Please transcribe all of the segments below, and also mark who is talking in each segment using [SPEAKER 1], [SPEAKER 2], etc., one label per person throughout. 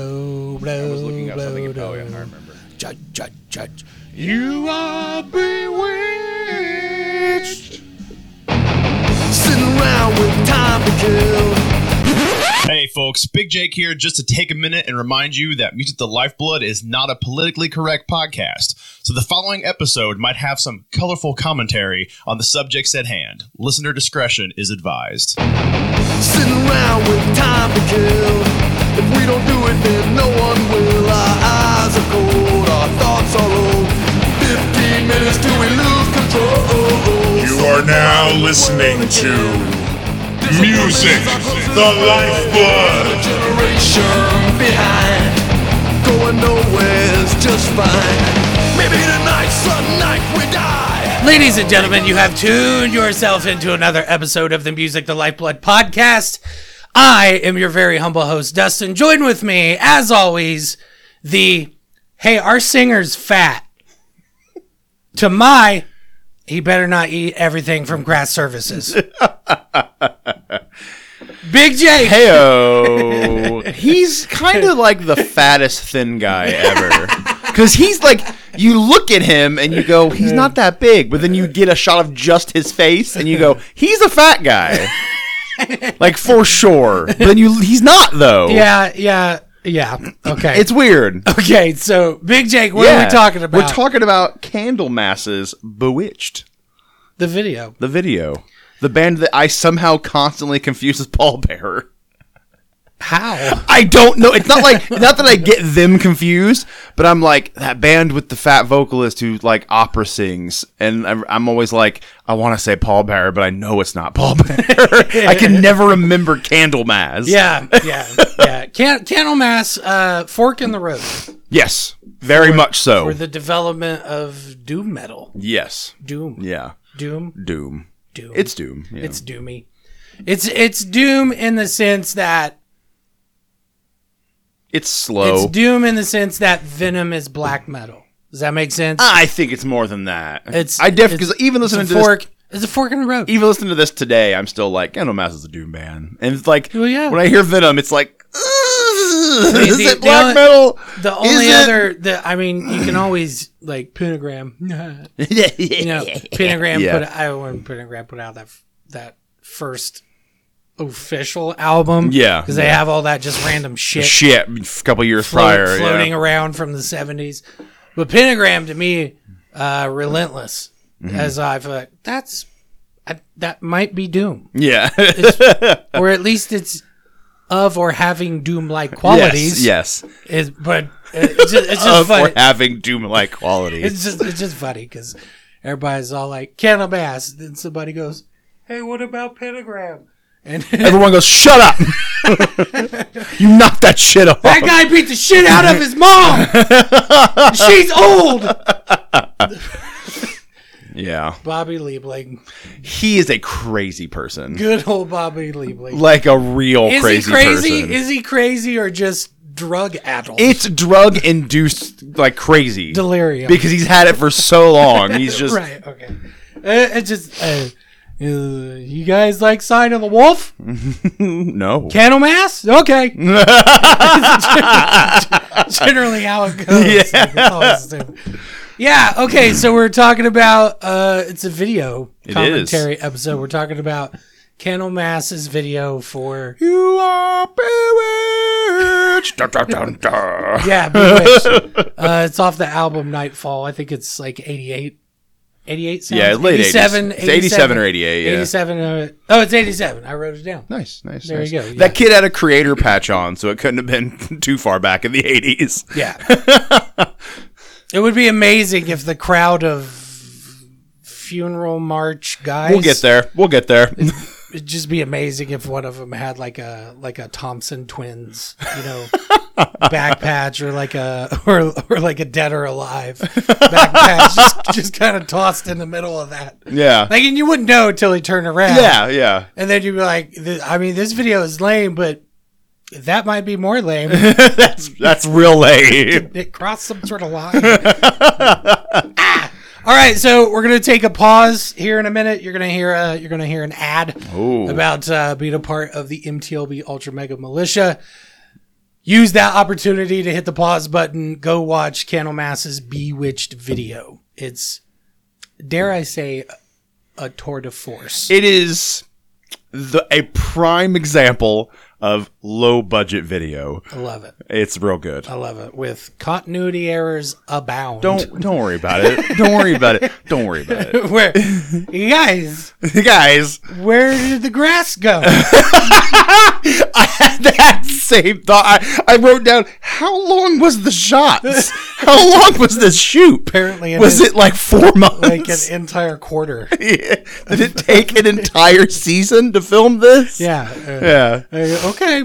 [SPEAKER 1] do, blow,
[SPEAKER 2] I was looking up
[SPEAKER 1] blow,
[SPEAKER 2] something.
[SPEAKER 1] do.
[SPEAKER 2] Oh, yeah, I remember.
[SPEAKER 1] Judge, judge, judge. You are bewitched.
[SPEAKER 3] Sitting around with time to kill.
[SPEAKER 4] Hey folks, Big Jake here just to take a minute and remind you that Music the Lifeblood is not a politically correct podcast. So the following episode might have some colorful commentary on the subjects at hand. Listener discretion is advised.
[SPEAKER 3] Sitting around with time to kill. If we don't do it, then no one will. Our eyes are cold, our thoughts are old. Fifteen minutes till we lose control.
[SPEAKER 5] You are now listening to Music, the Lifeblood.
[SPEAKER 3] generation behind. Going nowhere's just fine. Maybe tonight's the night we die.
[SPEAKER 1] Ladies and gentlemen, you have tuned yourself into another episode of the Music the Lifeblood podcast. I am your very humble host, Dustin. Join with me, as always, the hey, our singer's fat. To my, he better not eat everything from grass services. Big Jake.
[SPEAKER 6] Heyo. he's kind of like the fattest thin guy ever. Cuz he's like you look at him and you go he's not that big, but then you get a shot of just his face and you go he's a fat guy. like for sure. But then you he's not though.
[SPEAKER 1] Yeah, yeah, yeah. Okay.
[SPEAKER 6] It's weird.
[SPEAKER 1] okay, so Big Jake, what are
[SPEAKER 6] Yeah.
[SPEAKER 1] we talking about?
[SPEAKER 6] We're talking about Candle Masses Bewitched,
[SPEAKER 1] the video.
[SPEAKER 6] the video. The band that I somehow constantly confuse as Paul Bearer.
[SPEAKER 1] How?
[SPEAKER 6] I don't know. It's not like not that I get them confused, but I'm like that band with the fat vocalist who like opera sings, and I'm, I'm always like, I want to say Paul Bearer, but I know it's not Paul Bearer. I can never remember Candlemass.
[SPEAKER 1] Yeah, yeah, yeah. Can- Candlemass, uh, fork in the road
[SPEAKER 6] Yes. Very much so.
[SPEAKER 1] for the development of doom metal.
[SPEAKER 6] yes.
[SPEAKER 1] Doom,
[SPEAKER 6] Yeah.
[SPEAKER 1] doom,
[SPEAKER 6] Doom.
[SPEAKER 1] doom.
[SPEAKER 6] It's Doom. Yeah.
[SPEAKER 1] it's doomy. It's it's doom in the sense that
[SPEAKER 6] it's slow.
[SPEAKER 1] it's doom in the sense that Venom is black metal. Does that make sense?
[SPEAKER 6] I think it's more than that.
[SPEAKER 1] It's-
[SPEAKER 6] I definitely
[SPEAKER 1] it's-
[SPEAKER 6] because even
[SPEAKER 1] it's
[SPEAKER 6] listening
[SPEAKER 1] a
[SPEAKER 6] Uh, to this E
[SPEAKER 1] fork. It's a fork in the road.
[SPEAKER 6] even listening to this today, I'm still like, Candlemass is a doom band, and it's like,
[SPEAKER 1] Well, yeah.
[SPEAKER 6] when I hear Venom, it's like, is
[SPEAKER 1] the-
[SPEAKER 6] it
[SPEAKER 1] the only-
[SPEAKER 6] black metal?
[SPEAKER 1] The
[SPEAKER 6] Is
[SPEAKER 1] only
[SPEAKER 6] it-
[SPEAKER 1] other, the I mean, you can always like pentagram. you know, Pentagram
[SPEAKER 6] Yeah.
[SPEAKER 1] put I when Pentagram put out that that first official album.
[SPEAKER 6] Yeah,
[SPEAKER 1] because they
[SPEAKER 6] yeah.
[SPEAKER 1] have all that just random shit,
[SPEAKER 6] shit, a couple years
[SPEAKER 1] float-
[SPEAKER 6] prior,
[SPEAKER 1] floating
[SPEAKER 6] yeah.
[SPEAKER 1] around from the seventies. But Pentagram to me, uh, relentless.
[SPEAKER 6] Mm-hmm.
[SPEAKER 1] As I've uh, that's I, that might be Doom,
[SPEAKER 6] yeah,
[SPEAKER 1] or at least it's of or having Doom-like
[SPEAKER 6] yes,
[SPEAKER 1] qualities.
[SPEAKER 6] yes,
[SPEAKER 1] Is- but uh, it's just, it's just
[SPEAKER 6] of
[SPEAKER 1] funny.
[SPEAKER 6] or having doom-like qualities.
[SPEAKER 1] It's just it's just funny because everybody's all like candle mass. Then somebody goes, "Hey, what about pentagram?" And that
[SPEAKER 6] Everyone goes, shut up. you knocked that shit off.
[SPEAKER 1] guy beat the shit out of his mom. She's old.
[SPEAKER 6] Yeah,
[SPEAKER 1] Bobby Liebling,
[SPEAKER 6] he is a crazy person,
[SPEAKER 1] good old Bobby Liebling.
[SPEAKER 6] like a real
[SPEAKER 1] Is
[SPEAKER 6] crazy,
[SPEAKER 1] he crazy?
[SPEAKER 6] person.
[SPEAKER 1] Is he crazy or just drug addled?
[SPEAKER 6] it's drug-induced, like crazy
[SPEAKER 1] delirium.
[SPEAKER 6] because he's had it for so long. He's just
[SPEAKER 1] right. Okay. Uh, it's just. Uh, uh, you guys like Sign of the Wolf?
[SPEAKER 6] no.
[SPEAKER 1] Candle Mass? Okay. Generally how it goes. Yeah. yeah. Okay. So we're talking about uh, it's a video
[SPEAKER 6] It
[SPEAKER 1] commentary episode. We're talking about Candle Mass's video for
[SPEAKER 6] You are bewitched. Dun, dun, dun, dun.
[SPEAKER 1] yeah. Bewitched. uh, it's off the album Nightfall. I think it's like 88. 88 sounds?
[SPEAKER 6] Yeah, late 80s.
[SPEAKER 1] 87,
[SPEAKER 6] It's 87 or 88, yeah.
[SPEAKER 1] 87. Uh, oh, it's 87. I wrote it down.
[SPEAKER 6] Nice, nice.
[SPEAKER 1] There
[SPEAKER 6] nice.
[SPEAKER 1] you go, yeah.
[SPEAKER 6] That kid had a creator patch on, so it couldn't have been too far back in the 80s.
[SPEAKER 1] Yeah. it would be amazing if the crowd of funeral march guys
[SPEAKER 6] We'll get there. We'll get there.
[SPEAKER 1] It'd just be amazing if one of them had like a like a Thompson twins, you know, back patch or like a or or like a dead or alive back patch just, just kind of tossed in the middle of that.
[SPEAKER 6] Yeah.
[SPEAKER 1] Like and you wouldn't know until he turned around.
[SPEAKER 6] yeah, yeah.
[SPEAKER 1] And then you'd be like, "Th- I mean, this video is lame, but that might be more lame.
[SPEAKER 6] That's that's real lame.
[SPEAKER 1] it crossed some sort of line. Ah! All right, so we're gonna take a pause here in a minute. You're gonna hear a, you're gonna hear an ad
[SPEAKER 6] Ooh.
[SPEAKER 1] about uh, being a part of the MTLB Ultra Mega Militia. Use that opportunity to hit the pause button. Go watch Candlemass's Bewitched video. It's, dare I say, a tour de force.
[SPEAKER 6] It is the a prime example of low budget video.
[SPEAKER 1] I love it.
[SPEAKER 6] It's real good.
[SPEAKER 1] I love it. With continuity errors abound.
[SPEAKER 6] Don't don't worry about it. Don't worry about it. Don't worry about it.
[SPEAKER 1] Where, you guys,
[SPEAKER 6] Guys,
[SPEAKER 1] where did the grass go?
[SPEAKER 6] I had that same thought. I, I wrote down how long was the shots? How long was this shoot?
[SPEAKER 1] Apparently it
[SPEAKER 6] was
[SPEAKER 1] is.
[SPEAKER 6] it like four months?
[SPEAKER 1] like an entire quarter.
[SPEAKER 6] Yeah. Did it take an entire season to film this?
[SPEAKER 1] Yeah. uh,
[SPEAKER 6] Yeah.
[SPEAKER 1] Uh, okay,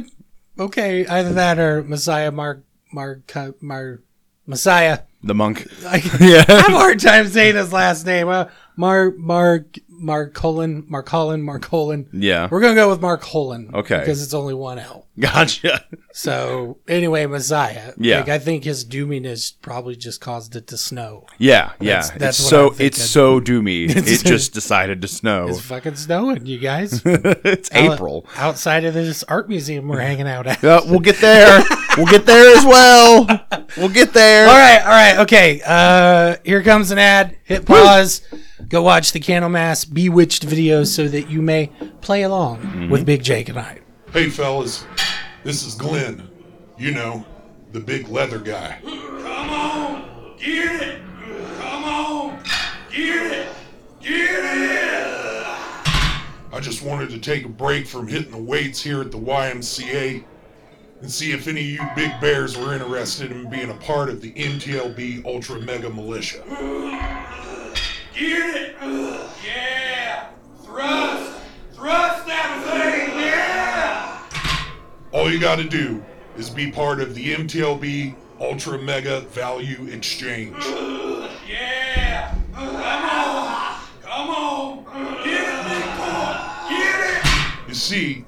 [SPEAKER 1] okay. Either that or Messiah Mark Mark Mar Messiah.
[SPEAKER 6] The monk.
[SPEAKER 1] I,
[SPEAKER 6] Yeah.
[SPEAKER 1] I have a hard time saying his last name. Uh, Mar Mark Mark Colin Mark Colin Mark Colin.
[SPEAKER 6] Yeah.
[SPEAKER 1] We're gonna go with Mark Colin.
[SPEAKER 6] Okay.
[SPEAKER 1] Because it's only one L.
[SPEAKER 6] Gotcha.
[SPEAKER 1] So anyway, Messiah.
[SPEAKER 6] Yeah.
[SPEAKER 1] Like, I think his doominess probably just caused it to snow.
[SPEAKER 6] Yeah, yeah.
[SPEAKER 1] That's- that's
[SPEAKER 6] it's
[SPEAKER 1] what
[SPEAKER 6] so
[SPEAKER 1] I'm
[SPEAKER 6] it's
[SPEAKER 1] thinking.
[SPEAKER 6] so doomy. it just decided to snow.
[SPEAKER 1] It's fucking snowing, you guys.
[SPEAKER 6] it's April.
[SPEAKER 1] Outside of this art museum we're hanging out at.
[SPEAKER 6] Uh, we'll get there. we'll get there as well. We'll get there.
[SPEAKER 1] All right, all right, okay. Uh, here comes an ad. Hit pause. Go watch the Candlemass Bewitched video so that you may play along
[SPEAKER 6] Mm-hmm.
[SPEAKER 1] with Big Jake and I.
[SPEAKER 5] Hey, fellas, this is Glenn. You know, the big leather guy.
[SPEAKER 2] Come on, get it! Come on, get it! Get it!
[SPEAKER 5] I just wanted to take a break from hitting the weights here at the YMCA and see if any of you big bears were interested in being a part of the MTLB Ultra Mega Militia.
[SPEAKER 2] Get it! Yeah! Thrust! Thrust that thing! Yeah!
[SPEAKER 5] All you gotta do is be part of the MTLB Ultra Mega Value Exchange.
[SPEAKER 2] Yeah! Come on! Come on! Get it, big boy! Get it!
[SPEAKER 5] You see,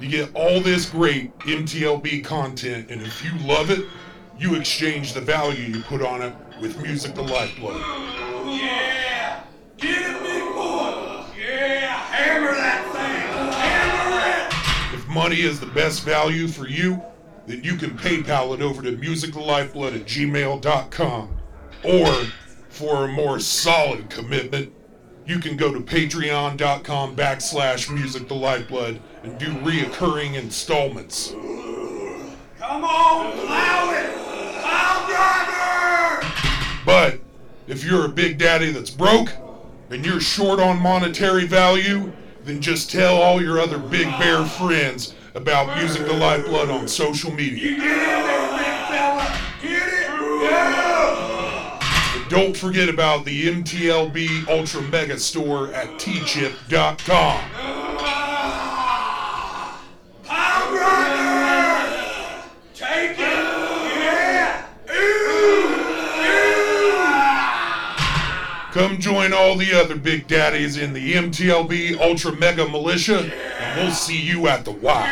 [SPEAKER 5] you get all this great MTLB content, and if you love it, you exchange the value you put on it with Music the Lifeblood.
[SPEAKER 2] Yeah! Get it, big boy! Yeah! Hammer that thing! Hammer it!
[SPEAKER 5] If money is the best value for you, then you can PayPal it over to musicallifeblood at gmail.com. Or, for a more solid commitment, you can go to patreon.com backslash music the lifeblood and do reoccurring installments.
[SPEAKER 2] Come on, plow it! Plow driver!
[SPEAKER 5] But if you're a big daddy that's broke and you're short on monetary value, then just tell all your other big bear friends about Music the Lifeblood on social media.
[SPEAKER 2] Get in there, big fella! Get it! Yeah!
[SPEAKER 5] Don't forget about the MTLB Ultra Mega Store at tchip.com.
[SPEAKER 2] Plow driver! Take it! Yeah! Ew! Ew!
[SPEAKER 5] Come join all the other big daddies in the MTLB Ultra Mega Militia, and we'll see you at the Y.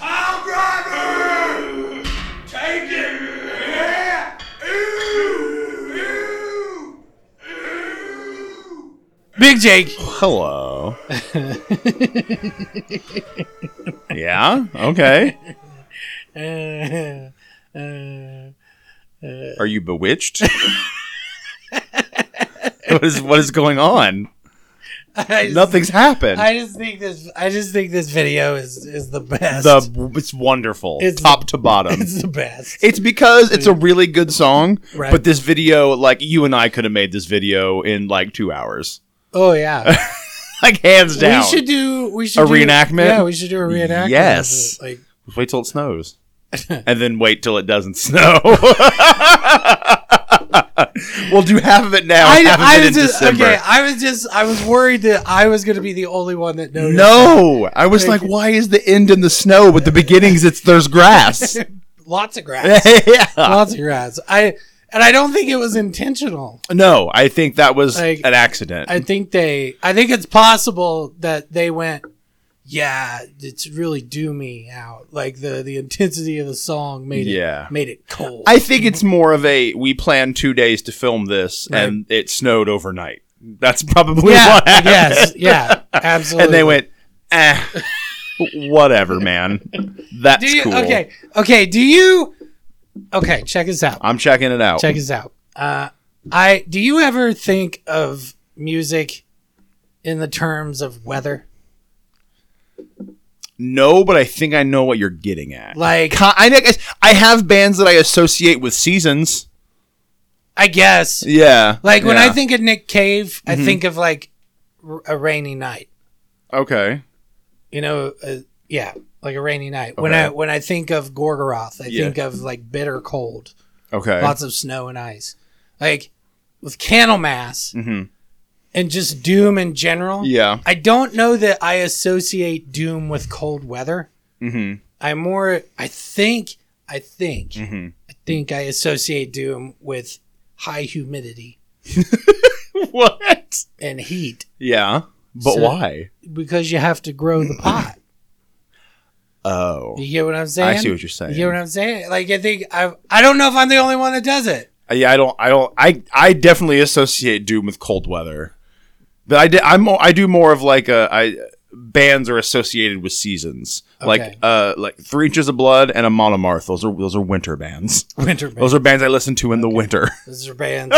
[SPEAKER 2] Pile driver! Take it! Yeah! Ew! Ew! Ew!
[SPEAKER 1] Big Jake,
[SPEAKER 6] Hello. yeah. Okay. Are you bewitched? what is what is going on?
[SPEAKER 1] I just,
[SPEAKER 6] Nothing's happened.
[SPEAKER 1] I just think this. I just think this video is is the best.
[SPEAKER 6] the it's wonderful,
[SPEAKER 1] It's-
[SPEAKER 6] top to bottom.
[SPEAKER 1] it's the best.
[SPEAKER 6] It's because it's a really good song,
[SPEAKER 1] Right.
[SPEAKER 6] but this video, like you and I could have made this video in like two hours,
[SPEAKER 1] oh yeah.
[SPEAKER 6] like hands down.
[SPEAKER 1] we should do. We should
[SPEAKER 6] A
[SPEAKER 1] do-
[SPEAKER 6] reenactment?
[SPEAKER 1] Yeah, we should do a reenactment. of
[SPEAKER 6] Yes.
[SPEAKER 1] it, Like
[SPEAKER 6] wait till it snows, and then wait till it doesn't snow. we'll do half of it now. and half of it
[SPEAKER 1] I, I
[SPEAKER 6] in
[SPEAKER 1] was just
[SPEAKER 6] December.
[SPEAKER 1] okay. I was just. I was worried that I was going to be the only one that noticed.
[SPEAKER 6] No, I was like, why is the end in the snow, but the beginnings it's there's grass.
[SPEAKER 1] Lots of grass.
[SPEAKER 6] yeah.
[SPEAKER 1] lots of grass. I and I don't think it was intentional.
[SPEAKER 6] No, I think that was
[SPEAKER 1] Like,
[SPEAKER 6] an accident.
[SPEAKER 1] I think they. I think it's possible that they went. Yeah, it's really doomy out. Like the the intensity of the song made
[SPEAKER 6] Yeah.
[SPEAKER 1] it made it cold.
[SPEAKER 6] I think it's more of a we planned two days to film this and it snowed overnight. That's probably
[SPEAKER 1] yeah,
[SPEAKER 6] what happened.
[SPEAKER 1] yes, yeah, absolutely.
[SPEAKER 6] And they went, eh, Whatever, man. That's
[SPEAKER 1] Do you
[SPEAKER 6] cool.
[SPEAKER 1] okay? Okay, do you? Okay, check this out.
[SPEAKER 6] I'm checking it out.
[SPEAKER 1] check this out. Uh, I do you ever think of music in the terms of weather?
[SPEAKER 6] No, but I think I know what you're getting at.
[SPEAKER 1] Like,
[SPEAKER 6] Con- I, think I- I have bands that I associate with seasons.
[SPEAKER 1] I guess.
[SPEAKER 6] Yeah.
[SPEAKER 1] Like when I
[SPEAKER 6] Yeah. Mm-hmm.
[SPEAKER 1] think of Nick Cave, I think of like r- a rainy night.
[SPEAKER 6] Okay.
[SPEAKER 1] You know, uh, yeah, like a rainy night. When
[SPEAKER 6] Okay.
[SPEAKER 1] I when I think of Gorgoroth, I
[SPEAKER 6] Yeah.
[SPEAKER 1] think of like bitter cold,
[SPEAKER 6] Okay.
[SPEAKER 1] lots of snow and ice. Like with Candlemass and just doom in general.
[SPEAKER 6] Mm-hmm. yeah.
[SPEAKER 1] I don't know that I associate doom with cold weather.
[SPEAKER 6] Mhm.
[SPEAKER 1] I more I think I think
[SPEAKER 6] Mm-hmm.
[SPEAKER 1] I think I associate doom with high humidity
[SPEAKER 6] What?
[SPEAKER 1] and heat
[SPEAKER 6] Yeah. But
[SPEAKER 1] So-
[SPEAKER 6] why?
[SPEAKER 1] because you have to grow
[SPEAKER 6] Mm-hmm.
[SPEAKER 1] the pot.
[SPEAKER 6] Oh.
[SPEAKER 1] You get what I'm saying?
[SPEAKER 6] I see what you're saying.
[SPEAKER 1] You get what I'm saying? Like I think I I don't know if I'm the only one that does it.
[SPEAKER 6] Yeah, I don't. I don't. I I definitely associate doom with cold weather, but I did. I'm. more- I do more of like a. I bands are associated with seasons,
[SPEAKER 1] Okay.
[SPEAKER 6] like uh, like Three Inches of Blood and a Monomarth. Those are those are winter bands.
[SPEAKER 1] Winter
[SPEAKER 6] Those
[SPEAKER 1] bands.
[SPEAKER 6] are bands I listen to in the winter.
[SPEAKER 1] Those are bands.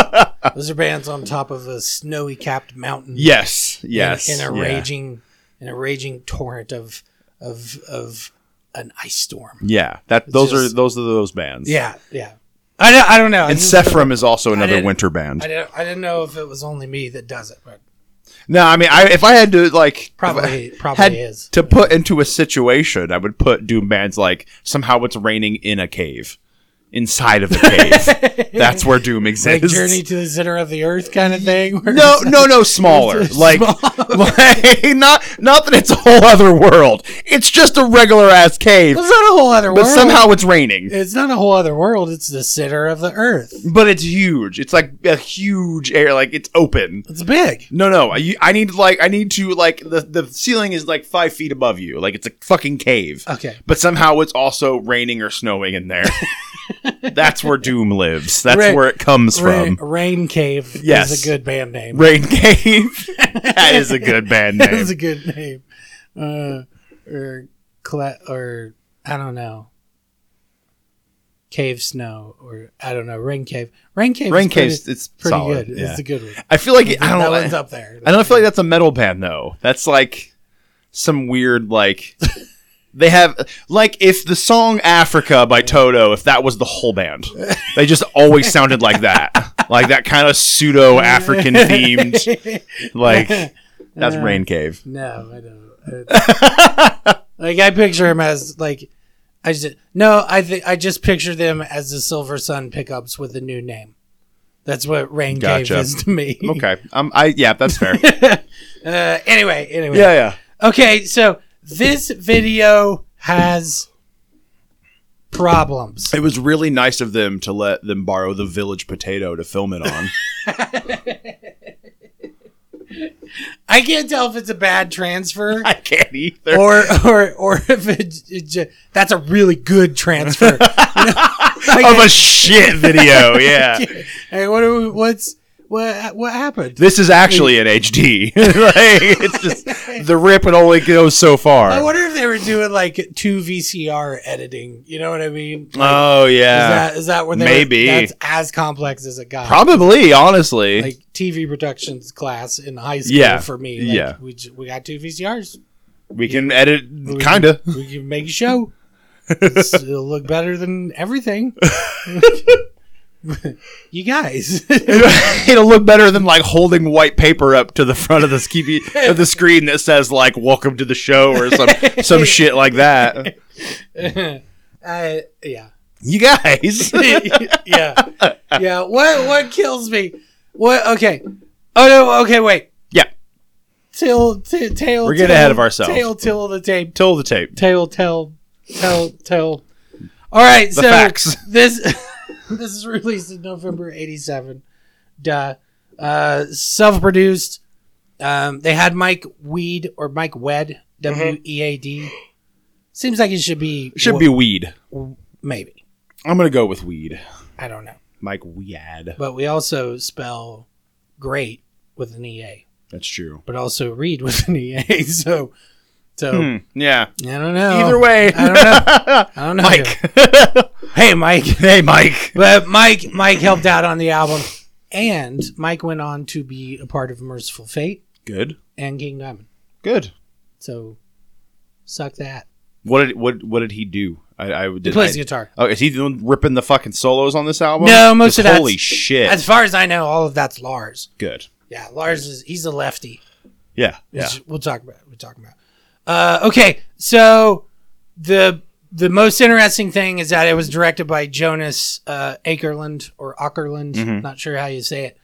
[SPEAKER 1] those are bands on top of a snowy capped mountain.
[SPEAKER 6] yes, yes.
[SPEAKER 1] In, in a
[SPEAKER 6] yeah.
[SPEAKER 1] raging in a raging torrent of of of an ice storm.
[SPEAKER 6] Yeah, that those
[SPEAKER 1] just-
[SPEAKER 6] are those are those bands.
[SPEAKER 1] Yeah, yeah. I don't, I don't know. I
[SPEAKER 6] And
[SPEAKER 1] just-
[SPEAKER 6] Sephram is also another
[SPEAKER 1] didn't-
[SPEAKER 6] winter
[SPEAKER 1] I
[SPEAKER 6] band.
[SPEAKER 1] didn't, I didn't know if it was only me that does it, but
[SPEAKER 6] No, I mean, I, if I had to like
[SPEAKER 1] probably
[SPEAKER 6] if I
[SPEAKER 1] probably
[SPEAKER 6] had
[SPEAKER 1] is.
[SPEAKER 6] to put into a situation, I would put doom bands like somehow it's raining in a cave, inside of a cave. That's where doom
[SPEAKER 1] Like
[SPEAKER 6] exists.
[SPEAKER 1] Journey to the Center of the Earth kind of thing. where
[SPEAKER 6] no,
[SPEAKER 1] it's like-
[SPEAKER 6] no, no, smaller.
[SPEAKER 1] It's
[SPEAKER 6] Like,
[SPEAKER 1] small.
[SPEAKER 6] like, not, not that it's a whole other world. It's just a regular ass cave,
[SPEAKER 1] It's not a whole other
[SPEAKER 6] but
[SPEAKER 1] world.
[SPEAKER 6] somehow it's raining.
[SPEAKER 1] it's not a whole other world. It's the center of the Earth.
[SPEAKER 6] but it's huge. It's like a huge area. Like it's open.
[SPEAKER 1] It's big.
[SPEAKER 6] No, no. I, I need like I need to like the the ceiling is like five feet above you. Like it's a fucking cave.
[SPEAKER 1] Okay.
[SPEAKER 6] But somehow it's also raining or snowing in there. That's where Doom lives. That's
[SPEAKER 1] Ra-
[SPEAKER 6] where it comes
[SPEAKER 1] Ra-
[SPEAKER 6] from.
[SPEAKER 1] Rain Cave
[SPEAKER 6] Yes.
[SPEAKER 1] is a good band name.
[SPEAKER 6] Rain Cave. that is a good band
[SPEAKER 1] That is
[SPEAKER 6] name.
[SPEAKER 1] a good name. Uh, or cla- or I don't know. Cave Snow or I don't know Rain Cave. Rain Cave.
[SPEAKER 6] Rain
[SPEAKER 1] is pretty-
[SPEAKER 6] Cave's- it's
[SPEAKER 1] pretty
[SPEAKER 6] solid,
[SPEAKER 1] good.
[SPEAKER 6] yeah.
[SPEAKER 1] It's a good one.
[SPEAKER 6] I feel like I
[SPEAKER 1] that
[SPEAKER 6] don't.
[SPEAKER 1] one's
[SPEAKER 6] I,
[SPEAKER 1] up there.
[SPEAKER 6] I don't feel like that's a metal band though. That's like some weird like. They have like if the song Africa by Toto, if that was the whole band, they just always sounded like that, like that kind of pseudo African themed Like that's Rain Cave.
[SPEAKER 1] no, I don't. I- like I picture him as like I just no, I think I just picture them as the Silver Sun pickups with a new name. That's what Rain Cave
[SPEAKER 6] Gotcha.
[SPEAKER 1] is to me.
[SPEAKER 6] Okay. Um. I yeah. That's fair.
[SPEAKER 1] Uh, anyway, anyway.
[SPEAKER 6] yeah.
[SPEAKER 1] Okay, so this video has problems.
[SPEAKER 6] It was really nice of them to let them borrow the Village Potato to film it on.
[SPEAKER 1] I can't tell if it's a bad transfer
[SPEAKER 6] I can't either.
[SPEAKER 1] or or or if it, it ju- that's a really good transfer. You know?
[SPEAKER 6] of a shit video. Yeah.
[SPEAKER 1] Hey, what are we, what's what what happened?
[SPEAKER 6] This is actually in HD. like it's just the rip. It only goes so
[SPEAKER 1] I
[SPEAKER 6] far.
[SPEAKER 1] wonder if they were doing like two VCR editing. You know what I mean? Like,
[SPEAKER 6] Oh
[SPEAKER 1] is
[SPEAKER 6] yeah.
[SPEAKER 1] that is that where they
[SPEAKER 6] maybe.
[SPEAKER 1] that's as complex as it got?
[SPEAKER 6] Probably. Honestly.
[SPEAKER 1] Like TV productions class in high school
[SPEAKER 6] Yeah.
[SPEAKER 1] for me. Like,
[SPEAKER 6] Yeah.
[SPEAKER 1] we j- we got two VCRs.
[SPEAKER 6] we can edit.
[SPEAKER 1] We can-
[SPEAKER 6] Kinda.
[SPEAKER 1] we can make a show. It's- it'll look better than everything. you guys,
[SPEAKER 6] It'll look better than like holding white paper up to the front of the ski- of the screen that says like "Welcome to the show" or some some shit like that.
[SPEAKER 1] uh, yeah.
[SPEAKER 6] You guys,
[SPEAKER 1] yeah. Yeah. What what kills me? What okay. Oh no, okay, wait.
[SPEAKER 6] Yeah.
[SPEAKER 1] Till t- tail
[SPEAKER 6] We're getting
[SPEAKER 1] till-
[SPEAKER 6] ahead of ourselves.
[SPEAKER 1] Tail till the tape.
[SPEAKER 6] till the tape.
[SPEAKER 1] Tail tell tell tell. All right, so
[SPEAKER 6] facts.
[SPEAKER 1] this this is released in November 87. Duh. Uh self-produced. Um they had Mike Weed or Mike Wed, W E A D. Seems like it should be
[SPEAKER 6] Should be weed.
[SPEAKER 1] maybe.
[SPEAKER 6] I'm gonna go with weed.
[SPEAKER 1] I don't know.
[SPEAKER 6] Mike Wead.
[SPEAKER 1] but we also spell great with an E ea
[SPEAKER 6] That's true.
[SPEAKER 1] but also read with an ea E so So
[SPEAKER 6] Yeah. Oh.
[SPEAKER 1] I don't know.
[SPEAKER 6] Hmm. Either way.
[SPEAKER 1] I don't know. I don't know. Mike. hey, Mike.
[SPEAKER 6] Hey, Mike.
[SPEAKER 1] But Mike, Mike helped out on the album, and Mike went on to be a part of Merciful Fate
[SPEAKER 6] Good.
[SPEAKER 1] and King Diamond.
[SPEAKER 6] Good.
[SPEAKER 1] So, suck that.
[SPEAKER 6] What did what what did he do? I, I did.
[SPEAKER 1] He plays
[SPEAKER 6] I-
[SPEAKER 1] the guitar.
[SPEAKER 6] Oh, is he the one ripping the fucking solos on this album?
[SPEAKER 1] No, most of
[SPEAKER 6] 'Cause
[SPEAKER 1] that's-
[SPEAKER 6] Holy shit.
[SPEAKER 1] As far as I know, all of that's Lars.
[SPEAKER 6] good.
[SPEAKER 1] Yeah, Lars is he's a lefty.
[SPEAKER 6] Yeah.
[SPEAKER 1] which we'll talk about. We'll talk about. Uh, okay, so the the most interesting thing is that it was directed by Jonas uh, Akerlund or Ackerland.
[SPEAKER 6] Mm-hmm.
[SPEAKER 1] Not sure how you say it.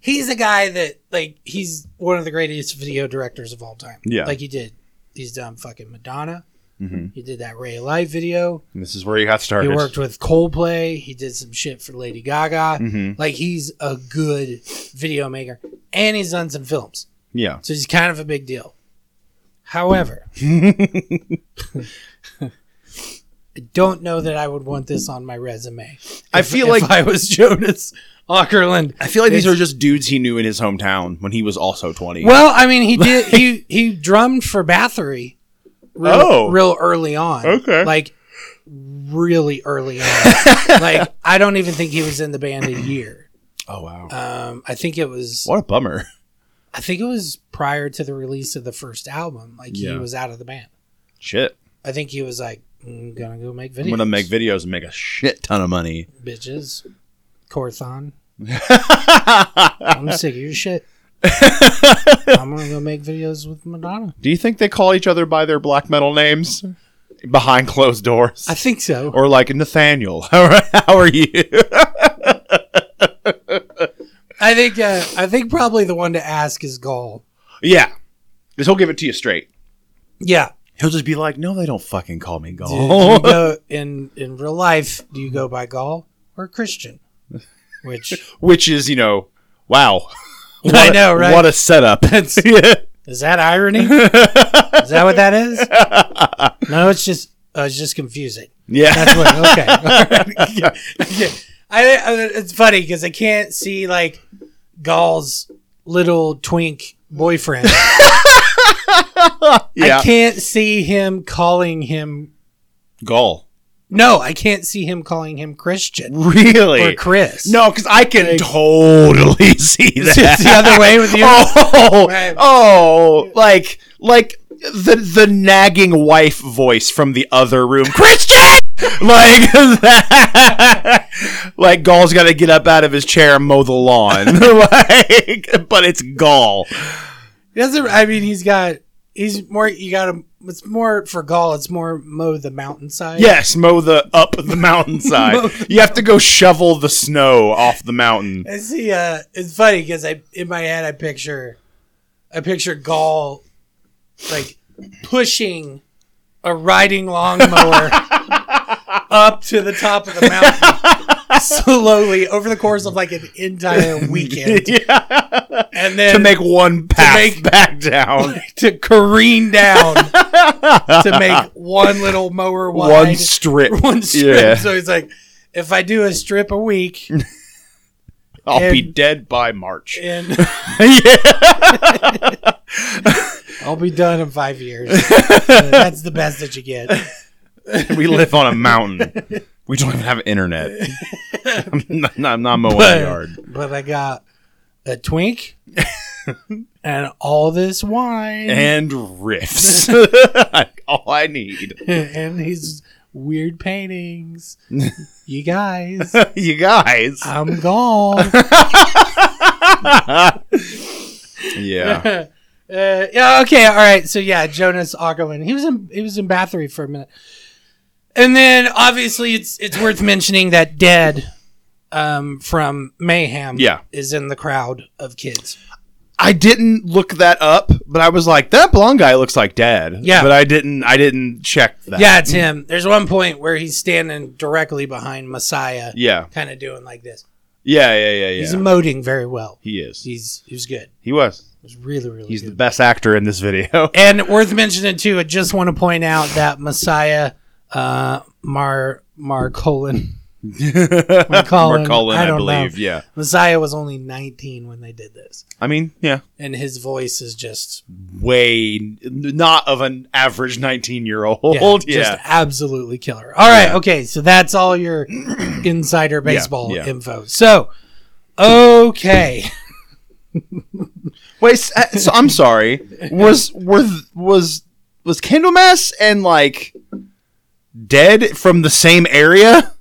[SPEAKER 1] He's a guy that like he's one of the greatest video directors of all time.
[SPEAKER 6] Yeah. Mm-hmm.
[SPEAKER 1] like he did. He's done fucking Madonna. He did that Ray of Light video.
[SPEAKER 6] And this is where he got
[SPEAKER 1] He
[SPEAKER 6] started.
[SPEAKER 1] worked with Coldplay. He did some shit for Lady Gaga.
[SPEAKER 6] Mm-hmm.
[SPEAKER 1] Like he's a good video maker, and he's done some films.
[SPEAKER 6] Yeah.
[SPEAKER 1] So he's kind of a big deal. However, I don't know that I would want this on my resume.
[SPEAKER 6] I feel
[SPEAKER 1] if
[SPEAKER 6] like
[SPEAKER 1] I was Jonas Ockerland.
[SPEAKER 6] I feel like these are just dudes he knew in his hometown when he was also 20.
[SPEAKER 1] Well, I mean, he did he he drummed for Bathory. Real,
[SPEAKER 6] Oh.
[SPEAKER 1] real early on.
[SPEAKER 6] Okay.
[SPEAKER 1] like really early on. like I don't even think he was in the band a year.
[SPEAKER 6] Oh, wow.
[SPEAKER 1] Um, I think it was
[SPEAKER 6] what a bummer.
[SPEAKER 1] I think it was prior to the release of the first album. Like
[SPEAKER 6] Yeah.
[SPEAKER 1] he was out of the band.
[SPEAKER 6] Shit.
[SPEAKER 1] I think he was like, I'm gonna go make videos.
[SPEAKER 6] I'm going to make videos and make a shit ton of money.
[SPEAKER 1] bitches. Corthon. I'm sick of your shit. I'm gonna go make videos with Madonna.
[SPEAKER 6] Do you think they call each other by their black metal names behind closed doors?
[SPEAKER 1] I think so.
[SPEAKER 6] or like Nathaniel? How are you?
[SPEAKER 1] I think uh, I think probably the one to ask is Gaul.
[SPEAKER 6] yeah. Because he'll give it to you straight.
[SPEAKER 1] Yeah.
[SPEAKER 6] He'll just be like, no, they don't fucking call me
[SPEAKER 1] Do you
[SPEAKER 6] Gaul.
[SPEAKER 1] go in in real life, do you go by Gaul or Christian? Which
[SPEAKER 6] Which is, you know, wow.
[SPEAKER 1] I know, right?
[SPEAKER 6] What a setup.
[SPEAKER 1] is that irony? is that what that is? No, it's just uh, it's just confusing.
[SPEAKER 6] yeah.
[SPEAKER 1] That's what. Okay. Yeah. I, I, it's funny because I can't see like Gall's little twink boyfriend.
[SPEAKER 6] Yeah.
[SPEAKER 1] I can't see him calling him.
[SPEAKER 6] Gaul.
[SPEAKER 1] No, I can't see him calling him Christian
[SPEAKER 6] Really?
[SPEAKER 1] or Chris.
[SPEAKER 6] No, because I can
[SPEAKER 1] Like-
[SPEAKER 6] totally see
[SPEAKER 1] it's it's the
[SPEAKER 6] that.
[SPEAKER 1] other way with you.
[SPEAKER 6] Oh,
[SPEAKER 1] Right.
[SPEAKER 6] oh, like, like the the nagging wife voice from the other room, Christian. Like that. Like Gaul's got to get up out of his chair and mow the lawn. like, but it's Gaul.
[SPEAKER 1] He doesn't. I mean, he's got. He's more. You got to It's more for Gall. It's more mow the mountainside.
[SPEAKER 6] Yes, mow the up the mountainside.
[SPEAKER 1] Mow the-
[SPEAKER 6] you have to go shovel the snow off the mountain.
[SPEAKER 1] I see. Uh, it's funny because I in my head I picture, I picture Gall, like pushing a riding lawnmower up to the top of the mountain slowly over the course of like an entire weekend, and then
[SPEAKER 6] To make one path
[SPEAKER 1] make-
[SPEAKER 6] back down,
[SPEAKER 1] to careen down to make one little mower wide
[SPEAKER 6] one strip.
[SPEAKER 1] one strip.
[SPEAKER 6] Yeah.
[SPEAKER 1] So he's like, if I do a strip a week
[SPEAKER 6] I'll be
[SPEAKER 1] And-
[SPEAKER 6] dead by March.
[SPEAKER 1] and.
[SPEAKER 6] yeah.
[SPEAKER 1] I'll be done in five years. Uh, That's the best that you get.
[SPEAKER 6] We live on a mountain. We don't even have internet. I'm not, I'm not mowing the yard.
[SPEAKER 1] But I got a twink and all this wine and,
[SPEAKER 6] And riffs. All I need.
[SPEAKER 1] these weird paintings. You guys,
[SPEAKER 6] You guys.
[SPEAKER 1] I'm gone.
[SPEAKER 6] Yeah.
[SPEAKER 1] Uh, yeah, okay, all right. So yeah, Jonas Ackerman. He was in he was in Bathory for a minute. And then obviously it's it's worth mentioning that Dead um, from Mayhem
[SPEAKER 6] Yeah.
[SPEAKER 1] is in the crowd of kids.
[SPEAKER 6] I didn't look that up, but I was like, that blonde guy looks like dad.
[SPEAKER 1] Yeah.
[SPEAKER 6] But I didn't I didn't check that.
[SPEAKER 1] Yeah, it's him. There's one point where he's standing directly behind Messiah,
[SPEAKER 6] Yeah.
[SPEAKER 1] kind of doing like this.
[SPEAKER 6] Yeah, yeah, yeah, yeah.
[SPEAKER 1] He's emoting very well.
[SPEAKER 6] he is.
[SPEAKER 1] He's he's good.
[SPEAKER 6] He was.
[SPEAKER 1] He's really really
[SPEAKER 6] He's the
[SPEAKER 1] good.
[SPEAKER 6] best actor in this video.
[SPEAKER 1] and worth mentioning too. I just want to point out that Messiah uh, Mar Mar Colon McCollin,
[SPEAKER 6] Mark Cullen, I
[SPEAKER 1] don't know.
[SPEAKER 6] believe, yeah.
[SPEAKER 1] Messiah was only 19 when they did this,
[SPEAKER 6] I mean, yeah,
[SPEAKER 1] and his voice is just
[SPEAKER 6] way n- not of an average nineteen-year-old.
[SPEAKER 1] yeah,
[SPEAKER 6] Yeah,
[SPEAKER 1] just absolutely killer. All right, okay, so that's all your insider baseball
[SPEAKER 6] yeah.
[SPEAKER 1] info. So, okay,
[SPEAKER 6] Wait, s- uh, so I'm sorry. Was were th- was was Candlemass and like dead from the same area,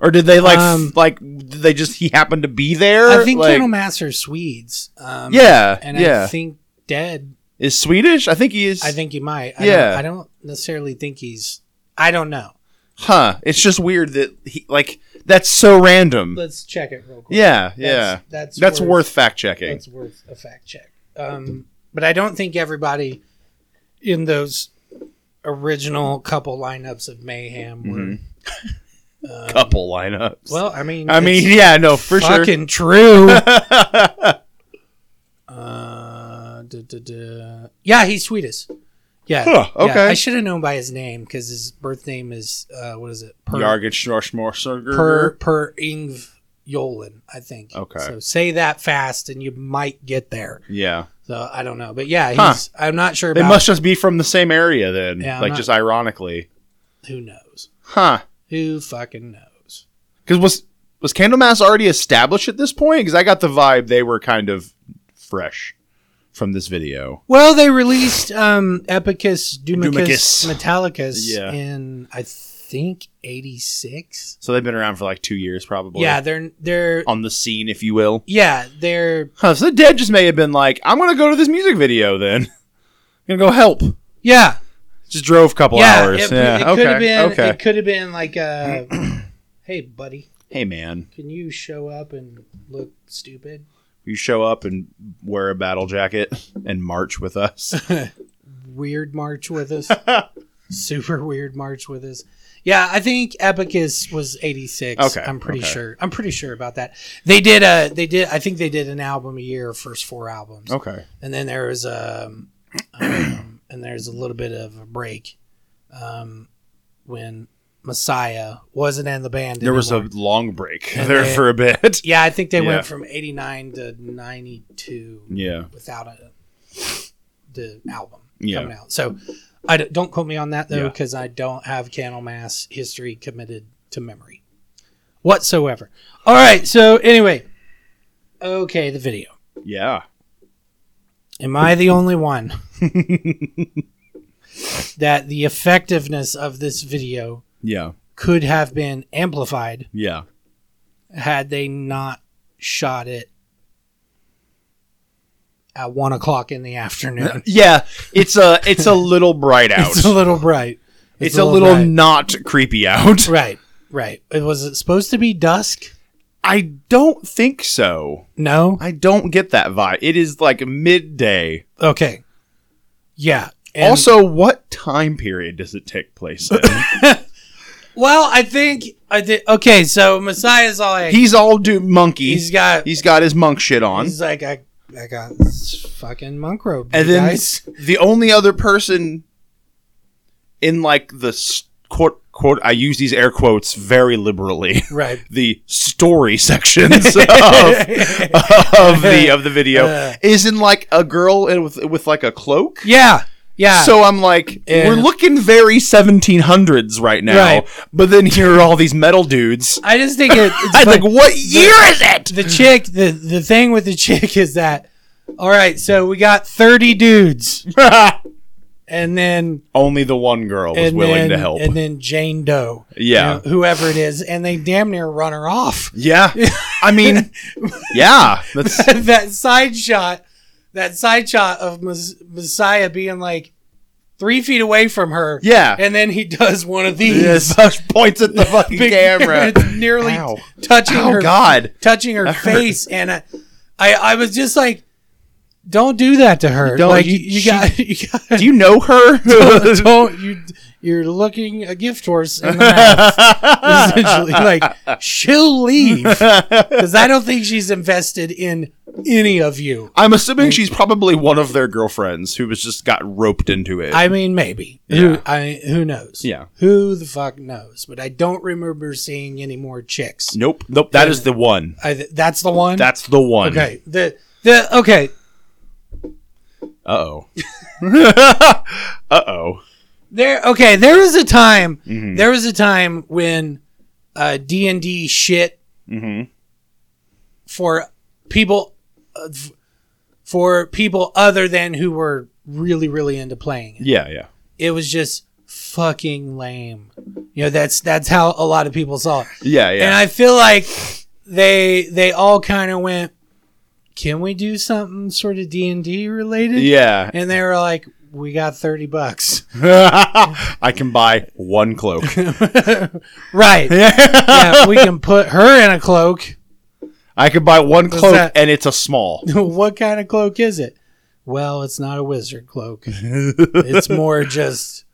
[SPEAKER 6] or did they like f-
[SPEAKER 1] Um,
[SPEAKER 6] like did they just he happened to be there?
[SPEAKER 1] I think
[SPEAKER 6] like,
[SPEAKER 1] Colonel Master Swedes. Um,
[SPEAKER 6] Yeah,
[SPEAKER 1] and
[SPEAKER 6] yeah.
[SPEAKER 1] I think dead.
[SPEAKER 6] is Swedish. I think he is.
[SPEAKER 1] I think he might. I
[SPEAKER 6] Yeah.
[SPEAKER 1] don't, I don't necessarily think he's. I don't know.
[SPEAKER 6] Huh. It's just weird that he like that's so random.
[SPEAKER 1] Let's check it real quick.
[SPEAKER 6] yeah, yeah.
[SPEAKER 1] That's-
[SPEAKER 6] That's
[SPEAKER 1] that's
[SPEAKER 6] that's worth,
[SPEAKER 1] worth-
[SPEAKER 6] fact checking.
[SPEAKER 1] That's worth a fact check. Um, but I don't think everybody in those original couple lineups of Mayhem were.
[SPEAKER 6] Couple lineups.
[SPEAKER 1] um, Well, I mean,
[SPEAKER 6] Mm-hmm. I mean,
[SPEAKER 1] it's
[SPEAKER 6] yeah, no, for sure.
[SPEAKER 1] fucking true. uh, duh, duh, duh. Yeah, he's Swedish. Yeah.
[SPEAKER 6] Huh,
[SPEAKER 1] yeah.
[SPEAKER 6] okay.
[SPEAKER 1] I should have known by his name because his birth name is uh, what is it? Per-
[SPEAKER 6] Yargit Schnorschmorserger.
[SPEAKER 1] per per Ingv Yolen, I think.
[SPEAKER 6] Okay.
[SPEAKER 1] So say that fast, and you might get there.
[SPEAKER 6] Yeah.
[SPEAKER 1] So I don't know, but yeah, he's.
[SPEAKER 6] Huh.
[SPEAKER 1] I'm not sure
[SPEAKER 6] They
[SPEAKER 1] about.
[SPEAKER 6] must just be from the same area then.
[SPEAKER 1] Yeah, I'm
[SPEAKER 6] like
[SPEAKER 1] not-
[SPEAKER 6] just ironically.
[SPEAKER 1] who knows?
[SPEAKER 6] Huh.
[SPEAKER 1] Who fucking knows?
[SPEAKER 6] Cuz was was Candlemass already established at this point? Cuz I got the vibe they were kind of fresh from this video.
[SPEAKER 1] Well, they released um Epicus Dumicus,
[SPEAKER 6] Dumicus.
[SPEAKER 1] Metallicus
[SPEAKER 6] Yeah.
[SPEAKER 1] in I think '86.
[SPEAKER 6] So they've been around for like 2 years probably.
[SPEAKER 1] Yeah, they're they're
[SPEAKER 6] On the scene if you will.
[SPEAKER 1] yeah they're
[SPEAKER 6] Huh, so the dead just may have been like, I'm gonna go to this music video then. I'm gonna go help.
[SPEAKER 1] yeah
[SPEAKER 6] Just drove a couple
[SPEAKER 1] yeah
[SPEAKER 6] hours.
[SPEAKER 1] it,
[SPEAKER 6] yeah.
[SPEAKER 1] it
[SPEAKER 6] okay.
[SPEAKER 1] could have been
[SPEAKER 6] okay.
[SPEAKER 1] it could have been like uh hey buddy
[SPEAKER 6] hey man,
[SPEAKER 1] can you show up and look stupid
[SPEAKER 6] you show up and wear a battle jacket and march with us.
[SPEAKER 1] weird march with us. Super weird march with us. Yeah, I think Epicus was 86.
[SPEAKER 6] Okay,
[SPEAKER 1] I'm pretty
[SPEAKER 6] okay.
[SPEAKER 1] sure. I'm pretty sure about that. They did a they did I think they did an album a year, first four albums.
[SPEAKER 6] okay.
[SPEAKER 1] And then there was um, um and there's a little bit of a break um when Messiah wasn't in the band.
[SPEAKER 6] There was a
[SPEAKER 1] anymore.
[SPEAKER 6] long break
[SPEAKER 1] And
[SPEAKER 6] there
[SPEAKER 1] they-
[SPEAKER 6] for a bit.
[SPEAKER 1] Yeah, I think they
[SPEAKER 6] Yeah.
[SPEAKER 1] went from 89 to 92
[SPEAKER 6] Yeah.
[SPEAKER 1] without a the album
[SPEAKER 6] Yeah.
[SPEAKER 1] coming out. So I d- don't quote me on that though
[SPEAKER 6] Yeah.
[SPEAKER 1] because I don't have candle mass history committed to memory whatsoever. All right, so anyway, okay, the video.
[SPEAKER 6] Yeah.
[SPEAKER 1] Am I the only one that the effectiveness of this video
[SPEAKER 6] Yeah.
[SPEAKER 1] could have been amplified
[SPEAKER 6] Yeah.
[SPEAKER 1] had they not shot it at one o'clock in the afternoon?
[SPEAKER 6] Yeah. It's a it's a little bright out.
[SPEAKER 1] It's a little bright.
[SPEAKER 6] It's a little
[SPEAKER 1] bright.
[SPEAKER 6] not creepy out.
[SPEAKER 1] Right, right. It was it supposed to be dusk?
[SPEAKER 6] I don't think so.
[SPEAKER 1] No.
[SPEAKER 6] I don't get that vibe. It is like midday.
[SPEAKER 1] Okay. Yeah. And-
[SPEAKER 6] also, what time period does it take place in?
[SPEAKER 1] well, I think I did. Okay, so Messiah's all like,
[SPEAKER 6] he's all do monkey.
[SPEAKER 1] he's got,
[SPEAKER 6] he's got his monk shit on.
[SPEAKER 1] he's like, I, I got this fucking monk robe.
[SPEAKER 6] and
[SPEAKER 1] you
[SPEAKER 6] then
[SPEAKER 1] guys.
[SPEAKER 6] the only other person in like the s- quote quote I use these air quotes very liberally.
[SPEAKER 1] right.
[SPEAKER 6] The story sections of, of the of the video
[SPEAKER 1] Uh.
[SPEAKER 6] is in like a girl in- with with like a cloak.
[SPEAKER 1] Yeah. Yeah.
[SPEAKER 6] So I'm like,
[SPEAKER 1] Yeah.
[SPEAKER 6] we're looking very 1700s right now,
[SPEAKER 1] Right.
[SPEAKER 6] but then here are all these metal dudes.
[SPEAKER 1] I just think it, it's
[SPEAKER 6] I'm
[SPEAKER 1] like
[SPEAKER 6] like, what year is it?
[SPEAKER 1] the chick. The the thing with the chick is that. All right, so we got thirty dudes, and then
[SPEAKER 6] Only the one girl was
[SPEAKER 1] and
[SPEAKER 6] willing
[SPEAKER 1] then,
[SPEAKER 6] to help.
[SPEAKER 1] and then Jane Doe,
[SPEAKER 6] Yeah.
[SPEAKER 1] you know, whoever it is, and they damn near run her off.
[SPEAKER 6] Yeah. I mean, yeah. That's
[SPEAKER 1] that side shot, that side shot of Mes- Messiah being like three feet away from her.
[SPEAKER 6] Yeah.
[SPEAKER 1] and then he does one of these.
[SPEAKER 6] such points at the fucking
[SPEAKER 1] Big-
[SPEAKER 6] camera.
[SPEAKER 1] it's nearly
[SPEAKER 6] Ow.
[SPEAKER 1] touching
[SPEAKER 6] Oh
[SPEAKER 1] her.
[SPEAKER 6] God.
[SPEAKER 1] touching her face, and I, I, I was just like, "Don't do that to her."
[SPEAKER 6] Don't-
[SPEAKER 1] like
[SPEAKER 6] you-
[SPEAKER 1] you, you got, you got,
[SPEAKER 6] Do you know her?
[SPEAKER 1] don't you you're looking a gift horse in the mouth essentially like she'll leave because i don't think she's invested in any of you.
[SPEAKER 6] I'm assuming she's probably one of their girlfriends who was just got roped into it.
[SPEAKER 1] I mean, maybe. Who I who knows?
[SPEAKER 6] Yeah.
[SPEAKER 1] Who the fuck knows? But I don't remember seeing any more chicks.
[SPEAKER 6] nope, nope. That is the one.
[SPEAKER 1] I, th- that's the one.
[SPEAKER 6] That's the one.
[SPEAKER 1] okay. The the okay.
[SPEAKER 6] Uh oh. uh oh.
[SPEAKER 1] There okay. There was a time.
[SPEAKER 6] Mm-hmm.
[SPEAKER 1] There was a time when uh, D and D shit
[SPEAKER 6] Mm-hmm.
[SPEAKER 1] for people uh, f- for people other than who were really really into playing it.
[SPEAKER 6] Yeah, yeah.
[SPEAKER 1] It was just fucking lame. You know that's that's how a lot of people saw it.
[SPEAKER 6] Yeah, yeah.
[SPEAKER 1] And I feel like they they all kind of went, "Can we do something sort of D and D related?"
[SPEAKER 6] yeah.
[SPEAKER 1] And they were like, "We got thirty bucks."
[SPEAKER 6] I can buy one cloak.
[SPEAKER 1] right. yeah, we can put her in a cloak.
[SPEAKER 6] I can buy one cloak
[SPEAKER 1] that?
[SPEAKER 6] and it's a small.
[SPEAKER 1] what kind of cloak is it? Well, it's not a wizard cloak. it's more just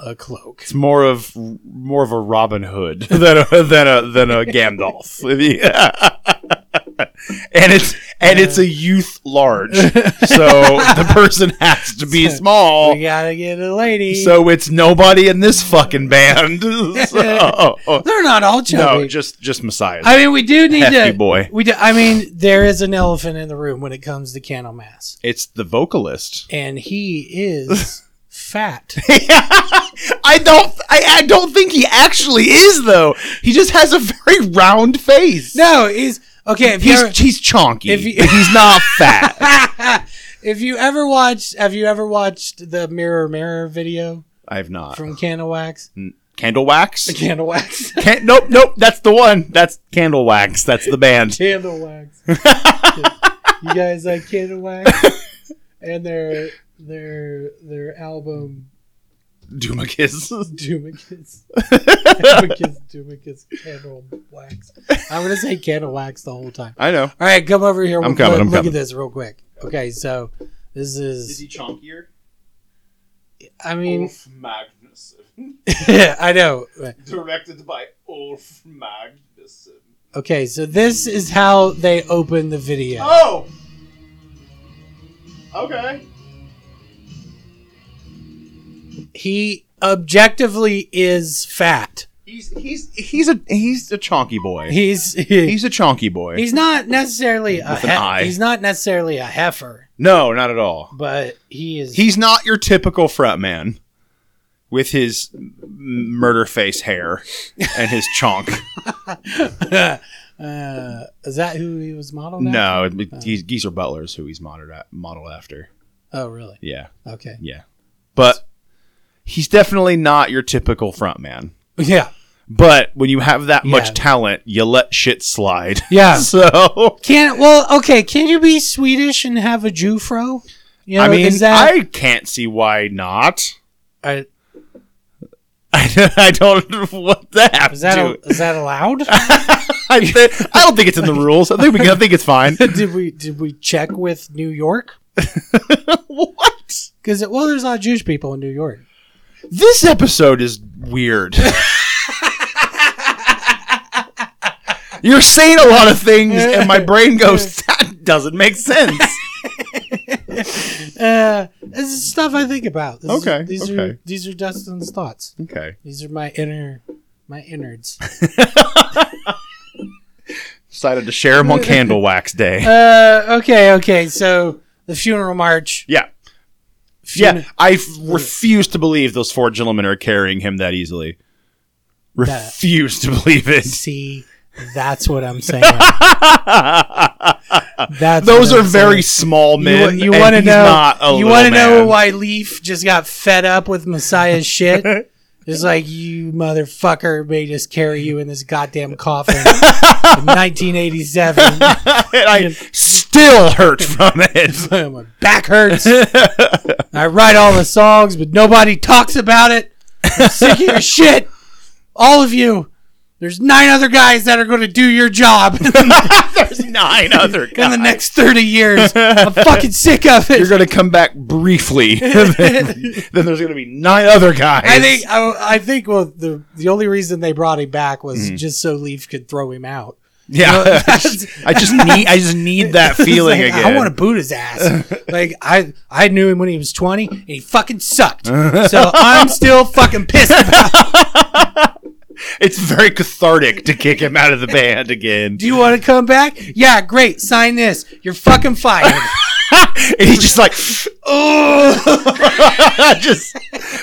[SPEAKER 1] a cloak.
[SPEAKER 6] It's more of more of a Robin Hood than a than a than a Gandalf. and it's and it's a youth large. So the person has to be small.
[SPEAKER 1] We gotta get a lady.
[SPEAKER 6] Oh. So it's nobody in this fucking band. So-
[SPEAKER 1] they're not all chubby.
[SPEAKER 6] no, just just Messiah.
[SPEAKER 1] I mean, we do need
[SPEAKER 6] Hefty
[SPEAKER 1] to.
[SPEAKER 6] boy.
[SPEAKER 1] We do. I mean, there is an elephant in the room when it comes to candle mass,
[SPEAKER 6] it's the vocalist.
[SPEAKER 1] and he is fat.
[SPEAKER 6] I don't I, I don't think he actually is though. He just has a very round face.
[SPEAKER 1] No, he's okay. If you
[SPEAKER 6] He's,
[SPEAKER 1] ever,
[SPEAKER 6] he's chonky.
[SPEAKER 1] if you-
[SPEAKER 6] but he's not fat.
[SPEAKER 1] if you ever watched, have you ever watched the Mirror Mirror video
[SPEAKER 6] I have not.
[SPEAKER 1] from Candle Wax?
[SPEAKER 6] Candle wax?
[SPEAKER 1] Candle Wax.
[SPEAKER 6] Can- nope, nope. That's the one. That's candle wax. That's the band.
[SPEAKER 1] candle Wax. you guys like Candle Wax? And their their their album
[SPEAKER 6] Dumacus.
[SPEAKER 1] Dumicus. Dumicus, Dumicus, Candle Wax. I'm gonna say Candle Wax the whole time.
[SPEAKER 6] I know.
[SPEAKER 1] All right, come over here. We'll
[SPEAKER 6] coming,
[SPEAKER 1] Look,
[SPEAKER 6] I'm
[SPEAKER 1] look
[SPEAKER 6] coming.
[SPEAKER 1] at this real quick. Okay, so this is.
[SPEAKER 6] chonkier?
[SPEAKER 1] I mean,
[SPEAKER 4] Magnuson.
[SPEAKER 6] Oh.
[SPEAKER 1] I know.
[SPEAKER 4] Directed by Ulf Magnuson.
[SPEAKER 1] Okay, so this is how they open the video.
[SPEAKER 4] Oh! Okay.
[SPEAKER 1] He objectively is fat.
[SPEAKER 6] He's he's he's a he's a chonky boy.
[SPEAKER 1] He's he's,
[SPEAKER 6] he's a chonky boy.
[SPEAKER 1] not necessarily a
[SPEAKER 6] an
[SPEAKER 1] he-
[SPEAKER 6] eye.
[SPEAKER 1] he's not necessarily a heifer,
[SPEAKER 6] no, not at all.
[SPEAKER 1] but he is.
[SPEAKER 6] He's not your typical fret man with his m- murder face hair and his chonk.
[SPEAKER 1] uh, is that who he was modeled? after?
[SPEAKER 6] no, it- he's Geezer Butler is who he's modeled at, modeled after.
[SPEAKER 1] Oh, really?
[SPEAKER 6] Yeah,
[SPEAKER 1] Okay.
[SPEAKER 6] yeah. But he's definitely not your typical front man.
[SPEAKER 1] Yeah.
[SPEAKER 6] But when you have that
[SPEAKER 1] Yeah.
[SPEAKER 6] much talent, you let shit slide.
[SPEAKER 1] Yeah.
[SPEAKER 6] So
[SPEAKER 1] Can well, okay. Can you be Swedish and have a Jufro? You know,
[SPEAKER 6] I mean,
[SPEAKER 1] is that
[SPEAKER 6] I can't see why not.
[SPEAKER 1] I-
[SPEAKER 6] I, don't know what that
[SPEAKER 1] is that
[SPEAKER 6] to.
[SPEAKER 1] a, is that allowed?
[SPEAKER 6] I thi- I don't think it's in the rules. I think we can, I think it's fine.
[SPEAKER 1] did we did we check with New York?
[SPEAKER 6] what?
[SPEAKER 1] Because well, there's a lot of Jewish people in New York.
[SPEAKER 6] This episode is weird. You're saying a lot of things, and my brain goes, "That doesn't make sense."
[SPEAKER 1] Uh, this is stuff I think about. This is-
[SPEAKER 6] Okay,
[SPEAKER 1] these
[SPEAKER 6] okay.
[SPEAKER 1] are these are Dustin's thoughts.
[SPEAKER 6] okay.
[SPEAKER 1] These are my inner my innards.
[SPEAKER 6] Decided to share them on Candle Wax Day.
[SPEAKER 1] uh, okay, okay. So the funeral march.
[SPEAKER 6] Yeah. Yeah, I f- refuse to believe those four gentlemen are carrying him that easily. Refuse to believe it.
[SPEAKER 1] See, that's what I'm saying. that's
[SPEAKER 6] Those
[SPEAKER 1] what
[SPEAKER 6] are
[SPEAKER 1] I'm
[SPEAKER 6] very
[SPEAKER 1] saying.
[SPEAKER 6] small men.
[SPEAKER 1] You, you
[SPEAKER 6] and
[SPEAKER 1] want to
[SPEAKER 6] he's
[SPEAKER 1] know?
[SPEAKER 6] not a
[SPEAKER 1] You
[SPEAKER 6] little
[SPEAKER 1] want to know
[SPEAKER 6] man.
[SPEAKER 1] why Leaf just got fed up with Messiah's shit? It's like you motherfucker made us carry you in this goddamn coffin in 1987.
[SPEAKER 6] And I still hurt from it.
[SPEAKER 1] My back hurts. I write all the songs, but nobody talks about it. I'm sick of your shit. All of you. There's nine other guys that are going to do your job in the,
[SPEAKER 6] There's nine other
[SPEAKER 1] in the
[SPEAKER 6] guys.
[SPEAKER 1] next 30 years. I'm fucking sick of it.
[SPEAKER 6] You're going to come back briefly. then, then there's going to be nine other guys.
[SPEAKER 1] I think
[SPEAKER 6] Mm-hmm.
[SPEAKER 1] I, I think well the the only reason they brought him back was just so Leaf could throw him out.
[SPEAKER 6] Yeah, I just need I just need that feeling
[SPEAKER 1] It's like,
[SPEAKER 6] again.
[SPEAKER 1] I want to boot his ass. like I, I knew him when he was twenty, and he fucking sucked. so I'm still fucking pissed. About it.
[SPEAKER 6] It's very cathartic to kick him out of the band again.
[SPEAKER 1] Do you want to come back? Yeah, great. Sign this. You're fucking fired.
[SPEAKER 6] And he's just like, oh, just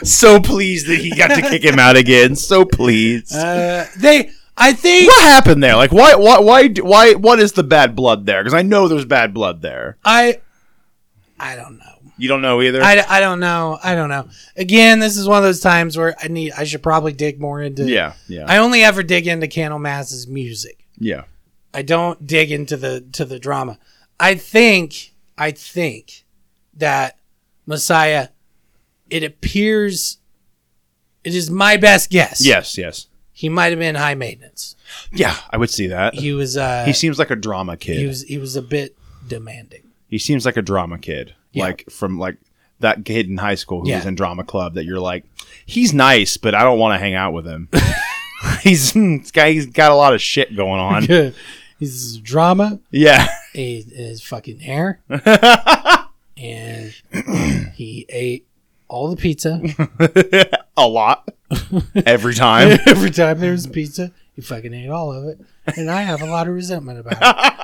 [SPEAKER 6] so pleased that he got to kick him out again. So pleased.
[SPEAKER 1] uh, they, I think.
[SPEAKER 6] what happened there? Like, why, why, why, d- why? What is the bad blood there? Because I know there's bad blood there.
[SPEAKER 1] I I don't know.
[SPEAKER 6] You don't know either.
[SPEAKER 1] I, I don't know. I don't know. Again, this is one of those times where I need I should probably dig more into
[SPEAKER 6] yeah, yeah,
[SPEAKER 1] I only ever dig into Candlemass's music.
[SPEAKER 6] yeah.
[SPEAKER 1] I don't dig into the to the drama. I think I think that Messiah it appears it is my best guess.
[SPEAKER 6] Yes, yes.
[SPEAKER 1] He might have been high maintenance.
[SPEAKER 6] Yeah, I would see that. He,
[SPEAKER 1] He was uh
[SPEAKER 6] seems like a drama kid.
[SPEAKER 1] he was he was a bit demanding.
[SPEAKER 6] he seems like a drama kid
[SPEAKER 1] Yeah.
[SPEAKER 6] like from like that kid in high school who
[SPEAKER 1] Yeah.
[SPEAKER 6] was in drama club that you're like he's nice but i don't want to hang out with him he's hmm, this guy he's got a lot of shit going on
[SPEAKER 1] He's drama.
[SPEAKER 6] yeah
[SPEAKER 1] ate his fucking hair, and he ate all the pizza
[SPEAKER 6] a lot every time
[SPEAKER 1] every time there was pizza. He fucking ate all of it, and I have a lot of resentment about it.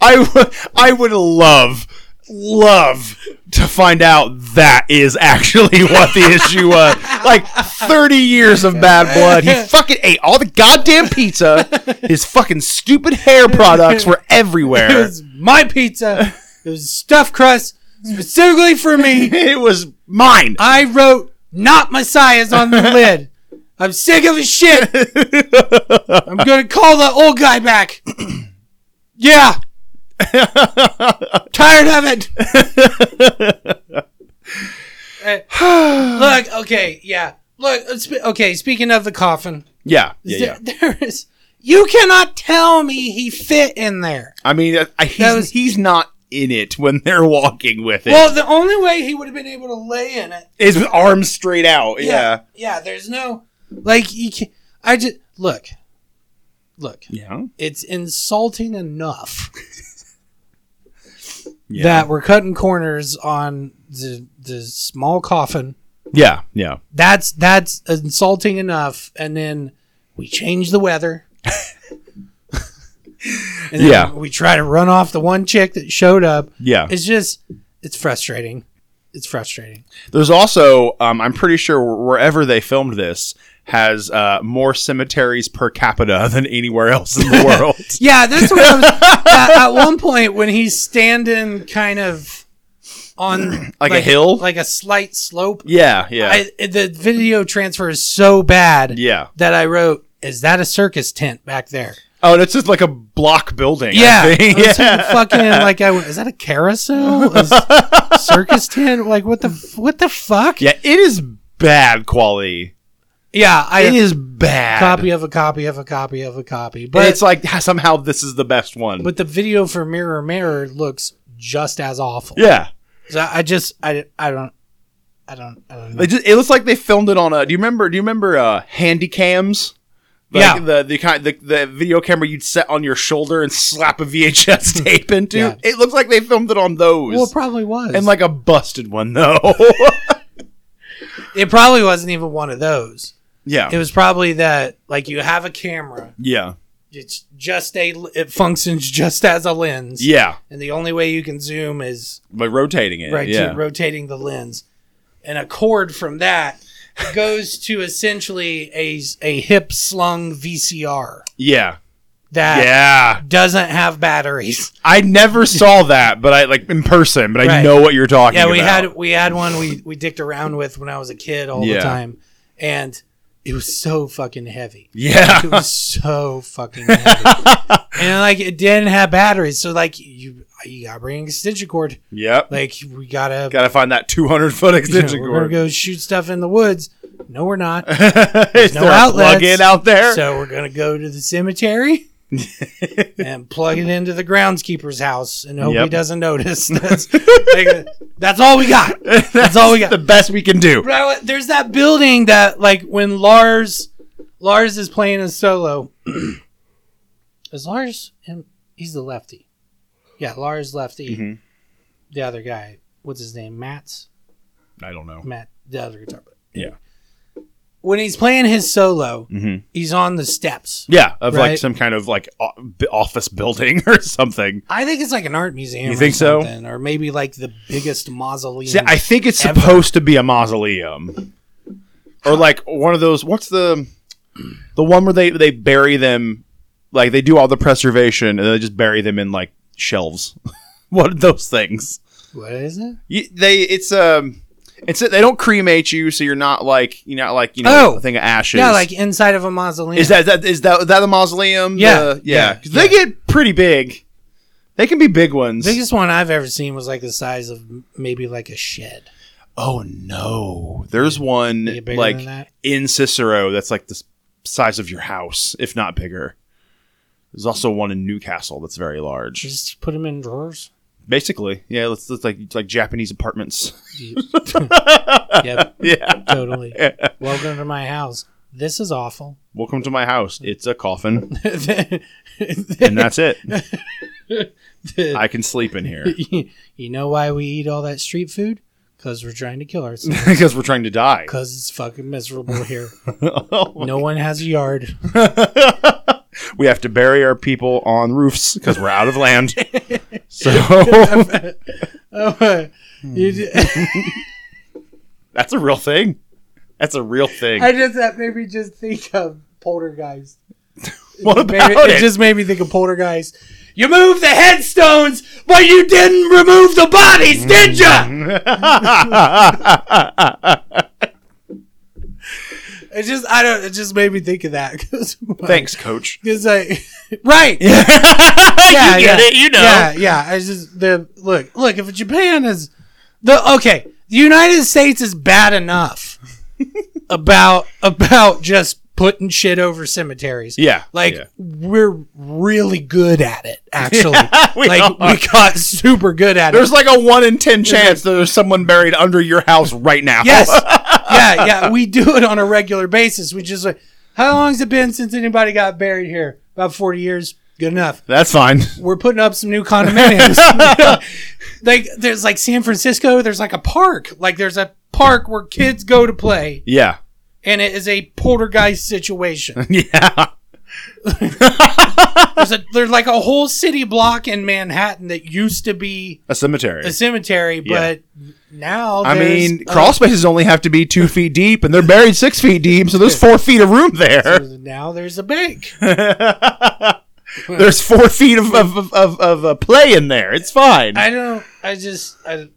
[SPEAKER 6] I would I would love love to find out that is actually what the issue was. Like 30 years of bad blood. He fucking ate all the goddamn pizza. His fucking stupid hair products were
[SPEAKER 1] It
[SPEAKER 6] everywhere.
[SPEAKER 1] was my pizza. It was stuffed crust specifically for me.
[SPEAKER 6] It was mine.
[SPEAKER 1] I wrote not Messiah's on the lid. I'm sick of his shit. I'm gonna call the old guy back. Yeah. Tired of it. Eh, Look, okay, yeah. Look, uh, sp- okay, speaking of the coffin,
[SPEAKER 6] Yeah, yeah, yeah.
[SPEAKER 1] th- there is. You cannot tell me he fit in there.
[SPEAKER 6] I mean, uh, I- I, he's,
[SPEAKER 1] That was-
[SPEAKER 6] he's not in it when they're walking with it.
[SPEAKER 1] Well, the only way he would have been able to lay in it
[SPEAKER 6] Is with arms straight out. Yeah.
[SPEAKER 1] Yeah, there's no like you can I just look. Look.
[SPEAKER 6] Yeah.
[SPEAKER 1] It's insulting enough
[SPEAKER 6] Yeah.
[SPEAKER 1] that we're cutting corners on the the small coffin.
[SPEAKER 6] yeah, yeah.
[SPEAKER 1] That's that's insulting enough and then we change the weather. and then
[SPEAKER 6] Yeah.
[SPEAKER 1] we try to run off the one chick that showed up.
[SPEAKER 6] Yeah.
[SPEAKER 1] It's just it's frustrating. It's frustrating.
[SPEAKER 6] There's also, um, I'm pretty sure wherever they filmed this has uh, more cemeteries per capita than anywhere else in the world.
[SPEAKER 1] Yeah, that's what I was. at, at one point, when he's standing kind of on
[SPEAKER 6] Like a hill?
[SPEAKER 1] like a slight slope,
[SPEAKER 6] yeah, yeah,
[SPEAKER 1] I, the video transfer is so bad
[SPEAKER 6] yeah.
[SPEAKER 1] that I wrote, "Is that a circus tent back there?"
[SPEAKER 6] Oh, and it's just like a block building. I
[SPEAKER 1] Yeah, I
[SPEAKER 6] think.
[SPEAKER 1] was
[SPEAKER 6] yeah.
[SPEAKER 1] fucking like I went, "Is that a carousel? Is circus tent? Like what the f- what the fuck?"
[SPEAKER 6] yeah. It is bad quality.
[SPEAKER 1] yeah, I
[SPEAKER 6] It is bad.
[SPEAKER 1] copy of a copy of a copy of a copy,
[SPEAKER 6] but
[SPEAKER 1] but
[SPEAKER 6] it's like somehow this is the best one.
[SPEAKER 1] but the video for Mirror Mirror looks just as awful.
[SPEAKER 6] yeah,
[SPEAKER 1] So I just I, I don't I don't I don't know.
[SPEAKER 6] it, just, it looks like they filmed it on a. Do you remember? Do you remember uh, handy cams? Like
[SPEAKER 1] Yeah.
[SPEAKER 6] the the kind the, the video camera you'd set on your shoulder and slap a VHS tape into.
[SPEAKER 1] Yeah.
[SPEAKER 6] It looks like they filmed it on those.
[SPEAKER 1] Well, it probably was,
[SPEAKER 6] and like a busted one though.
[SPEAKER 1] it probably wasn't even one of those.
[SPEAKER 6] yeah.
[SPEAKER 1] It was probably that like you have a camera.
[SPEAKER 6] yeah.
[SPEAKER 1] It's just a it functions just as a lens.
[SPEAKER 6] Yeah.
[SPEAKER 1] and the only way you can zoom is
[SPEAKER 6] By rotating it.
[SPEAKER 1] right
[SPEAKER 6] Yeah.
[SPEAKER 1] to rotating the lens, and a cord from that goes to essentially a a hip slung VCR
[SPEAKER 6] yeah.
[SPEAKER 1] that
[SPEAKER 6] Yeah.
[SPEAKER 1] doesn't have batteries.
[SPEAKER 6] I never saw that, but I like in person, but I
[SPEAKER 1] Right.
[SPEAKER 6] know what you're talking
[SPEAKER 1] yeah
[SPEAKER 6] about.
[SPEAKER 1] we had we had one we we dicked around with when i was a kid all the
[SPEAKER 6] Yeah.
[SPEAKER 1] time and it was so fucking heavy it
[SPEAKER 6] Yeah.
[SPEAKER 1] was so fucking heavy and like it didn't have batteries so like you you gotta bring an extension cord
[SPEAKER 6] yep.
[SPEAKER 1] like we gotta,
[SPEAKER 6] Gotta find that 200 foot
[SPEAKER 1] you know,
[SPEAKER 6] extension
[SPEAKER 1] we're gonna
[SPEAKER 6] cord.
[SPEAKER 1] go shoot stuff in the woods no we're not
[SPEAKER 6] Is
[SPEAKER 1] no
[SPEAKER 6] there a
[SPEAKER 1] outlets,
[SPEAKER 6] plug-in out there?
[SPEAKER 1] so we're gonna go to the cemetery and plug it into the groundskeeper's house and hope he
[SPEAKER 6] Yep.
[SPEAKER 1] doesn't notice that's, like, that's all we got that's, all we got
[SPEAKER 6] the best we can do.
[SPEAKER 1] But I wa- there's that building that like when Lars Lars is playing a solo Is Lars him? He's the lefty. Yeah, Lars lefty.
[SPEAKER 6] Mm-hmm.
[SPEAKER 1] The other guy, what's his name? Matt's
[SPEAKER 4] I don't know.
[SPEAKER 1] Matt, the other guitar player.
[SPEAKER 4] Yeah.
[SPEAKER 1] When he's playing his solo,
[SPEAKER 6] Mhm.
[SPEAKER 1] he's on the steps.
[SPEAKER 6] Yeah, of
[SPEAKER 1] Right.
[SPEAKER 6] like some kind of like o- b- office building or something.
[SPEAKER 1] I think it's like an art museum.
[SPEAKER 6] You
[SPEAKER 1] or
[SPEAKER 6] think so?
[SPEAKER 1] something, Or maybe like the biggest mausoleum.
[SPEAKER 6] See, I think it's
[SPEAKER 1] Ever.
[SPEAKER 6] supposed to be a mausoleum, or like one of those. What's the the one where they they bury them? Like they do all the preservation and they just bury them in like shelves. What are those things?
[SPEAKER 1] what is it?
[SPEAKER 6] You, they it's um it's they don't cremate you, so you're not like you're not like you know
[SPEAKER 1] Oh.
[SPEAKER 6] a thing of ashes.
[SPEAKER 1] Yeah, like inside of a mausoleum.
[SPEAKER 6] Is that that is that that the mausoleum?
[SPEAKER 1] Yeah.
[SPEAKER 6] The- yeah.
[SPEAKER 1] Yeah.
[SPEAKER 6] 'Cause They get pretty big. They can be big ones.
[SPEAKER 1] biggest one I've ever seen was like the size of m- maybe like a shed.
[SPEAKER 6] oh no, there's one
[SPEAKER 1] Yeah, bigger
[SPEAKER 6] like
[SPEAKER 1] than that?
[SPEAKER 6] in Cicero that's like the s- size of your house, if not bigger. There's also one in Newcastle that's very large.
[SPEAKER 1] Just put them in drawers.
[SPEAKER 6] Basically, yeah, it's, it's like it's like Japanese apartments.
[SPEAKER 1] yep,
[SPEAKER 6] yeah.
[SPEAKER 1] totally. Welcome to my house. This is awful.
[SPEAKER 6] Welcome to my house. It's a coffin, and
[SPEAKER 1] you
[SPEAKER 6] that's it. I can sleep in here
[SPEAKER 1] know why we eat all that street food? Because we're trying to kill ourselves.
[SPEAKER 6] because we're trying to die.
[SPEAKER 1] Because it's fucking miserable here. No one has a yard.
[SPEAKER 6] we have to bury our people on roofs because we're out of land. So
[SPEAKER 1] Oh,
[SPEAKER 6] Hmm.
[SPEAKER 1] you d-
[SPEAKER 6] that's a real thing. That's a real thing.
[SPEAKER 1] I just that made me just think of poltergeist.
[SPEAKER 6] what
[SPEAKER 1] Made
[SPEAKER 6] about
[SPEAKER 1] me-
[SPEAKER 6] it?
[SPEAKER 1] it just made me think of poltergeist. You moved the headstones, but you didn't remove the bodies, did
[SPEAKER 6] Mm-hmm.
[SPEAKER 1] you? It just I don't. It just made me think of that. Cause,
[SPEAKER 6] Thanks, coach.
[SPEAKER 1] Because I right. Yeah,
[SPEAKER 6] you get it. You know.
[SPEAKER 1] Yeah, yeah. I just the look. Look, if Japan is the okay, the United States is bad enough about about just putting shit over cemeteries.
[SPEAKER 6] Yeah,
[SPEAKER 1] Like
[SPEAKER 6] yeah.
[SPEAKER 1] we're really good at it, actually.
[SPEAKER 6] we
[SPEAKER 1] like
[SPEAKER 6] are.
[SPEAKER 1] we got super good at
[SPEAKER 6] There's
[SPEAKER 1] it.
[SPEAKER 6] like a one in ten chance that there's someone buried under your house right now.
[SPEAKER 1] Yes. yeah, yeah. We do it on a regular basis. We just like how long's it been since anybody got buried here? About forty years. Good enough.
[SPEAKER 6] that's fine.
[SPEAKER 1] we're putting up some new condominiums. like there's like San Francisco, there's like a park. Like there's a park where kids go to play
[SPEAKER 6] Yeah,
[SPEAKER 1] and it is a poltergeist situation.
[SPEAKER 6] yeah.
[SPEAKER 1] There's a there's like a whole city block in Manhattan that used to be
[SPEAKER 6] A cemetery.
[SPEAKER 1] a cemetery, but now
[SPEAKER 6] I
[SPEAKER 1] there's
[SPEAKER 6] mean,
[SPEAKER 1] a-
[SPEAKER 6] crawl spaces only have to be two feet deep, and they're buried six feet deep, so there's four feet of room there.
[SPEAKER 1] now there's a bank.
[SPEAKER 6] There's four feet of of of, of uh, play in there. It's fine.
[SPEAKER 1] I don't I just I,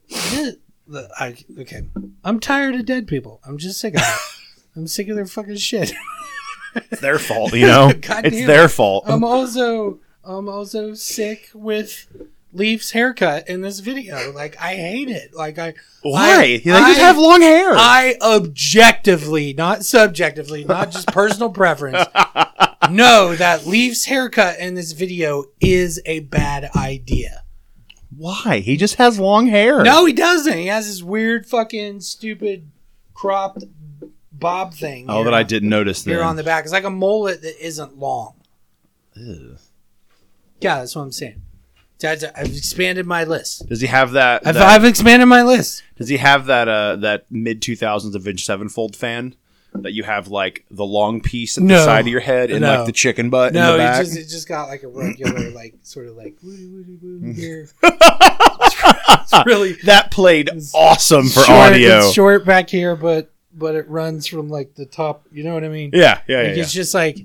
[SPEAKER 1] I okay. I'm tired of dead people. I'm just sick of it. I'm sick of their fucking shit.
[SPEAKER 6] It's their fault, you know.
[SPEAKER 1] God
[SPEAKER 6] it's
[SPEAKER 1] damn
[SPEAKER 6] their
[SPEAKER 1] it.
[SPEAKER 6] fault.
[SPEAKER 1] I'm also I'm also sick with Leaf's haircut in this video. Like I hate it. Like I
[SPEAKER 6] Why?
[SPEAKER 1] I,
[SPEAKER 6] they just
[SPEAKER 1] I-
[SPEAKER 6] have long hair.
[SPEAKER 1] I objectively, not subjectively, not just personal preference, know that Leaf's haircut in this video is a bad idea.
[SPEAKER 6] Why? He just has long hair.
[SPEAKER 1] No, he doesn't. He has this weird fucking stupid cropped bob thing.
[SPEAKER 6] Oh,
[SPEAKER 1] here
[SPEAKER 6] that I didn't notice.
[SPEAKER 1] here
[SPEAKER 6] then.
[SPEAKER 1] on the back. It's like a mullet that isn't long. Yeah, that's what I'm saying. That's- I've expanded my list.
[SPEAKER 6] Does he have that?
[SPEAKER 1] I've,
[SPEAKER 6] that-
[SPEAKER 1] I've expanded my list.
[SPEAKER 6] Does he have that uh that mid two thousands Avenged Sevenfold fan that you have like the long piece at
[SPEAKER 1] No.
[SPEAKER 6] the side of your head and
[SPEAKER 1] No.
[SPEAKER 6] like the chicken butt in
[SPEAKER 1] No,
[SPEAKER 6] the
[SPEAKER 1] it
[SPEAKER 6] back?
[SPEAKER 1] just it just got like a regular, like sort of like woody woody woody here. it's really
[SPEAKER 6] Ah, that played awesome for
[SPEAKER 1] short,
[SPEAKER 6] audio.
[SPEAKER 1] It's short back here, but but it runs from like the top. You know what I mean?
[SPEAKER 6] Yeah, yeah, yeah.
[SPEAKER 1] Like,
[SPEAKER 6] yeah.
[SPEAKER 1] It's just like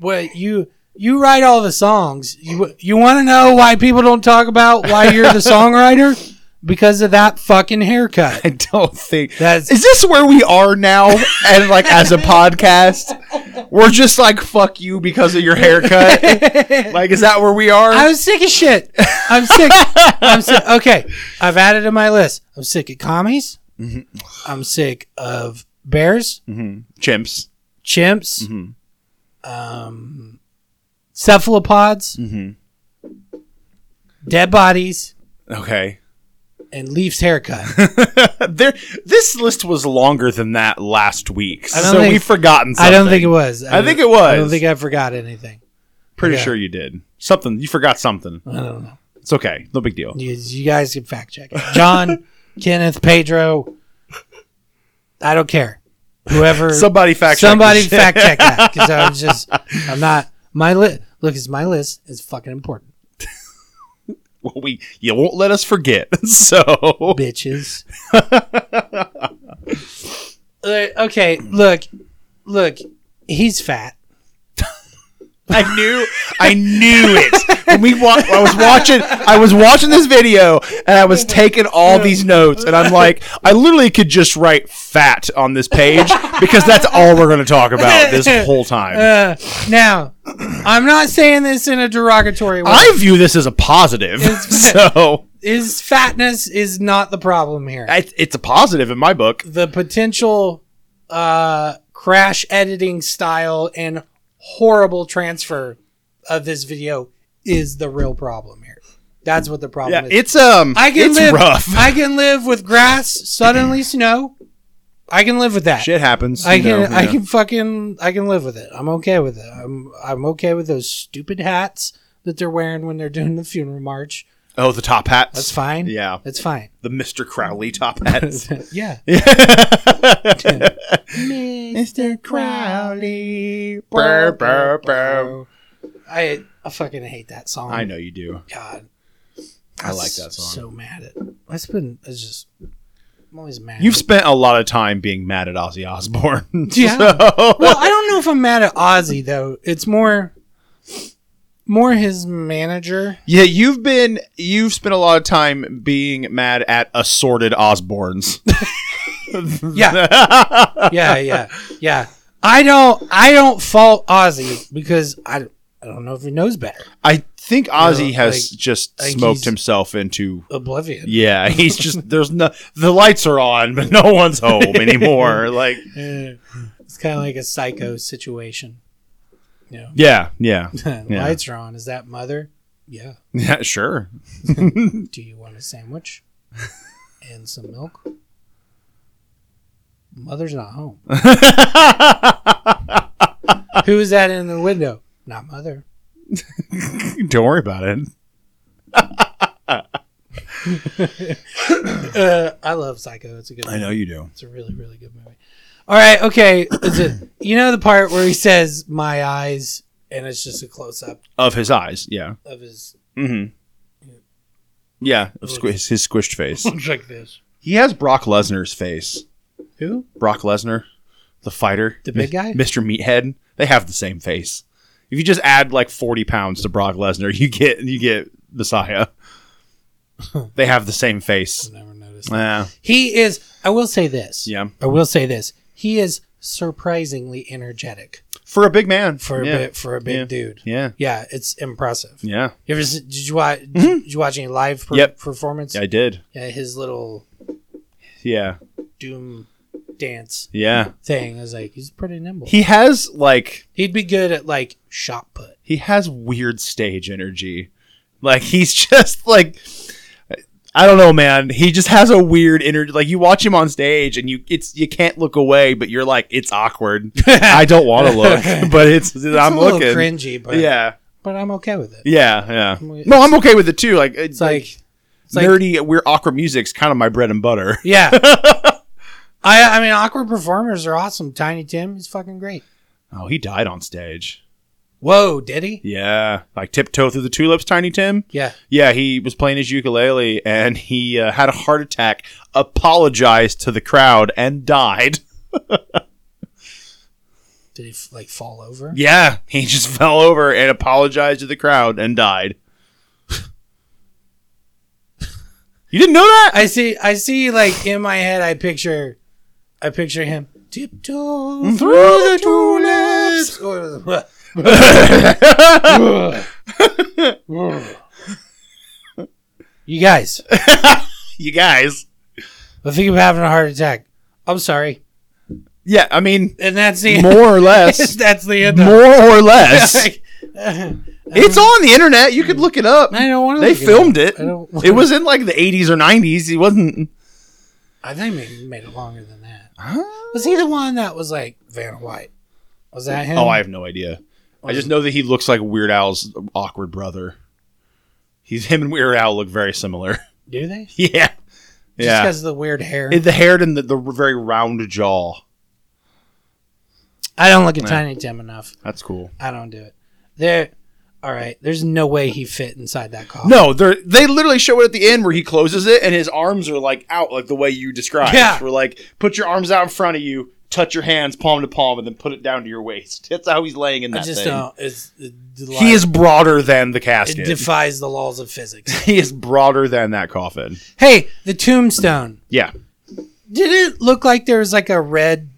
[SPEAKER 1] what you you write all the songs. You you want to know why people don't talk about why you're the songwriter because of that fucking haircut.
[SPEAKER 6] I don't think
[SPEAKER 1] That's-
[SPEAKER 6] is this where we are now, and like as a podcast, we're just like fuck you because of your haircut. like, is that where we are?
[SPEAKER 1] I was sick of shit. I'm sick. I'm sick. Okay, I've added to my list. I'm sick of commies. Mm-hmm. I'm sick of bears,
[SPEAKER 6] Chimps.
[SPEAKER 1] chimps, um,
[SPEAKER 6] Mm-hmm.
[SPEAKER 1] cephalopods,
[SPEAKER 6] Mm-hmm.
[SPEAKER 1] dead bodies,
[SPEAKER 6] Okay.
[SPEAKER 1] and Leaf's haircut.
[SPEAKER 6] There, this list was longer than that last week,
[SPEAKER 1] don't
[SPEAKER 6] so
[SPEAKER 1] think-
[SPEAKER 6] we've forgotten.
[SPEAKER 1] I
[SPEAKER 6] Something.
[SPEAKER 1] don't think it was.
[SPEAKER 6] I think it
[SPEAKER 1] I
[SPEAKER 6] was.
[SPEAKER 1] don't think I forgot anything.
[SPEAKER 6] Pretty
[SPEAKER 1] Yeah. Uh,
[SPEAKER 6] sure you did. Something. You forgot something. I don't know. It's okay. No big deal.
[SPEAKER 1] You, you guys can fact check it. John, Kenneth, Pedro. I don't care. Whoever.
[SPEAKER 6] Somebody fact check
[SPEAKER 1] Somebody
[SPEAKER 6] this shit.
[SPEAKER 1] fact check that because I'm just I'm not my list. Look, it's my list. It's fucking important,
[SPEAKER 6] Well, we you won't let us forget. So
[SPEAKER 1] bitches. Uh, okay, look, look. He's fat.
[SPEAKER 6] I knew I knew it. When we wa- I was watching I was watching this video and I was taking all these notes and I'm like I literally could just write fat on this page because that's all we're going to talk about this whole time.
[SPEAKER 1] Uh, now, I'm not saying this in a derogatory way.
[SPEAKER 6] I view this as a positive. So
[SPEAKER 1] His fatness is not the problem here.
[SPEAKER 6] it- it's a positive in my book.
[SPEAKER 1] the potential uh, crash editing style and horrible transfer of this video is the real problem here. That's what the problem
[SPEAKER 6] Yeah,
[SPEAKER 1] is.
[SPEAKER 6] it's um
[SPEAKER 1] I can
[SPEAKER 6] it's
[SPEAKER 1] live.
[SPEAKER 6] rough.
[SPEAKER 1] I can live with grass suddenly snow. I can live with that.
[SPEAKER 6] Shit happens.
[SPEAKER 1] I
[SPEAKER 6] you know,
[SPEAKER 1] can. I
[SPEAKER 6] yeah.
[SPEAKER 1] can fucking. I can live with it. I'm okay with it. I'm. I'm okay with those stupid hats that they're wearing when they're doing the funeral march.
[SPEAKER 6] Oh, the top hats.
[SPEAKER 1] That's fine.
[SPEAKER 6] Yeah.
[SPEAKER 1] that's fine.
[SPEAKER 6] The Mr. Crowley top hats.
[SPEAKER 1] Yeah.
[SPEAKER 6] Mr. Crowley. Burr, burr, burr.
[SPEAKER 1] I, I fucking hate that song.
[SPEAKER 6] I know you do.
[SPEAKER 1] God,
[SPEAKER 6] I
[SPEAKER 1] I'm
[SPEAKER 6] like
[SPEAKER 1] s-
[SPEAKER 6] that song.
[SPEAKER 1] So mad at. It's been. It's just. I'm always mad.
[SPEAKER 6] You've spent a lot of time being mad at Ozzy Osbourne.
[SPEAKER 1] Yeah.
[SPEAKER 6] So-
[SPEAKER 1] well, I don't know if I'm mad at Ozzy though. It's more. More his manager.
[SPEAKER 6] yeah, you've been you've spent a lot of time being mad at assorted Osbournes.
[SPEAKER 1] Yeah. yeah, yeah, yeah. I don't I don't fault Ozzy because I, I don't know if he knows better.
[SPEAKER 6] I think Ozzy has
[SPEAKER 1] like-
[SPEAKER 6] just
[SPEAKER 1] like he's-
[SPEAKER 6] smoked himself into
[SPEAKER 1] Oblivion.
[SPEAKER 6] yeah, he's just there's no the lights are on, but no one's home anymore. Like
[SPEAKER 1] Eh, It's kind of like a psycho situation.
[SPEAKER 6] yeah, yeah, Yeah.
[SPEAKER 1] Lights are on. Is that mother? Yeah.
[SPEAKER 6] yeah, sure.
[SPEAKER 1] Do you want a sandwich and some milk? Mother's not home. Who is that in the window? Not mother.
[SPEAKER 6] Don't worry about it.
[SPEAKER 1] Uh, I love Psycho. It's a good.
[SPEAKER 6] I know you do.
[SPEAKER 1] It's a really, really good movie. All right, okay. Is it you know the part where he says "my eyes" and it's just a close up
[SPEAKER 6] Of his eyes, yeah, Mm-hmm.
[SPEAKER 1] of his
[SPEAKER 6] yeah, of squi- his, his squished face.
[SPEAKER 1] like this.
[SPEAKER 6] He has Brock Lesnar's face.
[SPEAKER 1] Who?
[SPEAKER 6] Brock Lesnar, the fighter,
[SPEAKER 1] The big guy?
[SPEAKER 6] Mr. Meathead. They have the same face. If you just add like forty pounds to Brock Lesnar, you get you get Messiah. they have the same face.
[SPEAKER 1] Never noticed.
[SPEAKER 6] Yeah,
[SPEAKER 1] He is. I will say this.
[SPEAKER 6] Yeah.
[SPEAKER 1] I will say this. He is surprisingly energetic
[SPEAKER 6] for a big man,
[SPEAKER 1] for a
[SPEAKER 6] yeah.
[SPEAKER 1] bit for a big
[SPEAKER 6] Yeah.
[SPEAKER 1] dude.
[SPEAKER 6] Yeah,
[SPEAKER 1] Yeah, it's impressive.
[SPEAKER 6] yeah, Mm-hmm.
[SPEAKER 1] You ever s- did you watch? Did, you watch any live per-
[SPEAKER 6] Yep.
[SPEAKER 1] performance?
[SPEAKER 6] Yeah, I did.
[SPEAKER 1] Yeah, his little
[SPEAKER 6] Yeah,
[SPEAKER 1] doom dance
[SPEAKER 6] yeah.
[SPEAKER 1] thing. I was like, he's pretty nimble.
[SPEAKER 6] He has like
[SPEAKER 1] He'd be good at like shot put.
[SPEAKER 6] he has weird stage energy. Like he's just like I don't know, man. He just has a weird energy. Like you watch him on stage and you it's you can't look away, but you're like it's awkward. I don't want to look, but it's, I'm
[SPEAKER 1] a little
[SPEAKER 6] looking.
[SPEAKER 1] cringy, but
[SPEAKER 6] Yeah.
[SPEAKER 1] but I'm okay with it.
[SPEAKER 6] Yeah, yeah.
[SPEAKER 1] It's-
[SPEAKER 6] No, I'm okay with it too. Like
[SPEAKER 1] It's
[SPEAKER 6] it's
[SPEAKER 1] like, like-
[SPEAKER 6] nerdy, weird, awkward music's kind of my bread and butter.
[SPEAKER 1] yeah. I I mean, awkward performers are awesome. Tiny Tim, he's fucking great.
[SPEAKER 6] Oh, he died on stage.
[SPEAKER 1] Whoa, did he?
[SPEAKER 6] Yeah, like tiptoe through the tulips, Tiny Tim.
[SPEAKER 1] Yeah.
[SPEAKER 6] Yeah, he was playing his ukulele and he uh, had a heart attack, apologized to the crowd, and died.
[SPEAKER 1] Did he f- like fall over?
[SPEAKER 6] Yeah, he just fell over and apologized to the crowd and died. you didn't know that?
[SPEAKER 1] I see. I see. Like in my head, I picture, I picture him
[SPEAKER 6] Mm-hmm.
[SPEAKER 1] tiptoe through the tulips. you guys,
[SPEAKER 6] You guys.
[SPEAKER 1] I think I'm having a heart attack. I'm sorry,
[SPEAKER 6] Yeah, I mean,
[SPEAKER 1] and that's the
[SPEAKER 6] more or less.
[SPEAKER 1] that's the end. Of,
[SPEAKER 6] more or less.
[SPEAKER 1] like,
[SPEAKER 6] it's on the internet. You could look it up.
[SPEAKER 1] I don't want to.
[SPEAKER 6] They filmed it.
[SPEAKER 1] I don't.
[SPEAKER 6] It was in like the 80s or 90s. It wasn't.
[SPEAKER 1] I think they made it longer than that. Was he the one that was like Vanna White? Was that him?
[SPEAKER 6] Oh, I Oh, have no idea. I just know that he looks like Weird Al's awkward brother. He's him and Weird Al look very similar.
[SPEAKER 1] Do they? Just
[SPEAKER 6] yeah, yeah.
[SPEAKER 1] because of the weird hair.
[SPEAKER 6] It- the hair and the, the very round jaw.
[SPEAKER 1] I don't look at Tiny Tim enough.
[SPEAKER 6] That's cool.
[SPEAKER 1] I don't do it. There. All right. There's no way he fit inside that car.
[SPEAKER 6] No, they they literally show it at the end where he closes it and his arms are like out, like the way you described.
[SPEAKER 1] Yeah.
[SPEAKER 6] we're like put your arms out in front of you, touch your hands palm to palm, and then put it down to your waist. That's how he's laying in
[SPEAKER 1] I
[SPEAKER 6] that
[SPEAKER 1] just
[SPEAKER 6] thing.
[SPEAKER 1] don't. It's, it,
[SPEAKER 6] He is broader than the
[SPEAKER 1] It
[SPEAKER 6] casket.
[SPEAKER 1] defies the laws of physics.
[SPEAKER 6] he is broader than that coffin.
[SPEAKER 1] hey, the tombstone.
[SPEAKER 6] Yeah.
[SPEAKER 1] Did it look like there was like a red?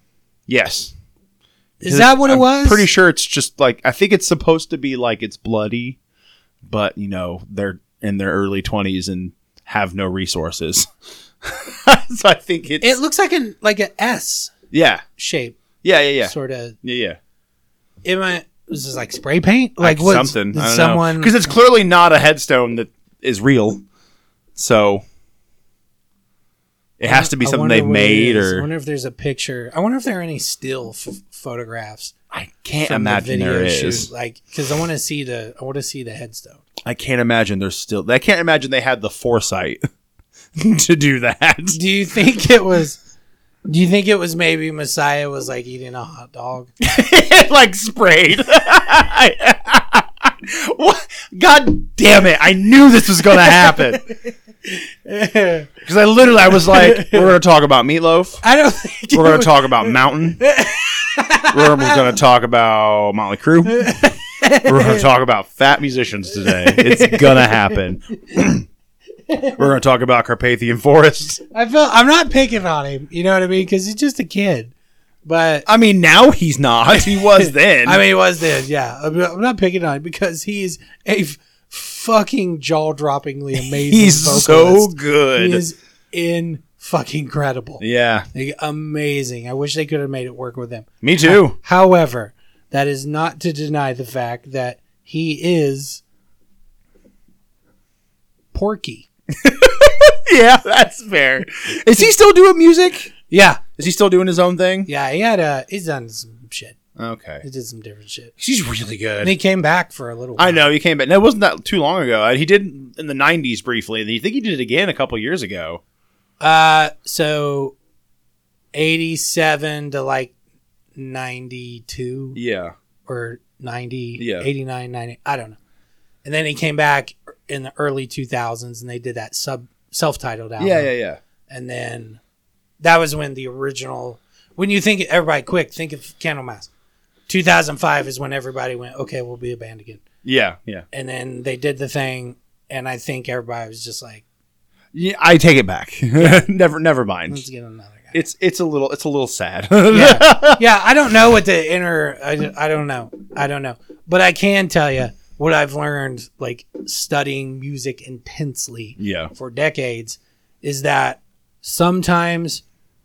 [SPEAKER 6] Yes.
[SPEAKER 1] Is that what
[SPEAKER 6] I'm
[SPEAKER 1] it was?
[SPEAKER 6] Pretty sure it's just like I think it's supposed to be like it's bloody, but you know they're in their early twenties and have no resources. so I think it's
[SPEAKER 1] It looks like an like an S
[SPEAKER 6] yeah,
[SPEAKER 1] shape,
[SPEAKER 6] yeah, yeah, yeah,
[SPEAKER 1] sort of.
[SPEAKER 6] yeah, yeah.
[SPEAKER 1] Am I? Was this like spray paint? Like what?
[SPEAKER 6] something?
[SPEAKER 1] Did
[SPEAKER 6] I don't
[SPEAKER 1] someone?
[SPEAKER 6] because it's clearly not a headstone that is real. So it has to be
[SPEAKER 1] I
[SPEAKER 6] something
[SPEAKER 1] wonder
[SPEAKER 6] they've
[SPEAKER 1] what it
[SPEAKER 6] made,
[SPEAKER 1] is. I
[SPEAKER 6] or
[SPEAKER 1] wonder if there's a picture. I wonder if there are any still f- photographs
[SPEAKER 6] I can't
[SPEAKER 1] from
[SPEAKER 6] imagine
[SPEAKER 1] the video
[SPEAKER 6] there is.
[SPEAKER 1] shoot. Like, because I want to see the I want to see the headstone.
[SPEAKER 6] I can't imagine there's still. I can't imagine they had the foresight to do that.
[SPEAKER 1] Do you think it was? Do you think it was maybe Messiah was like eating a hot dog?
[SPEAKER 6] like sprayed. What? God damn it! I knew this was gonna happen because I literally I was like, we're gonna talk about meatloaf.
[SPEAKER 1] I don't think.
[SPEAKER 6] We're
[SPEAKER 1] it
[SPEAKER 6] gonna
[SPEAKER 1] was-
[SPEAKER 6] talk about Mountain. We're gonna talk about Motley Crue. We're gonna talk about fat musicians today. It's gonna happen. We're gonna talk about Carpathian Forest.
[SPEAKER 1] I feel I'm not picking on him. You know what I mean? Because he's just a kid. But
[SPEAKER 6] I mean, now he's not. He was then.
[SPEAKER 1] I mean, he was this. Yeah, I'm not, I'm not picking on him because he is a f- fucking jaw-droppingly amazing.
[SPEAKER 6] he's so
[SPEAKER 1] vocalist.
[SPEAKER 6] good.
[SPEAKER 1] He is in fucking credible.
[SPEAKER 6] yeah,
[SPEAKER 1] Like, amazing. I wish they could have made it work with him.
[SPEAKER 6] me too.
[SPEAKER 1] However, that is not to deny the fact that he is Porky.
[SPEAKER 6] yeah, that's fair. Is he still doing music?
[SPEAKER 1] Yeah,
[SPEAKER 6] Is he still doing his own thing?
[SPEAKER 1] yeah. He had a. He's done some shit.
[SPEAKER 6] Okay,
[SPEAKER 1] He did some different shit.
[SPEAKER 6] she's really good.
[SPEAKER 1] And he came back for a little. while.
[SPEAKER 6] I know he came back. No, it wasn't that too long ago. Uh, He did in the '90s briefly, and you think he did it again a couple years ago.
[SPEAKER 1] Uh, so 87 to like 92
[SPEAKER 6] Yeah,
[SPEAKER 1] or 90,
[SPEAKER 6] Yeah.
[SPEAKER 1] 89, 90. I don't know. And then he came back in the early 2000s and they did that sub self titled album.
[SPEAKER 6] yeah, yeah, yeah.
[SPEAKER 1] And then that was when the original, when you think, everybody quick, think of Candlemass. 2005 is when everybody went, okay, we'll be a band again.
[SPEAKER 6] Yeah, yeah.
[SPEAKER 1] And then they did the thing. And I think everybody was just like,
[SPEAKER 6] Yeah, I take it back. never, never
[SPEAKER 1] let's
[SPEAKER 6] mind.
[SPEAKER 1] get another guy.
[SPEAKER 6] It's it's a little it's a little sad.
[SPEAKER 1] yeah, yeah. I don't know what the inner. I, I don't know. I don't know. But I can tell you what I've learned, like studying music intensely
[SPEAKER 6] yeah,
[SPEAKER 1] for decades, is that sometimes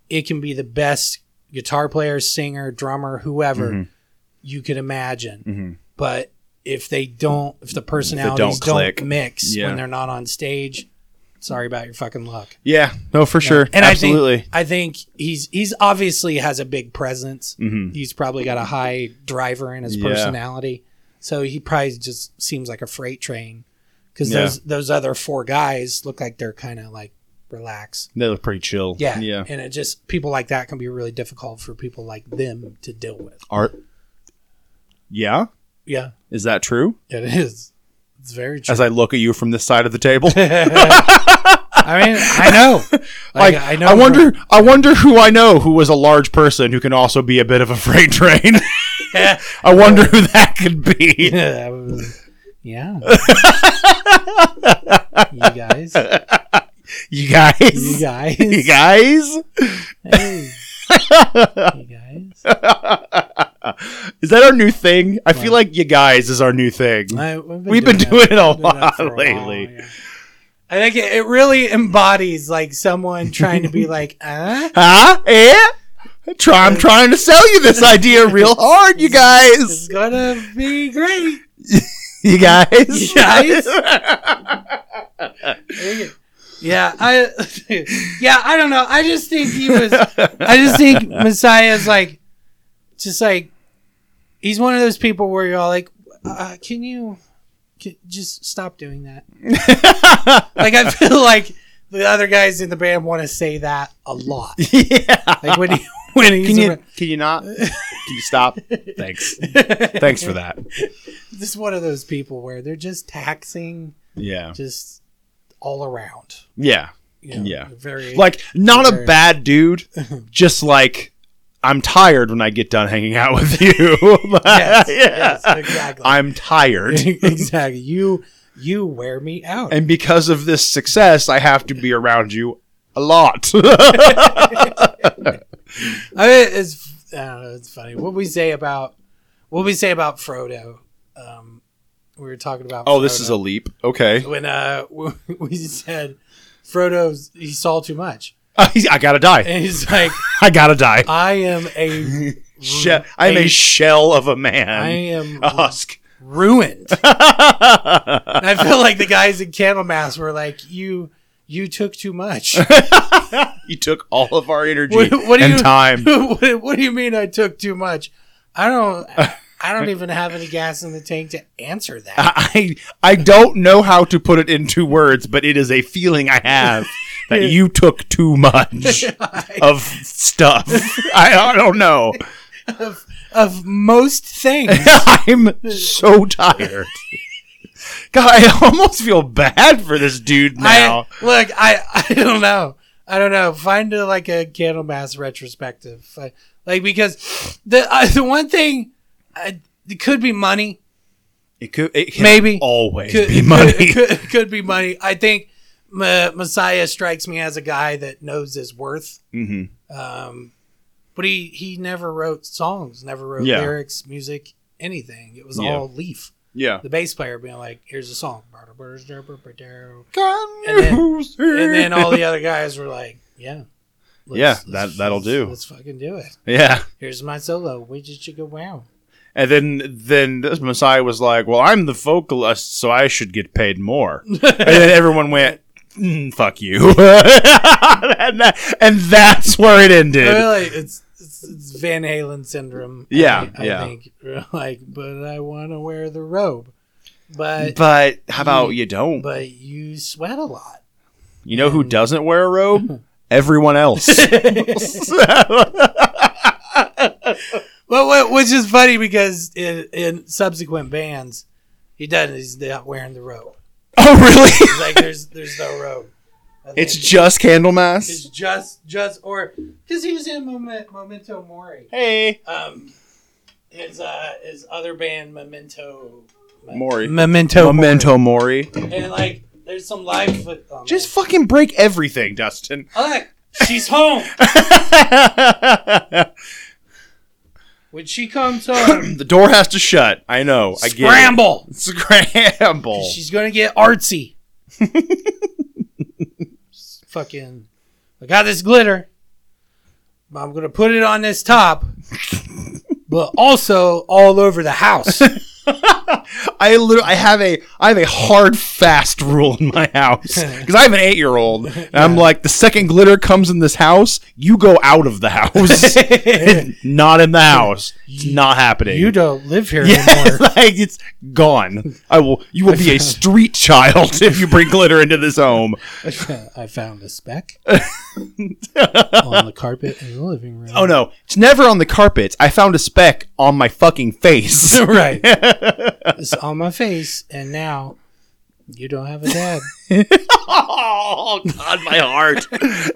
[SPEAKER 1] it can be the best guitar player, singer, drummer, whoever you could imagine. But if they don't, Mm-hmm. if the personalities don't,
[SPEAKER 6] click.
[SPEAKER 1] mix
[SPEAKER 6] Yeah.
[SPEAKER 1] when they're not on stage, sorry about your fucking luck.
[SPEAKER 6] yeah. No, for sure.
[SPEAKER 1] And
[SPEAKER 6] Absolutely.
[SPEAKER 1] I think I think he's he's obviously has a big presence. He's probably got a high driver in his
[SPEAKER 6] Mm-hmm. Yeah.
[SPEAKER 1] personality, so he probably just seems like a freight train. Because
[SPEAKER 6] Yeah.
[SPEAKER 1] those those other four guys look like they're kind of like relaxed.
[SPEAKER 6] they look pretty chill.
[SPEAKER 1] Yeah,
[SPEAKER 6] yeah.
[SPEAKER 1] And it just people like that can be really difficult for people like them to deal with.
[SPEAKER 6] Art. Yeah,
[SPEAKER 1] Yeah,
[SPEAKER 6] is that true?
[SPEAKER 1] it is. It's very true.
[SPEAKER 6] As I look at you from this side of the table.
[SPEAKER 1] I mean, I know.
[SPEAKER 6] like I,
[SPEAKER 1] know
[SPEAKER 6] wonder I wonder who I know who was a large person who can also be a bit of a freight train. I wonder who that could be.
[SPEAKER 1] yeah. you guys.
[SPEAKER 6] You guys.
[SPEAKER 1] You guys.
[SPEAKER 6] You guys?
[SPEAKER 1] Hey. you guys.
[SPEAKER 6] Is that our new thing? I feel like you guys is our new thing.
[SPEAKER 1] I- we've been,
[SPEAKER 6] We've been doing
[SPEAKER 1] that-
[SPEAKER 6] it a
[SPEAKER 1] we've been doing that
[SPEAKER 6] lot
[SPEAKER 1] for a while,
[SPEAKER 6] lately.
[SPEAKER 1] yeah. I think it, it really embodies like someone trying to be like, uh,
[SPEAKER 6] Huh? Eh? Try, I'm trying to sell you this idea real hard, you
[SPEAKER 1] it's
[SPEAKER 6] guys.
[SPEAKER 1] gonna be great.
[SPEAKER 6] You guys.
[SPEAKER 1] You guys? Yeah, I, yeah, I don't know. I just think he was. I just think Messiah's like, just like he's one of those people where you're all like, uh, can you can, just stop doing that? like I feel like the other guys in the band want to say that a lot.
[SPEAKER 6] yeah.
[SPEAKER 1] Like when he, when he's
[SPEAKER 6] Can you
[SPEAKER 1] around-
[SPEAKER 6] can you not? Can you stop? Thanks. Thanks for that.
[SPEAKER 1] this is one of those people where they're just taxing,
[SPEAKER 6] Yeah.
[SPEAKER 1] just all around.
[SPEAKER 6] Yeah.
[SPEAKER 1] You know,
[SPEAKER 6] Yeah.
[SPEAKER 1] very
[SPEAKER 6] Like not
[SPEAKER 1] Very-
[SPEAKER 6] a bad dude, just like I'm tired when I get done hanging out with you.
[SPEAKER 1] yes,
[SPEAKER 6] yeah.
[SPEAKER 1] yes, exactly.
[SPEAKER 6] I'm tired.
[SPEAKER 1] exactly. You you wear me out.
[SPEAKER 6] and because of this success, I have to be around you a lot.
[SPEAKER 1] I mean, it's I don't know. It's funny what we say about what we say about Frodo. Um, we were talking about.
[SPEAKER 6] oh, this is a
[SPEAKER 1] Frodo
[SPEAKER 6] leap. Okay.
[SPEAKER 1] when uh we said Frodo's he saw too much,
[SPEAKER 6] Uh, he's- I gotta die.
[SPEAKER 1] and he's like,
[SPEAKER 6] I gotta die.
[SPEAKER 1] I am a
[SPEAKER 6] She- I'm a
[SPEAKER 1] a-
[SPEAKER 6] shell of a man.
[SPEAKER 1] I am
[SPEAKER 6] a husk.
[SPEAKER 1] ruined. and I feel like the guys in Candlemass were like, you you took too much.
[SPEAKER 6] You took all of our energy
[SPEAKER 1] what, what do
[SPEAKER 6] and
[SPEAKER 1] you
[SPEAKER 6] time.
[SPEAKER 1] What, what do you mean I took too much? I don't. I don't even have any gas in the tank to answer that.
[SPEAKER 6] I I don't know how to put it into words, but it is a feeling I have that you took too much of stuff. I, I don't know.
[SPEAKER 1] of most things.
[SPEAKER 6] I'm so tired. God, I almost feel bad for this dude now.
[SPEAKER 1] I, look, I, I don't know. I don't know. Find a, like a Candlemass retrospective, Fi- like because the uh, the one thing uh, it could be money.
[SPEAKER 6] it could it can
[SPEAKER 1] Maybe.
[SPEAKER 6] always
[SPEAKER 1] Could
[SPEAKER 6] be money.
[SPEAKER 1] Could, could, could be money. I think Ma- Messiah strikes me as a guy that knows his worth. Mm-hmm. Um, but he he never wrote songs, never wrote
[SPEAKER 6] Yeah.
[SPEAKER 1] lyrics, music, anything. It was
[SPEAKER 6] Yeah.
[SPEAKER 1] all Leaf,
[SPEAKER 6] yeah.
[SPEAKER 1] the bass player, being like, "Here's a song." And then- and then all the other guys were like, "Yeah, let's-
[SPEAKER 6] Yeah,
[SPEAKER 1] let's-
[SPEAKER 6] that- that'll do.
[SPEAKER 1] Let's fucking do it.
[SPEAKER 6] yeah.
[SPEAKER 1] Here's my solo. We just should go wow.
[SPEAKER 6] And then then this Messiah was like, "Well, I'm the vocalist, so I should get paid more." and then everyone went, mm, "Fuck you," and, that- and that's where it ended.
[SPEAKER 1] Really, it's, it's it's Van Halen syndrome. I
[SPEAKER 6] Yeah,
[SPEAKER 1] think- I,
[SPEAKER 6] yeah.
[SPEAKER 1] think like, but I want to wear the robe, but
[SPEAKER 6] But how about you don't?
[SPEAKER 1] but you sweat a lot.
[SPEAKER 6] You know who doesn't wear a robe? Everyone else. Oh,
[SPEAKER 1] Well, what, which is funny because in, in subsequent bands, he doesn't. He's not wearing the robe.
[SPEAKER 6] oh, really?
[SPEAKER 1] It's like there's there's no robe. I
[SPEAKER 6] It's
[SPEAKER 1] think
[SPEAKER 6] just
[SPEAKER 1] it's
[SPEAKER 6] Candlemass.
[SPEAKER 1] just just or because he was in Moment, Memento Mori.
[SPEAKER 6] Hey,
[SPEAKER 1] um his uh his other band Memento
[SPEAKER 6] Mori.
[SPEAKER 1] Memento
[SPEAKER 6] Memento Mori.
[SPEAKER 1] and like there's some live foot oh,
[SPEAKER 6] Just fucking break everything, Dustin.
[SPEAKER 1] man. look she's home
[SPEAKER 6] the
[SPEAKER 1] when she comes home
[SPEAKER 6] door has to shut. I know. I get it.
[SPEAKER 1] scramble
[SPEAKER 6] Scramble.
[SPEAKER 1] she's gonna get artsy fucking I got this glitter I'm gonna put it on this top but also all over the house
[SPEAKER 6] I literally, I have a, I have a hard fast rule in my house because I have an eight year old. And I'm like, the second glitter comes in this house, you go out of the house, not in the house. It's not happening.
[SPEAKER 1] you don't live here
[SPEAKER 6] yeah,
[SPEAKER 1] anymore
[SPEAKER 6] like it's gone. I will. You will be a street child if you bring glitter into this home.
[SPEAKER 1] I found a speck on the carpet in the living room.
[SPEAKER 6] Oh no, it's never on the carpet. I found a speck on my fucking face.
[SPEAKER 1] right. it's on my face, and now you don't have a dad.
[SPEAKER 6] oh God, my heart.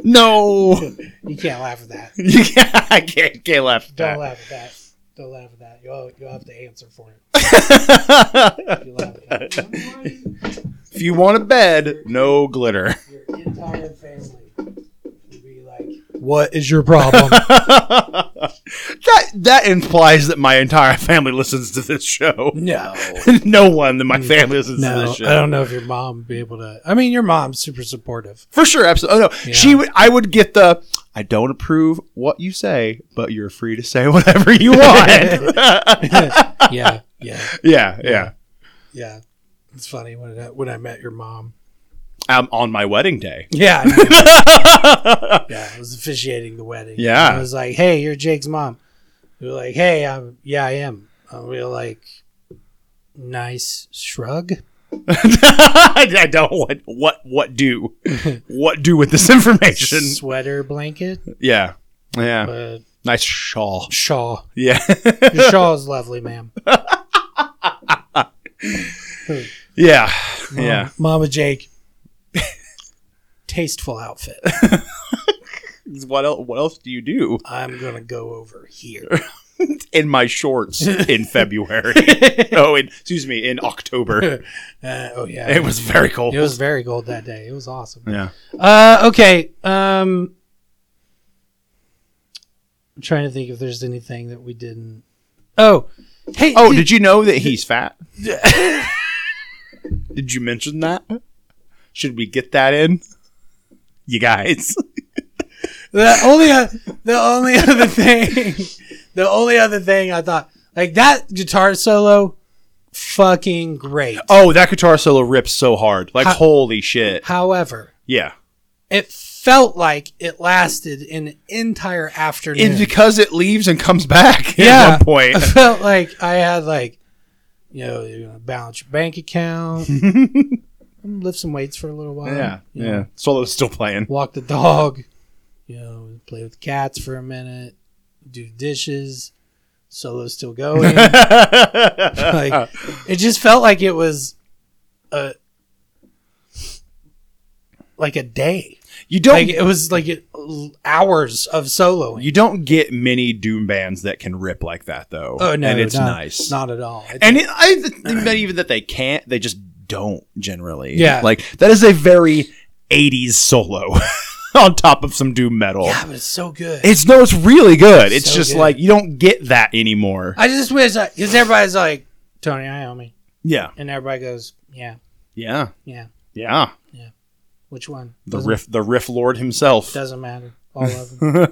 [SPEAKER 6] no,
[SPEAKER 1] You can't laugh at that.
[SPEAKER 6] you can't. I can't, can't laugh. at
[SPEAKER 1] Don't
[SPEAKER 6] that.
[SPEAKER 1] laugh at that. Don't laugh at that. You'll, you'll have to answer for it. If you laugh at that.
[SPEAKER 6] If you want a bed, no glitter.
[SPEAKER 1] Your entire family will be like, What is your problem?
[SPEAKER 6] That that implies that my entire family listens to this show.
[SPEAKER 1] no.
[SPEAKER 6] no one in my family listens to
[SPEAKER 1] No,
[SPEAKER 6] this show.
[SPEAKER 1] I don't know if your mom would be able to. I mean, your mom's super supportive.
[SPEAKER 6] For sure, absolutely. Oh no, she would. I would get the. I don't approve what you say, but you're free to say whatever you want.
[SPEAKER 1] Yeah, yeah,
[SPEAKER 6] yeah, yeah.
[SPEAKER 1] yeah. It's funny when I, when I met your mom.
[SPEAKER 6] Um, on my wedding day.
[SPEAKER 1] Yeah. I mean, yeah, I was officiating the wedding.
[SPEAKER 6] Yeah.
[SPEAKER 1] I was like, hey, you're Jake's mom. They were like, hey, I'm, yeah, I am. a real like nice shrug.
[SPEAKER 6] I don't what what what do what do with this information?
[SPEAKER 1] Sweater blanket,
[SPEAKER 6] Yeah, yeah.
[SPEAKER 1] but
[SPEAKER 6] Nice shawl.
[SPEAKER 1] shawl.
[SPEAKER 6] Yeah,
[SPEAKER 1] Your shawl is lovely, ma'am.
[SPEAKER 6] yeah, yeah.
[SPEAKER 1] Um, Mama Jake. Tasteful outfit.
[SPEAKER 6] What else? What else do you do
[SPEAKER 1] I'm gonna go over here.
[SPEAKER 6] in my shorts in February? oh, in, excuse me, in October.
[SPEAKER 1] Uh, oh yeah,
[SPEAKER 6] It was very cold.
[SPEAKER 1] It was very cold that day. It was awesome.
[SPEAKER 6] yeah.
[SPEAKER 1] Uh, okay. Um, I'm trying to think if there's anything that we didn't. Oh, hey.
[SPEAKER 6] Oh, did you know that he's fat? did you mention that? Should we get that in? You guys.
[SPEAKER 1] the only o- the only other thing, the only other thing I thought like that guitar solo, fucking great.
[SPEAKER 6] Oh, that guitar solo rips so hard. Like,
[SPEAKER 1] How-
[SPEAKER 6] holy shit.
[SPEAKER 1] However,
[SPEAKER 6] Yeah.
[SPEAKER 1] it felt like it lasted an entire afternoon.
[SPEAKER 6] It's because it leaves and comes back
[SPEAKER 1] Yeah.
[SPEAKER 6] at one
[SPEAKER 1] I
[SPEAKER 6] point.
[SPEAKER 1] felt like I had like, you know, you're gonna balance your bank account, lift some weights for a little while.
[SPEAKER 6] yeah.
[SPEAKER 1] you
[SPEAKER 6] Yeah.
[SPEAKER 1] know,
[SPEAKER 6] Solo's still playing.
[SPEAKER 1] walk the dog. You know, play with cats for a minute. Do dishes. Solo's still going. like it just felt like it was a like a day.
[SPEAKER 6] You don't
[SPEAKER 1] Like it was like it, hours of soloing.
[SPEAKER 6] you don't get many doom bands that can rip like that though.
[SPEAKER 1] oh no,
[SPEAKER 6] And it's
[SPEAKER 1] not-
[SPEAKER 6] nice.
[SPEAKER 1] Not at all. It's-
[SPEAKER 6] and it, I think not even that they can't, they just don't generally.
[SPEAKER 1] Yeah.
[SPEAKER 6] like that is a very '80s solo on top of some doom metal.
[SPEAKER 1] yeah, but it's so good.
[SPEAKER 6] It's no, it's really good. It's
[SPEAKER 1] So
[SPEAKER 6] just
[SPEAKER 1] good.
[SPEAKER 6] like you don't get that anymore.
[SPEAKER 1] I just wish because everybody's like Tony Iommi,
[SPEAKER 6] yeah,
[SPEAKER 1] and everybody goes, "Yeah,
[SPEAKER 6] yeah,
[SPEAKER 1] yeah."
[SPEAKER 6] yeah.
[SPEAKER 1] Which one?
[SPEAKER 6] The riff, the riff lord himself.
[SPEAKER 1] doesn't matter. All of them.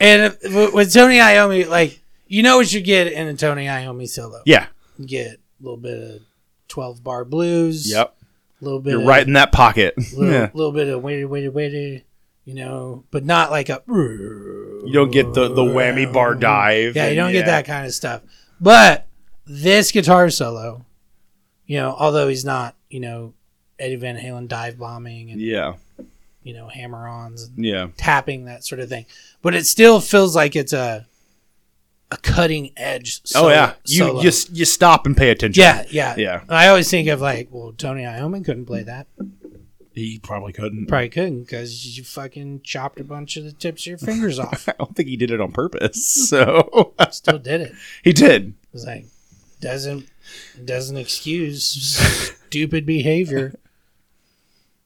[SPEAKER 1] and if- with- with Tony Iommi, like you know what you get in a Tony Iommi solo.
[SPEAKER 6] Yeah,
[SPEAKER 1] You get a little bit of twelve bar blues.
[SPEAKER 6] yep.
[SPEAKER 1] A little bit.
[SPEAKER 6] You're
[SPEAKER 1] of,
[SPEAKER 6] right in that pocket.
[SPEAKER 1] Little,
[SPEAKER 6] yeah,
[SPEAKER 1] little bit of waity, waity, waity. You know, but not like a.
[SPEAKER 6] you don't get the the whammy bar dive.
[SPEAKER 1] Yeah, you
[SPEAKER 6] and
[SPEAKER 1] don't get that kind of stuff. But this guitar solo, you know, although he's not, you know, Eddie Van Halen dive bombing and
[SPEAKER 6] Yeah,
[SPEAKER 1] you know hammer ons and
[SPEAKER 6] yeah,
[SPEAKER 1] tapping that sort of thing, but it still feels like it's a a cutting edge. Solo,
[SPEAKER 6] oh yeah. You
[SPEAKER 1] solo.
[SPEAKER 6] you s- you stop and pay attention.
[SPEAKER 1] yeah, yeah,
[SPEAKER 6] Yeah.
[SPEAKER 1] I always think of like, well, Tony Iommi couldn't play that.
[SPEAKER 6] he probably couldn't.
[SPEAKER 1] Probably couldn't because you fucking chopped a bunch of the tips of your fingers off.
[SPEAKER 6] I don't think he did it on purpose. So
[SPEAKER 1] Still did it.
[SPEAKER 6] he did.
[SPEAKER 1] It's like doesn't doesn't excuse stupid behavior.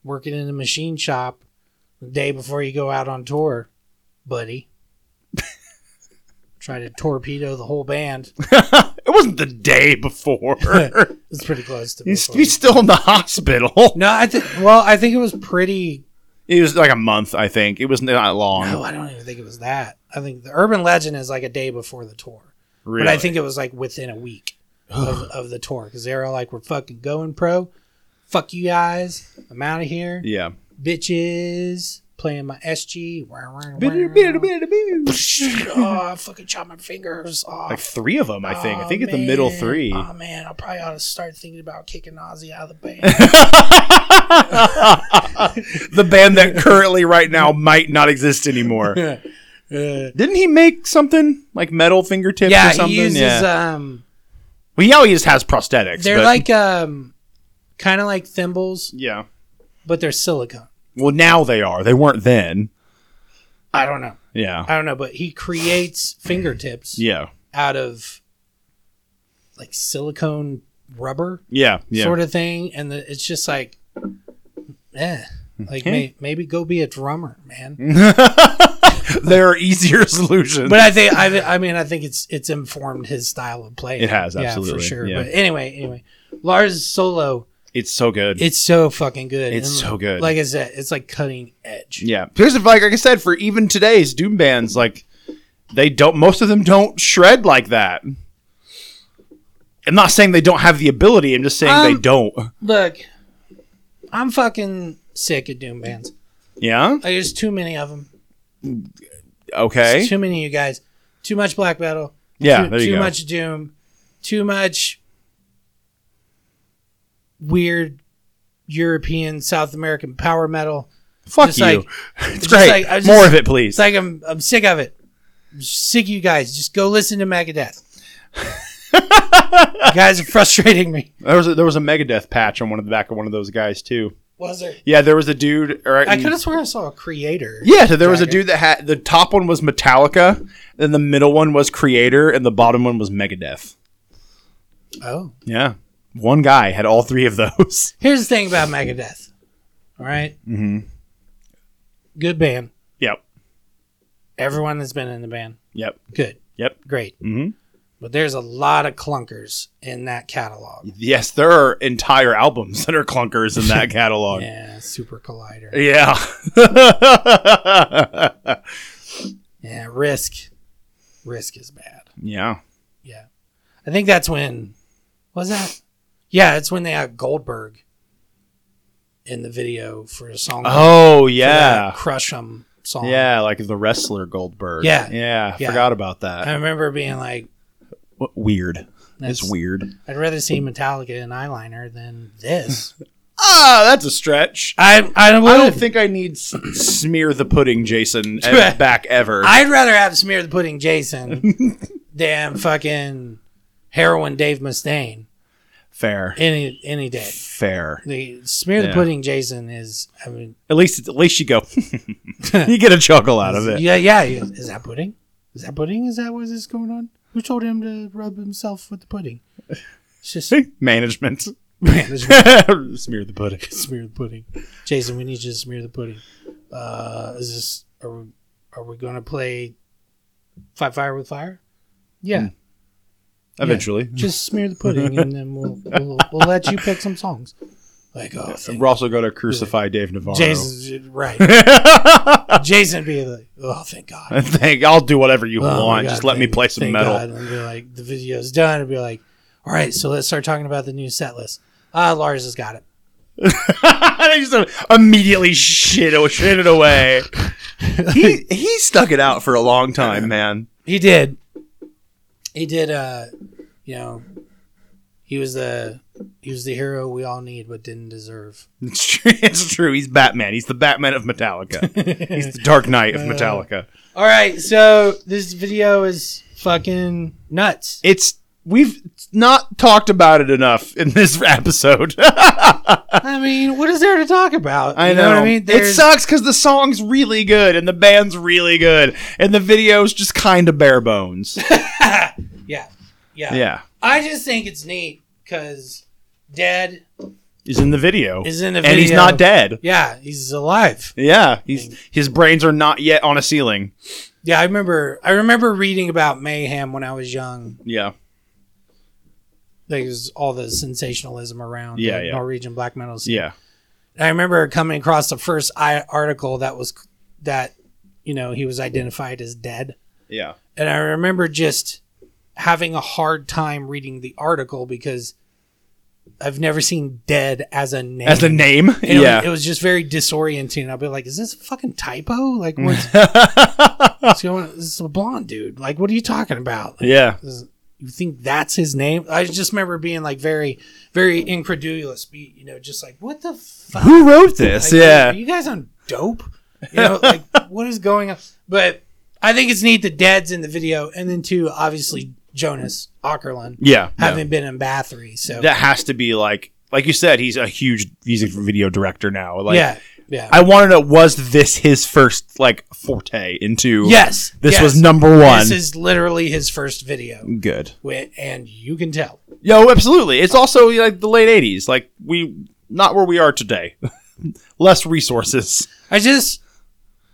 [SPEAKER 1] Working in a machine shop the day before you go out on tour, buddy. Try to torpedo the whole band.
[SPEAKER 6] It wasn't the day before.
[SPEAKER 1] It's pretty close to.
[SPEAKER 6] he's,
[SPEAKER 1] before.
[SPEAKER 6] he's still in the hospital.
[SPEAKER 1] no, I think. Well, I think it was pretty.
[SPEAKER 6] It was like a month, I think. It was not long.
[SPEAKER 1] Oh, I don't even think it was that. I think the urban legend is like a day before the tour,
[SPEAKER 6] really.
[SPEAKER 1] but I think it was like within a week of, of the tour because they were all like, "We're fucking going pro. Fuck you guys. I'm out of here."
[SPEAKER 6] yeah.
[SPEAKER 1] bitches playing my SG. Wah, wah, wah.
[SPEAKER 6] like
[SPEAKER 1] oh, I fucking chopped my fingers off.
[SPEAKER 6] three of them, I think. I
[SPEAKER 1] Aw,
[SPEAKER 6] think it's the middle
[SPEAKER 1] Oh, man.
[SPEAKER 6] three.
[SPEAKER 1] Oh man, I probably ought to start thinking about kicking Ozzy out of the band.
[SPEAKER 6] the band that currently right now might not exist anymore. Didn't he make something like metal fingertips or
[SPEAKER 1] yeah,
[SPEAKER 6] something?
[SPEAKER 1] he uses
[SPEAKER 6] yeah.
[SPEAKER 1] um,
[SPEAKER 6] well, now he just has prosthetics.
[SPEAKER 1] they're
[SPEAKER 6] but-
[SPEAKER 1] like um, kind of like thimbles,
[SPEAKER 6] yeah.
[SPEAKER 1] but they're silicone.
[SPEAKER 6] Well, now they are. They weren't then.
[SPEAKER 1] I don't know.
[SPEAKER 6] Yeah.
[SPEAKER 1] I don't know, but he creates fingertips
[SPEAKER 6] Yeah.
[SPEAKER 1] out of like silicone rubber
[SPEAKER 6] Yeah. Yeah.
[SPEAKER 1] sort of thing, and the, it's just like, eh, like
[SPEAKER 6] Hmm.
[SPEAKER 1] may, maybe go be a drummer, man.
[SPEAKER 6] there are easier solutions.
[SPEAKER 1] but I think I, I mean I think it's it's informed his style of play.
[SPEAKER 6] It has,
[SPEAKER 1] yeah, for
[SPEAKER 6] absolutely,
[SPEAKER 1] sure.
[SPEAKER 6] yeah.
[SPEAKER 1] But anyway, anyway, Lars solo,
[SPEAKER 6] it's so good.
[SPEAKER 1] it's so fucking good.
[SPEAKER 6] It's so good.
[SPEAKER 1] Like I said, it's like cutting edge.
[SPEAKER 6] yeah. Here's the like, like I said, for even today's doom bands, like they don't. Most of them don't shred like that. I'm not saying they don't have the ability. I'm just saying they
[SPEAKER 1] Um,
[SPEAKER 6] don't.
[SPEAKER 1] Look, I'm fucking sick of doom bands.
[SPEAKER 6] Yeah.
[SPEAKER 1] Like, there's too many of them.
[SPEAKER 6] Okay.
[SPEAKER 1] Too many of you guys. Too much black metal.
[SPEAKER 6] Yeah,
[SPEAKER 1] too,
[SPEAKER 6] there you
[SPEAKER 1] too
[SPEAKER 6] go.
[SPEAKER 1] much doom, too much weird European South American power metal.
[SPEAKER 6] Fuck
[SPEAKER 1] just
[SPEAKER 6] you.
[SPEAKER 1] like-
[SPEAKER 6] it's
[SPEAKER 1] just
[SPEAKER 6] great.
[SPEAKER 1] like- I was
[SPEAKER 6] More
[SPEAKER 1] just-
[SPEAKER 6] of it, please.
[SPEAKER 1] It's like I'm I'm sick of it. I'm sick of you guys. Just go listen to Megadeth. you guys are frustrating me.
[SPEAKER 6] there was a, there was a Megadeth patch on one of the back of one of those guys too.
[SPEAKER 1] Was there?
[SPEAKER 6] Yeah, there was a dude. Or,
[SPEAKER 1] I could have sworn I saw a creator.
[SPEAKER 6] Yeah, so there was a dude that had the top one was Metallica, then the middle one was Creator, and the bottom one was Megadeth.
[SPEAKER 1] Oh.
[SPEAKER 6] Yeah, one guy had all three of those.
[SPEAKER 1] Here's the thing about Megadeth. All Mm-hmm. Good band.
[SPEAKER 6] yep,
[SPEAKER 1] Everyone that's been in the band.
[SPEAKER 6] yep,
[SPEAKER 1] Good.
[SPEAKER 6] yep.
[SPEAKER 1] Great.
[SPEAKER 6] Mhm.
[SPEAKER 1] But there's a lot of clunkers in that catalog.
[SPEAKER 6] Yes, there are entire albums that are clunkers in that catalog.
[SPEAKER 1] Yeah, Super Collider.
[SPEAKER 6] yeah.
[SPEAKER 1] Yeah, Risk. Risk is bad.
[SPEAKER 6] yeah.
[SPEAKER 1] I think that's when was that? Yeah, it's when they had Goldberg in the video for a song.
[SPEAKER 6] Oh
[SPEAKER 1] for that
[SPEAKER 6] yeah.
[SPEAKER 1] Crush 'em song.
[SPEAKER 6] Yeah, like the wrestler Goldberg.
[SPEAKER 1] Yeah.
[SPEAKER 6] Yeah, I
[SPEAKER 1] Yeah.
[SPEAKER 6] forgot about that.
[SPEAKER 1] I remember being like,
[SPEAKER 6] W- Weird.
[SPEAKER 1] That's-
[SPEAKER 6] It's weird.
[SPEAKER 1] I'd rather see Metallica in eyeliner than this.
[SPEAKER 6] Ah, that's a stretch.
[SPEAKER 1] I I
[SPEAKER 6] I don't
[SPEAKER 1] would.
[SPEAKER 6] think I need s- smear the pudding, Jason, ev- back ever.
[SPEAKER 1] I'd rather have smear the pudding Jason than fucking heroin Dave Mustaine
[SPEAKER 6] fair,
[SPEAKER 1] any any day.
[SPEAKER 6] fair.
[SPEAKER 1] The smear the
[SPEAKER 6] Yeah.
[SPEAKER 1] pudding Jason is I mean
[SPEAKER 6] At least, at least you go. you get a chuckle out of it.
[SPEAKER 1] Yeah, yeah. he goes, Is that pudding? Is that pudding? Is that what's this going on? Who told him to rub himself with the pudding? It's just
[SPEAKER 6] Management,
[SPEAKER 1] man, it's
[SPEAKER 6] smear the pudding.
[SPEAKER 1] smear the pudding. Jason, we need you to smear the pudding. Uh, is this are we, are we going to play fight fire with fire? Yeah,
[SPEAKER 6] Eventually,
[SPEAKER 1] just smear the pudding, and then we'll we'll, we'll let you pick some songs. Like oh, thank
[SPEAKER 6] we're also going to crucify Dave Navarro.
[SPEAKER 1] Jason, right? Jason be like, oh, thank God.
[SPEAKER 6] I think I'll do whatever you
[SPEAKER 1] Oh my
[SPEAKER 6] want.
[SPEAKER 1] God,
[SPEAKER 6] Just let me
[SPEAKER 1] thank-
[SPEAKER 6] play some
[SPEAKER 1] thank
[SPEAKER 6] metal.
[SPEAKER 1] God. And be like, the video's done. And be like, all right, so let's start talking about the new set list. Ah, Lars has got it.
[SPEAKER 6] I just immediately shit, shit it away. he he stuck it out for a long time, man.
[SPEAKER 1] He did. He did. Uh, you know, he was the he was the hero we all need but didn't deserve.
[SPEAKER 6] It's true. It's true. He's Batman. He's the Batman of Metallica. He's the Dark Knight of Metallica.
[SPEAKER 1] All right, so this video is fucking nuts.
[SPEAKER 6] It's we've not talked about it enough in this episode.
[SPEAKER 1] I mean, what is there to talk about?
[SPEAKER 6] I
[SPEAKER 1] You
[SPEAKER 6] know.
[SPEAKER 1] what I mean,
[SPEAKER 6] it
[SPEAKER 1] There's-
[SPEAKER 6] sucks because the song's really good and the band's really good and the video's just kind of bare bones.
[SPEAKER 1] Yeah, yeah,
[SPEAKER 6] yeah,
[SPEAKER 1] I just think it's neat because Dead
[SPEAKER 6] he's in the video.
[SPEAKER 1] is in the video,
[SPEAKER 6] and he's not dead.
[SPEAKER 1] Yeah, he's alive.
[SPEAKER 6] Yeah, he's his brains are not yet on a ceiling.
[SPEAKER 1] Yeah, I remember. I remember reading about mayhem when I was young.
[SPEAKER 6] Yeah,
[SPEAKER 1] Like, There's all the sensationalism around
[SPEAKER 6] Yeah,
[SPEAKER 1] the
[SPEAKER 6] yeah.
[SPEAKER 1] Norwegian black metal scene.
[SPEAKER 6] yeah,
[SPEAKER 1] And I remember coming across the first I- article that was that you know he was identified as dead,
[SPEAKER 6] yeah.
[SPEAKER 1] and I remember just having a hard time reading the article because I've never seen dead as a name.
[SPEAKER 6] As a name,
[SPEAKER 1] And it,
[SPEAKER 6] yeah.
[SPEAKER 1] was, it was just very disorienting. I'll be like, "Is this a fucking typo? Like, what's, what's going? on? This is a blonde dude. Like, what are you talking about? Like,
[SPEAKER 6] yeah,
[SPEAKER 1] you think that's his name? I just remember being like very, very incredulous. Be you know, just like what the fuck?
[SPEAKER 6] who wrote this?
[SPEAKER 1] Like,
[SPEAKER 6] yeah,
[SPEAKER 1] are you guys on dope? You know, like what is going on? But I think it's neat that Dad's in the video, and then too, obviously Jonas Ackerlund
[SPEAKER 6] yeah. no.
[SPEAKER 1] having been in Bathory. So
[SPEAKER 6] That has to be like, like you said, he's a huge he's a video director now. Like,
[SPEAKER 1] yeah, yeah,
[SPEAKER 6] I want to know was this his first like forte into?
[SPEAKER 1] yes.
[SPEAKER 6] this
[SPEAKER 1] yes.
[SPEAKER 6] was number one.
[SPEAKER 1] This is literally his first video,
[SPEAKER 6] good.
[SPEAKER 1] wi- and you can tell.
[SPEAKER 6] Yo, absolutely. It's also like the late '80s. Like we not where we are today. Less resources.
[SPEAKER 1] I just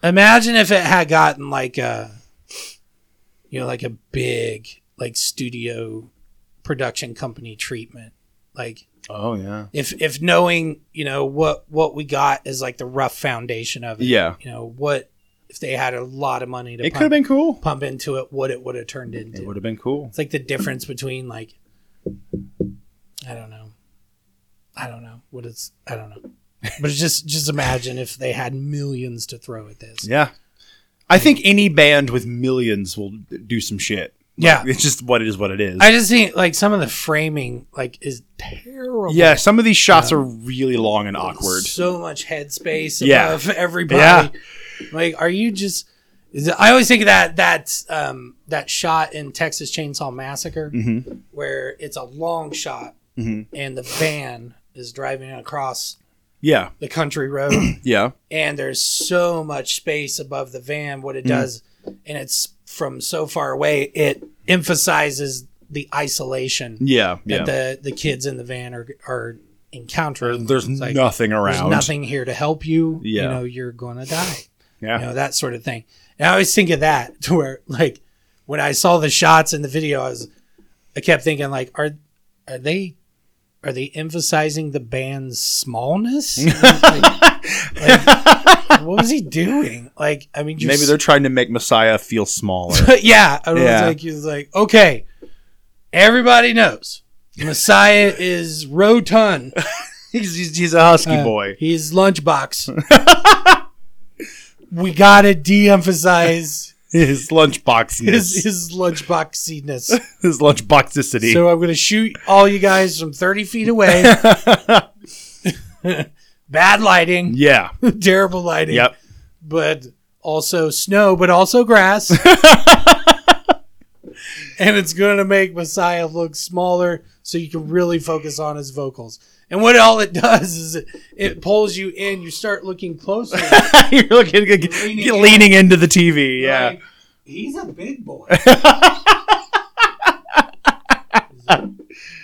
[SPEAKER 1] imagine if it had gotten like a, you know, like a big like studio production company treatment. Like
[SPEAKER 6] Oh yeah.
[SPEAKER 1] if if knowing you know what what we got is like the rough foundation of it.
[SPEAKER 6] Yeah.
[SPEAKER 1] You know what if they had a lot of money to
[SPEAKER 6] It could have
[SPEAKER 1] pump,
[SPEAKER 6] been cool.
[SPEAKER 1] pump into it, what it would have turned into.
[SPEAKER 6] It would have been cool.
[SPEAKER 1] It's like the difference between like I don't know. I don't know what it's I don't know. But it's just just imagine if they had millions to throw at this.
[SPEAKER 6] Yeah. I think any band with millions will do some shit.
[SPEAKER 1] Yeah.
[SPEAKER 6] It's just what it is. What it is.
[SPEAKER 1] I just think like some of the framing like is terrible.
[SPEAKER 6] yeah, some of these shots are really long and awkward.
[SPEAKER 1] So much headspace
[SPEAKER 6] Yeah.
[SPEAKER 1] above everybody.
[SPEAKER 6] Yeah.
[SPEAKER 1] Like, are you just? is- I always think of that that um, that shot in Texas Chainsaw Massacre
[SPEAKER 6] Mm-hmm.
[SPEAKER 1] where it's a long shot and the van is driving across
[SPEAKER 6] Yeah,
[SPEAKER 1] the country road
[SPEAKER 6] yeah,
[SPEAKER 1] and there's so much space above the van. What it
[SPEAKER 6] Mm.
[SPEAKER 1] does, and it's from so far away, it emphasizes the isolation.
[SPEAKER 6] yeah, yeah.
[SPEAKER 1] that the the kids in the van are are encountering.
[SPEAKER 6] there's
[SPEAKER 1] It's like,
[SPEAKER 6] nothing
[SPEAKER 1] There's
[SPEAKER 6] around.
[SPEAKER 1] nothing here to help you. You
[SPEAKER 6] Yeah.
[SPEAKER 1] know, you're gonna die.
[SPEAKER 6] Yeah,
[SPEAKER 1] You know, that sort of thing. And I always think of that to where like when I saw the shots in the video, I was I kept thinking like, are are they are they emphasizing the band's smallness? Like, like, what was he doing? Like, I mean, you're
[SPEAKER 6] maybe they're trying to make Messiah feel smaller.
[SPEAKER 1] but yeah, I was
[SPEAKER 6] Yeah.
[SPEAKER 1] like, he was like, okay, everybody knows Messiah is rotund.
[SPEAKER 6] he's, he's, he's a husky boy.
[SPEAKER 1] He's lunchbox. we gotta de-emphasize
[SPEAKER 6] His lunchboxiness.
[SPEAKER 1] his
[SPEAKER 6] His,
[SPEAKER 1] his lunchboxiness.
[SPEAKER 6] lunchboxicity.
[SPEAKER 1] so I'm gonna shoot all you guys from 30 feet away. Bad lighting,
[SPEAKER 6] yeah.
[SPEAKER 1] terrible lighting.
[SPEAKER 6] Yep.
[SPEAKER 1] but also snow, but also grass. and it's going to make Messiah look smaller so you can really focus on his vocals. And what all it does is it, it pulls you in. You start looking closer.
[SPEAKER 6] You're looking leaning,
[SPEAKER 1] Leaning
[SPEAKER 6] leaning into the TV. Yeah.
[SPEAKER 1] Like, He's a big boy.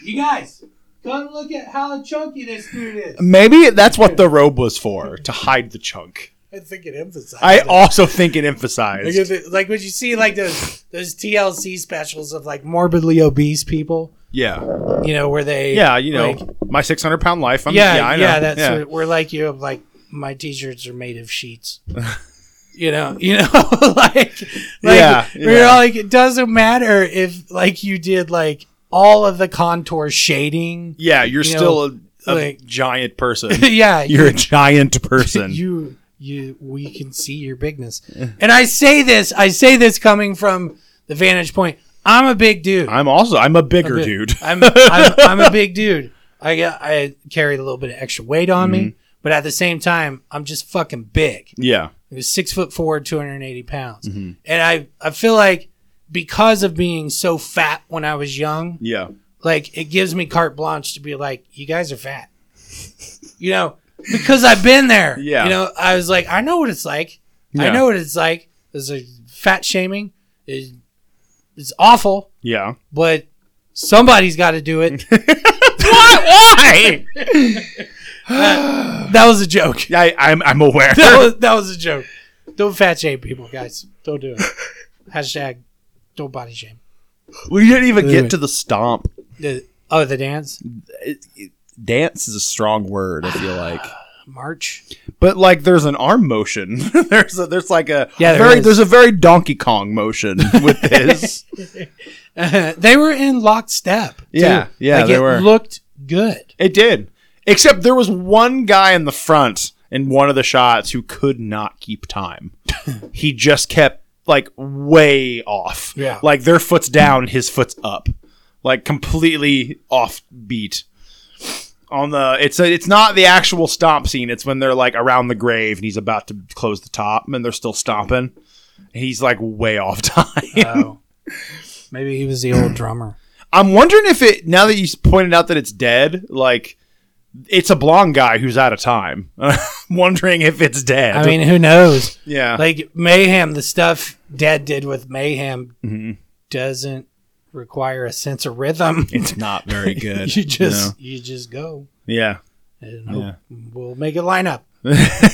[SPEAKER 1] you guys, come look at how chunky this dude is.
[SPEAKER 6] Maybe that's what the robe was for to hide the chunk.
[SPEAKER 1] I think it emphasizes.
[SPEAKER 6] I
[SPEAKER 1] it.
[SPEAKER 6] also think it
[SPEAKER 1] Like,
[SPEAKER 6] emphasized.
[SPEAKER 1] if it- like when you see like those those TLC specials of like morbidly obese people,
[SPEAKER 6] Yeah.
[SPEAKER 1] you know, where they
[SPEAKER 6] Yeah. You know,
[SPEAKER 1] like,
[SPEAKER 6] my 600 pound life. I'm,
[SPEAKER 1] yeah,
[SPEAKER 6] yeah,
[SPEAKER 1] yeah,
[SPEAKER 6] I know.
[SPEAKER 1] that's
[SPEAKER 6] yeah.
[SPEAKER 1] Where, where like you have like my t-shirts are made of sheets. you know, you know, like, like
[SPEAKER 6] Yeah,
[SPEAKER 1] we're
[SPEAKER 6] yeah.
[SPEAKER 1] all like it doesn't matter if like you did like all of the contour shading.
[SPEAKER 6] Yeah, You're
[SPEAKER 1] you
[SPEAKER 6] still a, a
[SPEAKER 1] like-
[SPEAKER 6] giant person.
[SPEAKER 1] yeah,
[SPEAKER 6] You're a giant person.
[SPEAKER 1] you you we can see your bigness and i say this i say this coming from the vantage point i'm a big dude
[SPEAKER 6] I'm also. I'm a bigger
[SPEAKER 1] big-
[SPEAKER 6] dude.
[SPEAKER 1] i'm i'm, I'm a big dude i got i carried a little bit of extra weight on
[SPEAKER 6] Mm-hmm.
[SPEAKER 1] me but at the same time i'm just fucking big
[SPEAKER 6] yeah.
[SPEAKER 1] it was six foot four 280 pounds
[SPEAKER 6] Mm-hmm.
[SPEAKER 1] and i i feel like because of being so fat when i was young
[SPEAKER 6] Yeah.
[SPEAKER 1] like it gives me carte blanche to be like you guys are fat you know because i've been there
[SPEAKER 6] Yeah.
[SPEAKER 1] you know i was like i know what it's like i
[SPEAKER 6] Yeah.
[SPEAKER 1] know what it's like there's a fat shaming is it's awful
[SPEAKER 6] Yeah.
[SPEAKER 1] but somebody's got to do it
[SPEAKER 6] Why?
[SPEAKER 1] that was a joke
[SPEAKER 6] I, I'm, I'm aware.
[SPEAKER 1] that was, that was a joke don't fat shame people guys don't do it hashtag don't body shame
[SPEAKER 6] We didn't even
[SPEAKER 1] Anyway.
[SPEAKER 6] get to the stomp.
[SPEAKER 1] the, oh the dance
[SPEAKER 6] Dance is a strong word. I feel like,
[SPEAKER 1] march
[SPEAKER 6] but like, there's an arm motion. there's a, there's like a
[SPEAKER 1] Yeah, there
[SPEAKER 6] very
[SPEAKER 1] is.
[SPEAKER 6] there's a very Donkey Kong motion with this.
[SPEAKER 1] they were in lockstep too.
[SPEAKER 6] Yeah, yeah,
[SPEAKER 1] Like,
[SPEAKER 6] they
[SPEAKER 1] it
[SPEAKER 6] were.
[SPEAKER 1] looked good
[SPEAKER 6] it did, except there was one guy in the front in one of the shots who could not keep time. he just kept like way off.
[SPEAKER 1] Yeah.
[SPEAKER 6] like their foot's down, his foot's up, like completely off beat. on the it's a, it's not the actual stomp scene. It's when they're like around the grave and he's about to close the top and they're still stomping. And he's like way off time.
[SPEAKER 1] Oh. Maybe he was the old drummer.
[SPEAKER 6] I'm wondering if it now that you s- pointed out that it's dead, like it's a blonde guy who's out of time. I'm wondering if it's dead.
[SPEAKER 1] I mean, who knows?
[SPEAKER 6] yeah,
[SPEAKER 1] Like Mayhem, the stuff Dead did with Mayhem
[SPEAKER 6] Mm-hmm.
[SPEAKER 1] doesn't require a sense of rhythm.
[SPEAKER 6] it's not very good.
[SPEAKER 1] you just you just go
[SPEAKER 6] no. yeah.
[SPEAKER 1] and hope- we'll make it line up.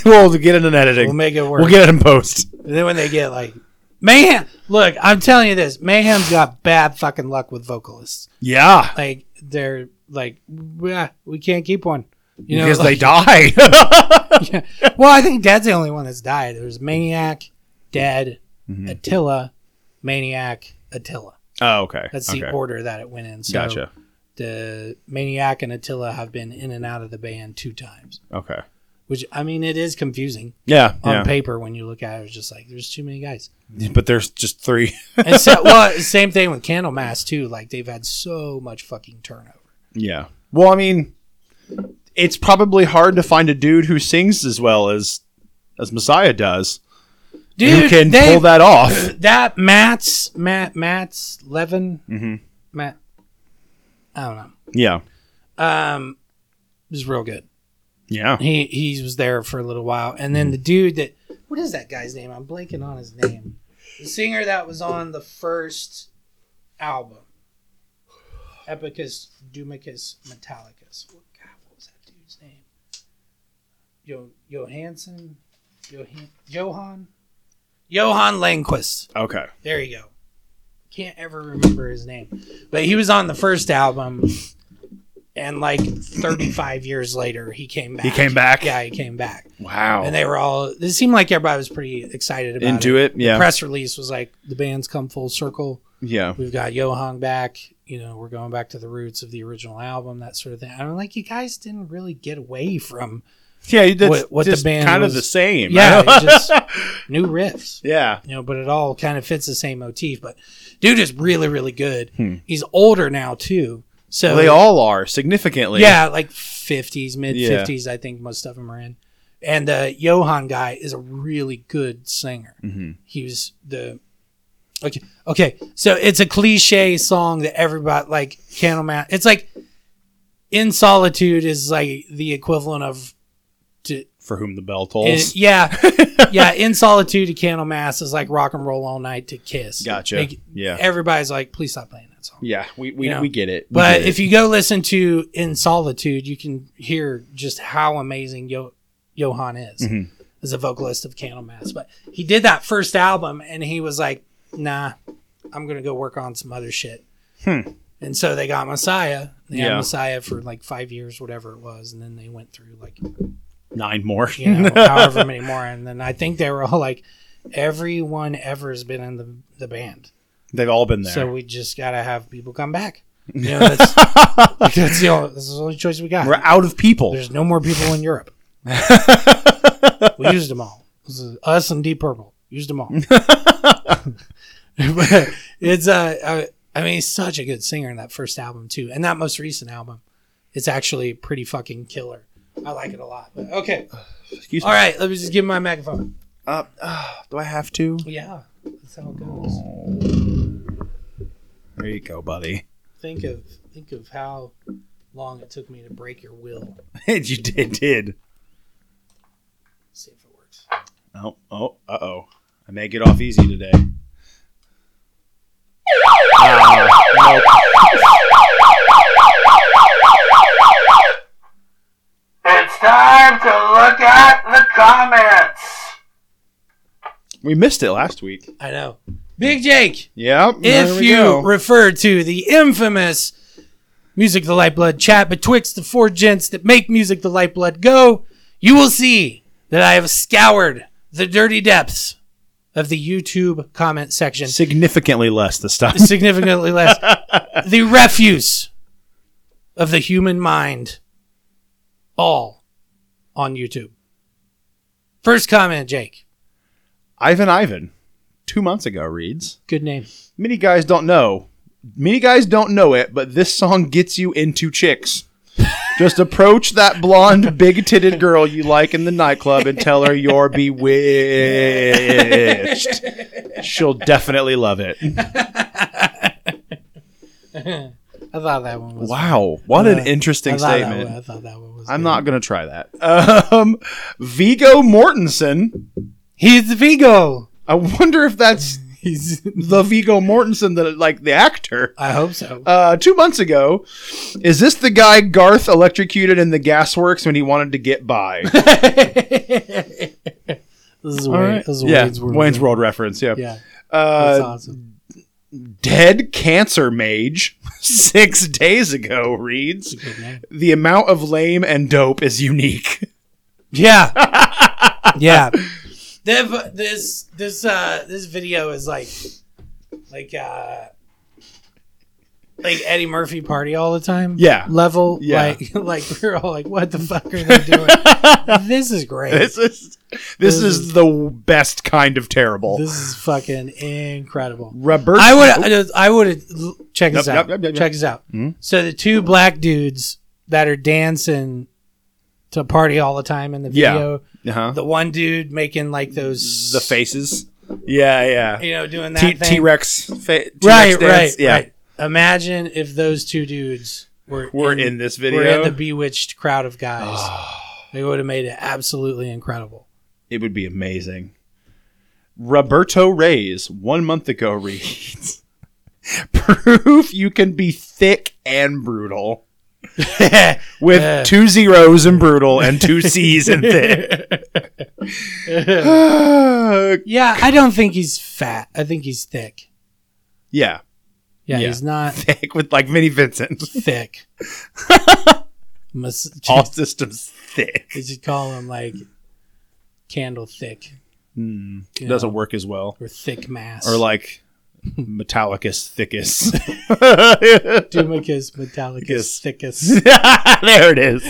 [SPEAKER 6] we'll get it in editing.
[SPEAKER 1] We'll make it work.
[SPEAKER 6] We'll get it in post.
[SPEAKER 1] and then when they get like Mayhem, look, I'm telling you this, Mayhem's got bad fucking luck with vocalists.
[SPEAKER 6] Yeah,
[SPEAKER 1] Like they're like, yeah, we can't keep one. You know,
[SPEAKER 6] because
[SPEAKER 1] like-
[SPEAKER 6] they die.
[SPEAKER 1] Well, I think Dead's the only one that's died. There was Maniac, Dead,
[SPEAKER 6] Mm-hmm.
[SPEAKER 1] Attila, Maniac, Attila.
[SPEAKER 6] oh, okay.
[SPEAKER 1] That's
[SPEAKER 6] okay.
[SPEAKER 1] the order that it went in. So
[SPEAKER 6] Gotcha.
[SPEAKER 1] the Maniac and Attila have been in and out of the band two times.
[SPEAKER 6] Okay.
[SPEAKER 1] Which I mean, it is confusing
[SPEAKER 6] Yeah,
[SPEAKER 1] on
[SPEAKER 6] yeah.
[SPEAKER 1] paper when you look at it. It's just like there's too many guys.
[SPEAKER 6] but there's just three.
[SPEAKER 1] And so, well, same thing with Candlemass too. Like they've had so much fucking turnover.
[SPEAKER 6] yeah. Well, I mean, it's probably hard to find a dude who sings as well as as Messiah does.
[SPEAKER 1] Dude,
[SPEAKER 6] who can
[SPEAKER 1] they-
[SPEAKER 6] pull that off?
[SPEAKER 1] That Matt's Matt Matt's Levin
[SPEAKER 6] Mm-hmm.
[SPEAKER 1] Matt. I don't know.
[SPEAKER 6] yeah.
[SPEAKER 1] Um, it was real good.
[SPEAKER 6] Yeah.
[SPEAKER 1] He he was there for a little while, and then the dude that what is that guy's name? I'm blanking on his name. The singer that was on the first album, Epicus Dumicus Metallicus. What God? What was that dude's name? Yo Johansson, Johan Johan Johan Langquist.
[SPEAKER 6] Okay.
[SPEAKER 1] There you go. Can't ever remember his name. But he was on the first album and like 35 years later he came back.
[SPEAKER 6] He came back?
[SPEAKER 1] Yeah, he came back.
[SPEAKER 6] Wow.
[SPEAKER 1] And they were all it seemed like everybody was pretty excited about
[SPEAKER 6] Into it. Yeah.
[SPEAKER 1] Press release was like the band's come full circle.
[SPEAKER 6] yeah.
[SPEAKER 1] We've got Johan back, you know, we're going back to the roots of the original album, that sort of thing. I'm like you guys didn't really get away from
[SPEAKER 6] Yeah. That's
[SPEAKER 1] What- what the
[SPEAKER 6] just
[SPEAKER 1] band
[SPEAKER 6] kind
[SPEAKER 1] was-
[SPEAKER 6] of the same.
[SPEAKER 1] Yeah, it just new riffs
[SPEAKER 6] Yeah.
[SPEAKER 1] you know, but it all kind of fits the same motif. But dude is really, really good. He's older now too, so
[SPEAKER 6] Hmm. They all are significantly.
[SPEAKER 1] yeah, like fifties, mid fifties, I think most of them are in. And the Johan guy is a really good singer.
[SPEAKER 6] Mm-hmm.
[SPEAKER 1] He was the okay, okay. So it's a cliche song that everybody like Candlemas. It's like in solitude is like the equivalent of to,
[SPEAKER 6] For whom the bell
[SPEAKER 1] in-
[SPEAKER 6] tolls.
[SPEAKER 1] yeah, yeah. In solitude, to candle mass is like rock and roll all night to kiss.
[SPEAKER 6] Gotcha.
[SPEAKER 1] Like,
[SPEAKER 6] Yeah.
[SPEAKER 1] Everybody's like, please stop playing that song.
[SPEAKER 6] yeah. We we,
[SPEAKER 1] Yeah.
[SPEAKER 6] we get it. We
[SPEAKER 1] But
[SPEAKER 6] get it.
[SPEAKER 1] if you go listen to In Solitude, you can hear just how amazing Yo- Johan is
[SPEAKER 6] Mm-hmm.
[SPEAKER 1] as a vocalist of Candlemass. But he did that first album, and he was like, "Nah, I'm gonna go work on some other shit." And so they got Messiah. They had
[SPEAKER 6] Hmm. Yeah.
[SPEAKER 1] Messiah for like five years, whatever it was, and then they went through like
[SPEAKER 6] nine more.
[SPEAKER 1] you know, however many more. And then I think they were all like, everyone ever has been in the, the band.
[SPEAKER 6] They've all been there.
[SPEAKER 1] So we just got to have people come back. You know, that's, that's, the only, that's the only choice we got.
[SPEAKER 6] We're out of people.
[SPEAKER 1] There's no more people in Europe. we used them all. This is us and Deep Purple used them all. but it's uh, I, I mean, he's such a good singer in that first album too, and that most recent album, it's actually pretty fucking killer. I like it a lot. But okay,
[SPEAKER 6] Excuse
[SPEAKER 1] all right, let me just give him my microphone.
[SPEAKER 6] Uh, Do I have to?
[SPEAKER 1] Yeah, that's how it goes.
[SPEAKER 6] There you go, buddy.
[SPEAKER 1] Think of think of how long it took me to break your will.
[SPEAKER 6] you did. did.
[SPEAKER 1] See if it works.
[SPEAKER 6] Oh, oh, uh oh. I may get off easy today.
[SPEAKER 7] Ah, It's time to look at the comments.
[SPEAKER 6] We missed it last week.
[SPEAKER 1] I know. Big Jake,
[SPEAKER 6] Yep.
[SPEAKER 1] if you refer to the infamous Music the Lifeblood chat betwixt the four gents that make Music the Lifeblood go, you will see that I have scoured the dirty depths of the YouTube comment section.
[SPEAKER 6] significantly less this time.
[SPEAKER 1] significantly less. the refuse of the human mind, all on YouTube. First comment, Jake.
[SPEAKER 6] Ivan Ivan, two months ago, reads
[SPEAKER 1] Good name.
[SPEAKER 6] Many guys don't know. Many guys don't know it, but this song gets you into chicks. Just approach that blonde, big titted girl you like in the nightclub and tell her you're bewitched. She'll definitely love it.
[SPEAKER 1] I thought that one was.
[SPEAKER 6] Wow. What an
[SPEAKER 1] Uh,
[SPEAKER 6] interesting
[SPEAKER 1] I thought that
[SPEAKER 6] statement.
[SPEAKER 1] one- I thought that one was.
[SPEAKER 6] I'm
[SPEAKER 1] good.
[SPEAKER 6] not gonna try that. Um, Vigo Mortensen.
[SPEAKER 1] He's Vigo.
[SPEAKER 6] I wonder if that's
[SPEAKER 1] He's.
[SPEAKER 6] the Vigo Mortensen that like the actor.
[SPEAKER 1] I hope so.
[SPEAKER 6] Uh, two months ago, is this the guy Garth electrocuted in the gasworks when he wanted to get by?
[SPEAKER 1] this is, Wayne, this is
[SPEAKER 6] yeah,
[SPEAKER 1] Wayne's World.
[SPEAKER 6] reference. Yeah,
[SPEAKER 1] Yeah, that's
[SPEAKER 6] Uh,
[SPEAKER 1] awesome.
[SPEAKER 6] dead cancer mage six days ago reads
[SPEAKER 1] Good name.
[SPEAKER 6] the amount of lame and dope is unique.
[SPEAKER 1] Yeah. yeah. They've- This this uh this video is like like uh like Eddie Murphy party all the time.
[SPEAKER 6] Yeah.
[SPEAKER 1] Level.
[SPEAKER 6] Yeah.
[SPEAKER 1] Like, like we are all like, what the fuck are they doing? this is great. This,
[SPEAKER 6] This is this is the best kind of terrible.
[SPEAKER 1] is fucking incredible.
[SPEAKER 6] Robert,
[SPEAKER 1] I would, I would check this
[SPEAKER 6] Yep,
[SPEAKER 1] out.
[SPEAKER 6] yep, yep, Hmm? yep,
[SPEAKER 1] Check this out. So the two black dudes that are dancing to party all the time in the
[SPEAKER 6] Yeah.
[SPEAKER 1] video.
[SPEAKER 6] uh-huh.
[SPEAKER 1] The one dude making like those
[SPEAKER 6] the faces. Yeah, yeah.
[SPEAKER 1] you know, doing that
[SPEAKER 6] T
[SPEAKER 1] thing.
[SPEAKER 6] T Rex, fa- T-Rex
[SPEAKER 1] right,
[SPEAKER 6] dance.
[SPEAKER 1] right,
[SPEAKER 6] Yeah,
[SPEAKER 1] right. Imagine if those two dudes were
[SPEAKER 6] we're in this video.
[SPEAKER 1] were in the bewitched crowd of guys. they would have made it absolutely incredible.
[SPEAKER 6] it would be amazing. Roberto Reyes, one month ago, reads Proof you can be thick and brutal. With
[SPEAKER 1] Yeah.
[SPEAKER 6] two zeros in brutal and two C's in thick.
[SPEAKER 1] Yeah, I don't think he's fat. I think he's thick.
[SPEAKER 6] yeah.
[SPEAKER 1] Yeah,
[SPEAKER 6] Yeah.
[SPEAKER 1] he's not
[SPEAKER 6] Thick with like Vinnie Vincent.
[SPEAKER 1] thick. Must
[SPEAKER 6] All systems thick.
[SPEAKER 1] they should call him like candle thick
[SPEAKER 6] It Doesn't work as well.
[SPEAKER 1] or thick mass
[SPEAKER 6] Or like Metallicus thickest.
[SPEAKER 1] Dumicus Metallicus
[SPEAKER 6] Yes.
[SPEAKER 1] thickest.
[SPEAKER 6] there it is.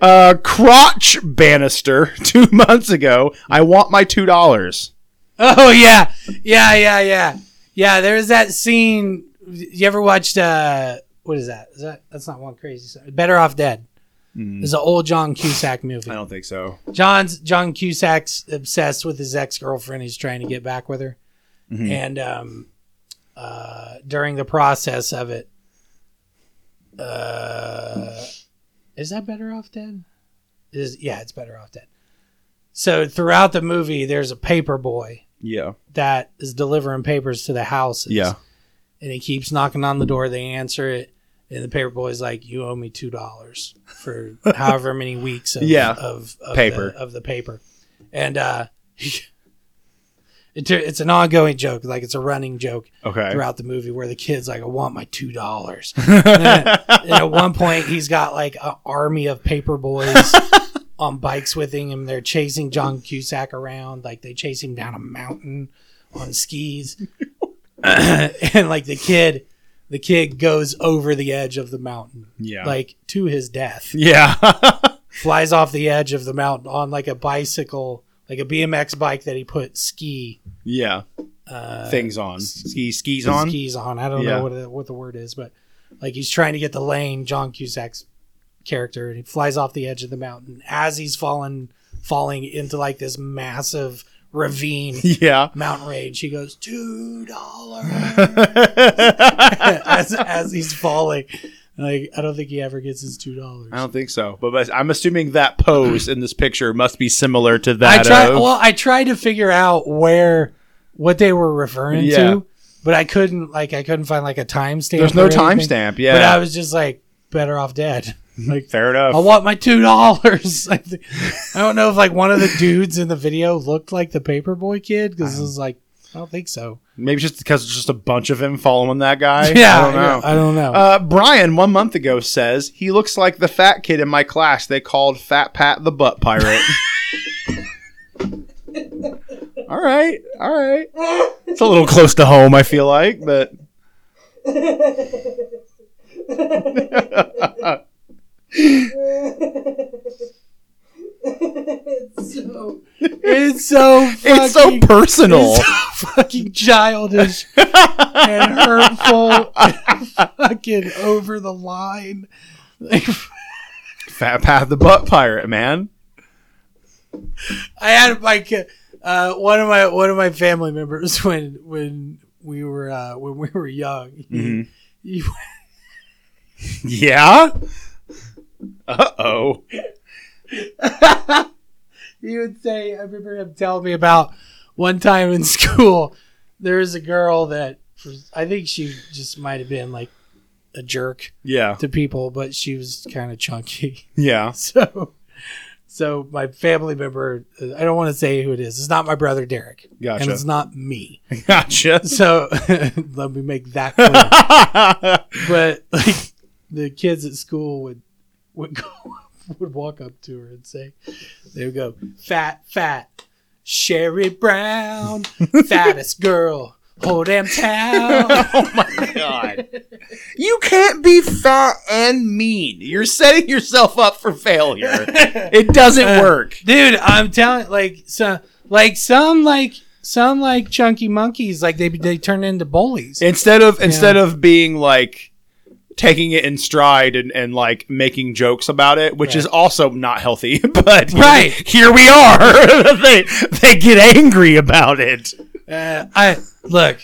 [SPEAKER 6] Uh, crotch Bannister, two months ago. I want my two dollars.
[SPEAKER 1] Oh yeah, yeah, yeah, yeah, yeah. There's that scene. You ever watched? uh What is that? Is that that's not one crazy. Story. Better off dead. It's an old John Cusack movie.
[SPEAKER 6] don't think so.
[SPEAKER 1] John's John Cusack's obsessed with his ex girlfriend. He's trying to get back with her, and um, uh, during the process of it, uh, is that better off dead? Is yeah, it's better off dead. So throughout the movie, there's a paper boy
[SPEAKER 6] Yeah.
[SPEAKER 1] that is delivering papers to the houses.
[SPEAKER 6] Yeah.
[SPEAKER 1] And he keeps knocking on the door. They answer it. And the paper boy's like, you owe me $2 for however many weeks of,
[SPEAKER 6] Yeah.
[SPEAKER 1] of, of
[SPEAKER 6] Paper.
[SPEAKER 1] The, of the paper. And, uh, it, it's an ongoing joke. Like it's a running joke
[SPEAKER 6] Okay.
[SPEAKER 1] throughout the movie where the kid's like, I want my two dollars. and, then- and at one point he's got like an army of paper boys on bikes with him. They're chasing John Cusack around, like they chase him down a mountain on skis. and like the kid the kid goes over the edge of the mountain.
[SPEAKER 6] Yeah.
[SPEAKER 1] Like to his death.
[SPEAKER 6] Yeah.
[SPEAKER 1] Flies off the edge of the mountain on like a bicycle, like a BMX bike that he put ski
[SPEAKER 6] yeah. Things on uh, ski skis on.
[SPEAKER 1] skis on. I don't
[SPEAKER 6] Yeah.
[SPEAKER 1] know what the, what the word is, but like he's trying to get the lane. John Cusack's character, and he flies off the edge of the mountain as he's falling falling into like this massive ravine
[SPEAKER 6] Yeah.
[SPEAKER 1] mountain range. He goes two dollars as as he's falling. Like I don't think he ever gets his two dollars.
[SPEAKER 6] I don't think so, but, but I'm assuming that pose in this picture must be similar to that.
[SPEAKER 1] I tried.
[SPEAKER 6] of-
[SPEAKER 1] Well, I tried to figure out where what they were referring
[SPEAKER 6] Yeah.
[SPEAKER 1] to, but I couldn't. Like I couldn't find like a timestamp.
[SPEAKER 6] There's no
[SPEAKER 1] or anything.
[SPEAKER 6] timestamp, yeah.
[SPEAKER 1] but I was just like better off dead. Like
[SPEAKER 6] Fair
[SPEAKER 1] I
[SPEAKER 6] enough.
[SPEAKER 1] want my two dollars. I th- I don't know if like one of the dudes in the video looked like the paperboy kid because it was like I don't think so.
[SPEAKER 6] Maybe just because it's just a bunch of him following that guy.
[SPEAKER 1] Yeah,
[SPEAKER 6] I don't know.
[SPEAKER 1] I don't know.
[SPEAKER 6] Uh, Brian, one month ago, says he looks like the fat kid in my class they called Fat Pat the Butt Pirate. all right, all right. It's a little close to home, I feel like, but.
[SPEAKER 1] it's so
[SPEAKER 6] It's so
[SPEAKER 1] fucking-
[SPEAKER 6] personal.
[SPEAKER 1] fucking childish and hurtful, and fucking over the line. Like,
[SPEAKER 6] Fat Pat the Butt Pirate, man.
[SPEAKER 1] I had my ki- uh, one of my one of my family members when when we were uh, when we were young.
[SPEAKER 6] Mm-hmm.
[SPEAKER 1] he- he-
[SPEAKER 6] Yeah? Uh oh.
[SPEAKER 1] he would say, I remember him telling me about one time in school, there was a girl that I think she just might have been like a jerk
[SPEAKER 6] Yeah,
[SPEAKER 1] to people, but she was kind of chunky.
[SPEAKER 6] yeah.
[SPEAKER 1] So, so my family member, I don't want to say who it is. It's not my brother Derek,
[SPEAKER 6] Gotcha.
[SPEAKER 1] and it's not me.
[SPEAKER 6] Gotcha.
[SPEAKER 1] So let me make that
[SPEAKER 6] Oh,
[SPEAKER 1] clear. but like the kids at school would would go would walk up to her and say they would go fat fat sherry brown fattest girl Hold him towel.
[SPEAKER 6] Oh
[SPEAKER 8] God. You can't be fat and mean. You're setting yourself up for failure. It doesn't work.
[SPEAKER 1] dude i'm telling like so like some like some like chunky monkeys like they they turn into bullies
[SPEAKER 6] Instead of instead of being like taking it in stride and, and like making jokes about it, which is also not healthy, but
[SPEAKER 1] Right.
[SPEAKER 6] here we are. they they get angry about it.
[SPEAKER 1] uh, i look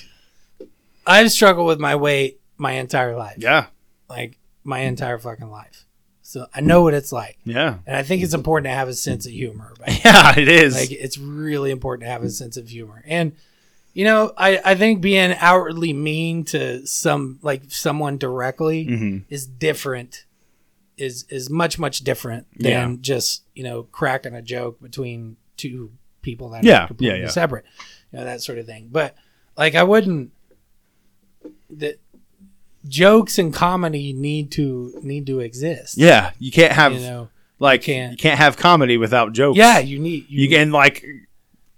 [SPEAKER 1] i've struggled with my weight my entire life
[SPEAKER 6] Yeah.
[SPEAKER 1] like my entire fucking life so i know what it's like
[SPEAKER 6] Yeah.
[SPEAKER 1] and i think it's important to have a sense of humor about it.
[SPEAKER 6] Yeah, it is.
[SPEAKER 1] like it's really important to have a sense of humor and you know i i think being outwardly mean to some like someone directly
[SPEAKER 6] Mm-hmm.
[SPEAKER 1] is different is is much much different than
[SPEAKER 6] Yeah.
[SPEAKER 1] just you know cracking a joke between two people that
[SPEAKER 6] Yeah,
[SPEAKER 1] are completely
[SPEAKER 6] yeah, yeah.
[SPEAKER 1] separate you know that sort of thing but like i wouldn't that jokes and comedy need to need to exist
[SPEAKER 6] yeah, you can't have
[SPEAKER 1] you know
[SPEAKER 6] like you can't.
[SPEAKER 1] can't.
[SPEAKER 6] have comedy without jokes.
[SPEAKER 1] yeah you need you,
[SPEAKER 6] You can like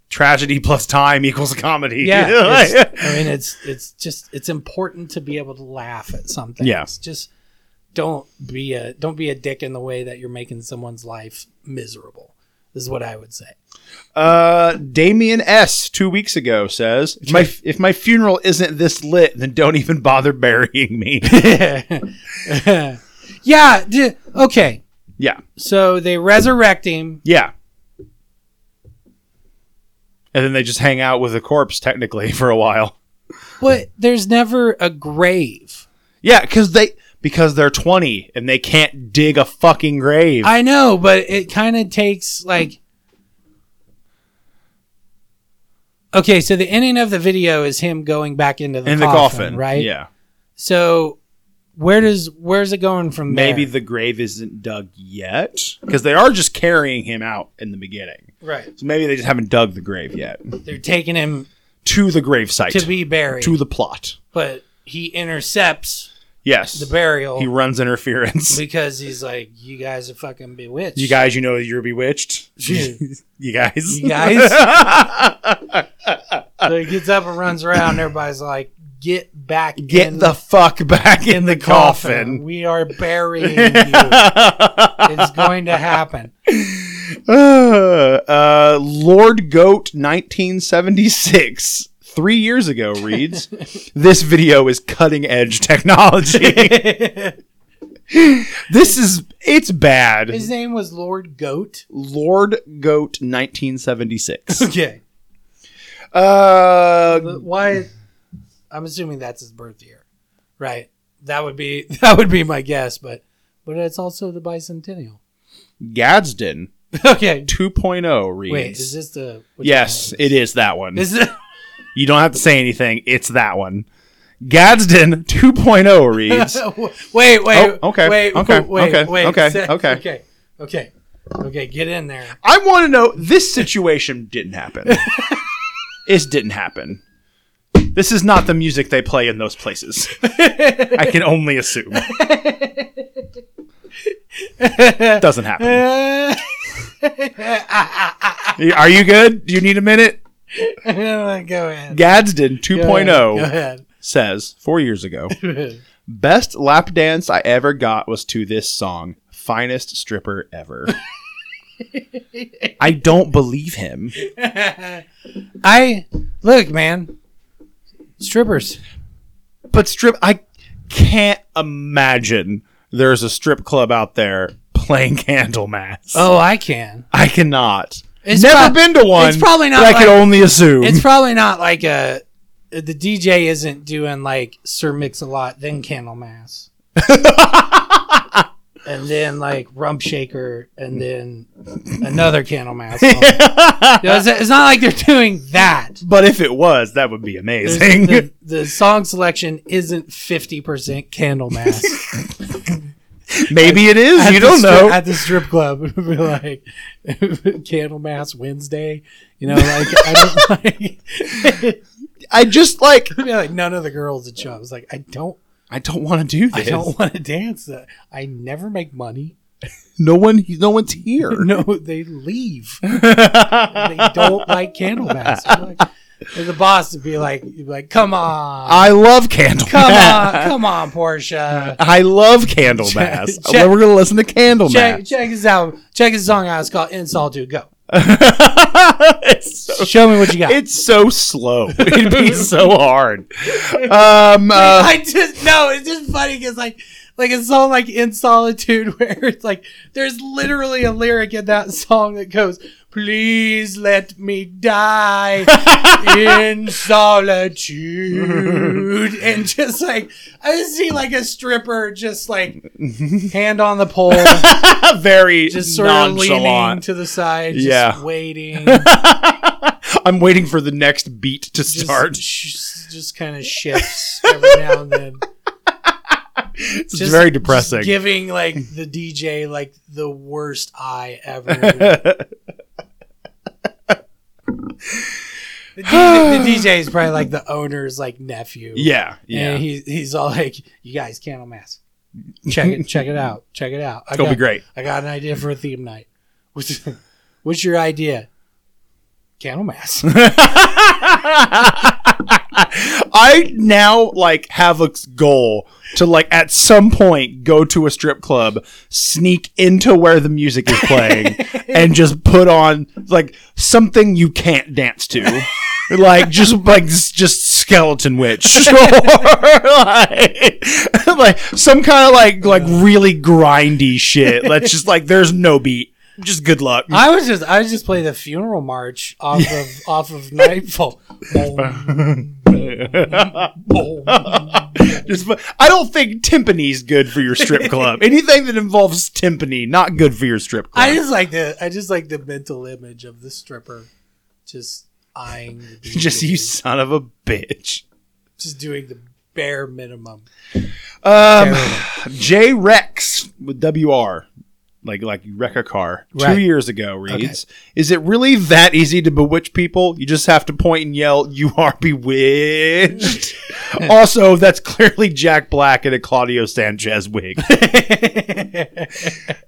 [SPEAKER 6] tragedy plus time equals comedy.
[SPEAKER 1] yeah
[SPEAKER 6] Like-
[SPEAKER 1] it's- i mean it's it's just it's important to be able to laugh at something
[SPEAKER 6] Yeah.
[SPEAKER 1] just don't be a don't be a dick in the way that you're making someone's life miserable is what i would say
[SPEAKER 6] Uh, Damien S. two weeks ago says, if my, if my funeral isn't this lit, then don't even bother burying me.
[SPEAKER 1] yeah d- okay
[SPEAKER 6] yeah.
[SPEAKER 1] so they resurrect him
[SPEAKER 6] Yeah. And then they just hang out with the corpse technically for a while.
[SPEAKER 1] but there's never a grave
[SPEAKER 6] Yeah, because they because they're 20 and they can't dig a fucking grave.
[SPEAKER 1] i know but it kind of takes like okay so the ending of the video is him going back into the,
[SPEAKER 6] in the
[SPEAKER 1] coffin,
[SPEAKER 6] coffin,
[SPEAKER 1] right
[SPEAKER 6] Yeah.
[SPEAKER 1] So where does where's it going from
[SPEAKER 6] Maybe
[SPEAKER 1] there?
[SPEAKER 6] the grave isn't dug yet because they are just carrying him out in the beginning.
[SPEAKER 1] right.
[SPEAKER 6] So maybe they just haven't dug the grave yet.
[SPEAKER 1] They're taking him
[SPEAKER 6] To the grave site.
[SPEAKER 1] to be buried,
[SPEAKER 6] to the plot.
[SPEAKER 1] but he intercepts
[SPEAKER 6] Yes.
[SPEAKER 1] the burial
[SPEAKER 6] He runs interference.
[SPEAKER 1] because he's like, "You guys are fucking bewitched."
[SPEAKER 6] You guys, you know you're bewitched.
[SPEAKER 1] Dude.
[SPEAKER 6] you guys.
[SPEAKER 1] You guys. so he gets up and runs around. and Everybody's like, "Get back!
[SPEAKER 6] Get
[SPEAKER 1] in
[SPEAKER 6] the fuck back in, the, coffin.
[SPEAKER 1] We are burying you. it's going to happen."
[SPEAKER 6] Uh, uh, Lord Goat 1976, three years ago, reads This video is cutting edge technology. this is, it's bad.
[SPEAKER 1] His name was Lord Goat.
[SPEAKER 6] Lord Goat 1976.
[SPEAKER 1] Okay,
[SPEAKER 6] uh,
[SPEAKER 1] but why? I'm assuming that's his birth year, right? That would be that would be my guess, but but it's also the bicentennial.
[SPEAKER 6] Gadsden
[SPEAKER 1] Okay.
[SPEAKER 6] 2.0 reads.
[SPEAKER 1] Wait, is this the? which
[SPEAKER 6] oh, yes,
[SPEAKER 1] one
[SPEAKER 6] it is that one.
[SPEAKER 1] Is it?
[SPEAKER 6] You don't have to say anything. It's that one. Gadsden oh, 2.0 reads.
[SPEAKER 1] wait, wait.
[SPEAKER 6] Oh, okay,
[SPEAKER 1] Wait.
[SPEAKER 6] okay,
[SPEAKER 1] Wait.
[SPEAKER 6] okay,
[SPEAKER 1] Wait.
[SPEAKER 6] okay,
[SPEAKER 1] sec-
[SPEAKER 6] okay.
[SPEAKER 1] Okay. Okay. Okay. Get in there.
[SPEAKER 6] I want to know this situation didn't happen. this didn't happen. This is not the music they play in those places. I can only assume. Doesn't happen.
[SPEAKER 1] Uh,
[SPEAKER 6] Are you good? Do you need a minute?
[SPEAKER 1] go ahead.
[SPEAKER 6] Gadsden
[SPEAKER 1] Go ahead,
[SPEAKER 6] 2.0
[SPEAKER 1] Go ahead.
[SPEAKER 6] says four years ago best lap dance i ever got was to this song finest stripper ever i don't believe him
[SPEAKER 1] I look, man. Strippers.
[SPEAKER 6] but strip i can't imagine there's a strip club out there playing candlemass
[SPEAKER 1] Oh, I can.
[SPEAKER 6] i cannot
[SPEAKER 1] It's
[SPEAKER 6] never
[SPEAKER 1] prob-
[SPEAKER 6] been to one
[SPEAKER 1] it's probably not
[SPEAKER 6] but i
[SPEAKER 1] like-
[SPEAKER 6] can only assume
[SPEAKER 1] It's probably not like a. The DJ isn't doing like Sir Mix a Lot, then Candlemass, and then like Rump Shaker,
[SPEAKER 6] Mm.
[SPEAKER 1] and then another Candlemass. Song. You know, it's, it's not like they're doing that.
[SPEAKER 6] but if it was that would be amazing
[SPEAKER 1] The, the song selection isn't fifty percent Candlemass.
[SPEAKER 6] maybe it is
[SPEAKER 1] At
[SPEAKER 6] you
[SPEAKER 1] the
[SPEAKER 6] don't
[SPEAKER 1] stri-
[SPEAKER 6] know
[SPEAKER 1] at the strip club. It'd be like Candlemass Wednesday. You know, like I don't like.
[SPEAKER 6] i just like
[SPEAKER 1] Yeah, like none of the girls at show. I was like, I don't,
[SPEAKER 6] i don't want to do
[SPEAKER 1] I
[SPEAKER 6] this
[SPEAKER 1] don't want to dance. that. I never make money.
[SPEAKER 6] no one no one's here
[SPEAKER 1] No, they leave. they don't like Candlemass. I'm like, And the boss would be like, he'd be like, come on,
[SPEAKER 6] I love Candlemass.
[SPEAKER 1] come on, come on, Portia.
[SPEAKER 6] I love Candlemass.
[SPEAKER 1] Check- check-
[SPEAKER 6] We're gonna listen to
[SPEAKER 1] Check
[SPEAKER 6] Candlemass.
[SPEAKER 1] check his album. Check his song out. It's called "Insult to Go."
[SPEAKER 6] it's, so,
[SPEAKER 1] Show me what you got.
[SPEAKER 6] it's so slow. It'd be so hard. Um, uh,
[SPEAKER 1] I just no. It's just funny because like like a song like "In Solitude," where it's like there's literally a lyric in that song that goes, "Please let me die in solitude," and just like I just see like a stripper just like hand on the pole,
[SPEAKER 6] very
[SPEAKER 1] just sort of leaning
[SPEAKER 6] nonchalant.
[SPEAKER 1] to the side, just
[SPEAKER 6] Yeah.
[SPEAKER 1] waiting,
[SPEAKER 6] I'm waiting for the next beat to start.
[SPEAKER 1] just, sh- just kind of shifts every now and then.
[SPEAKER 6] It's
[SPEAKER 1] just-
[SPEAKER 6] very
[SPEAKER 1] just
[SPEAKER 6] depressing.
[SPEAKER 1] giving like the DJ like the worst eye ever. the, DJ, the DJ is probably like the owner's like nephew.
[SPEAKER 6] yeah,
[SPEAKER 1] Yeah.
[SPEAKER 6] yeah.
[SPEAKER 1] And he, he's all like, "You guys, candle mask. Check it, check it out, check it out. I
[SPEAKER 6] It'll
[SPEAKER 1] got,
[SPEAKER 6] be great.
[SPEAKER 1] I got an idea for a theme night. What's, what's your idea? Candle mask.
[SPEAKER 6] I now like have a goal to like at some point go to a strip club, sneak into where the music is playing, and just put on like something you can't dance to. Like just like s- just skeleton witch, or like, like some kind of like like really grindy shit. Let's just like there's no beat. Just good luck.
[SPEAKER 1] I was just I was just playing the funeral march off of off of Nightfall.
[SPEAKER 6] Just, but I don't think timpani's good for your strip club. Anything that involves timpani, not good for your strip club.
[SPEAKER 1] I just like the I just like the mental image of the stripper just eyeing the DJ,
[SPEAKER 6] just you son of a bitch.
[SPEAKER 1] just doing the bare minimum.
[SPEAKER 6] Um, J Rex with WR, like like you wreck a car
[SPEAKER 1] Right.
[SPEAKER 6] two years ago. Reads: Is it really that easy to bewitch people? You just have to point and yell, "You are bewitched." also, that's clearly Jack Black in a Claudio Sanchez wig.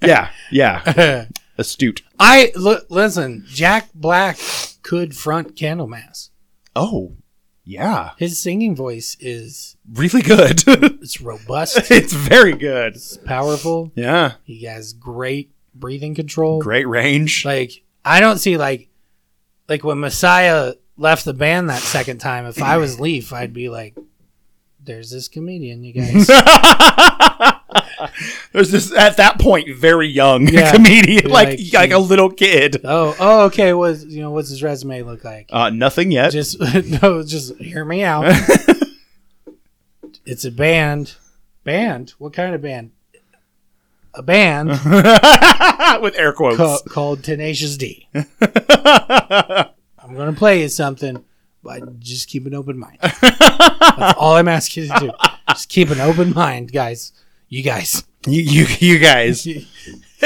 [SPEAKER 6] yeah, yeah, astute.
[SPEAKER 1] I l- listen, Jack Black could front Candlemass.
[SPEAKER 6] Oh, yeah,
[SPEAKER 1] His singing voice is
[SPEAKER 6] really good.
[SPEAKER 1] it's robust,
[SPEAKER 6] it's very good.
[SPEAKER 1] it's powerful.
[SPEAKER 6] Yeah,
[SPEAKER 1] He has great breathing control.
[SPEAKER 6] great range.
[SPEAKER 1] Like I don't see like like when Messiah left the band that second time, if I was Leaf, I'd be like, There's this comedian, you guys.
[SPEAKER 6] There's this at that point very young
[SPEAKER 1] Yeah.
[SPEAKER 6] comedian,
[SPEAKER 1] Yeah,
[SPEAKER 6] like
[SPEAKER 1] like,
[SPEAKER 6] like, a little kid.
[SPEAKER 1] oh, oh okay, what's you know, what's his resume look like?
[SPEAKER 6] Uh, nothing yet.
[SPEAKER 1] Just no, just hear me out. it's a band. Band? What kind of band? A band
[SPEAKER 6] With air quotes.
[SPEAKER 1] ca- called Tenacious D. I'm gonna play you something, but just keep an open mind. That's all I'm asking you to do. Just keep an open mind, guys. You guys.
[SPEAKER 6] You, you you guys, you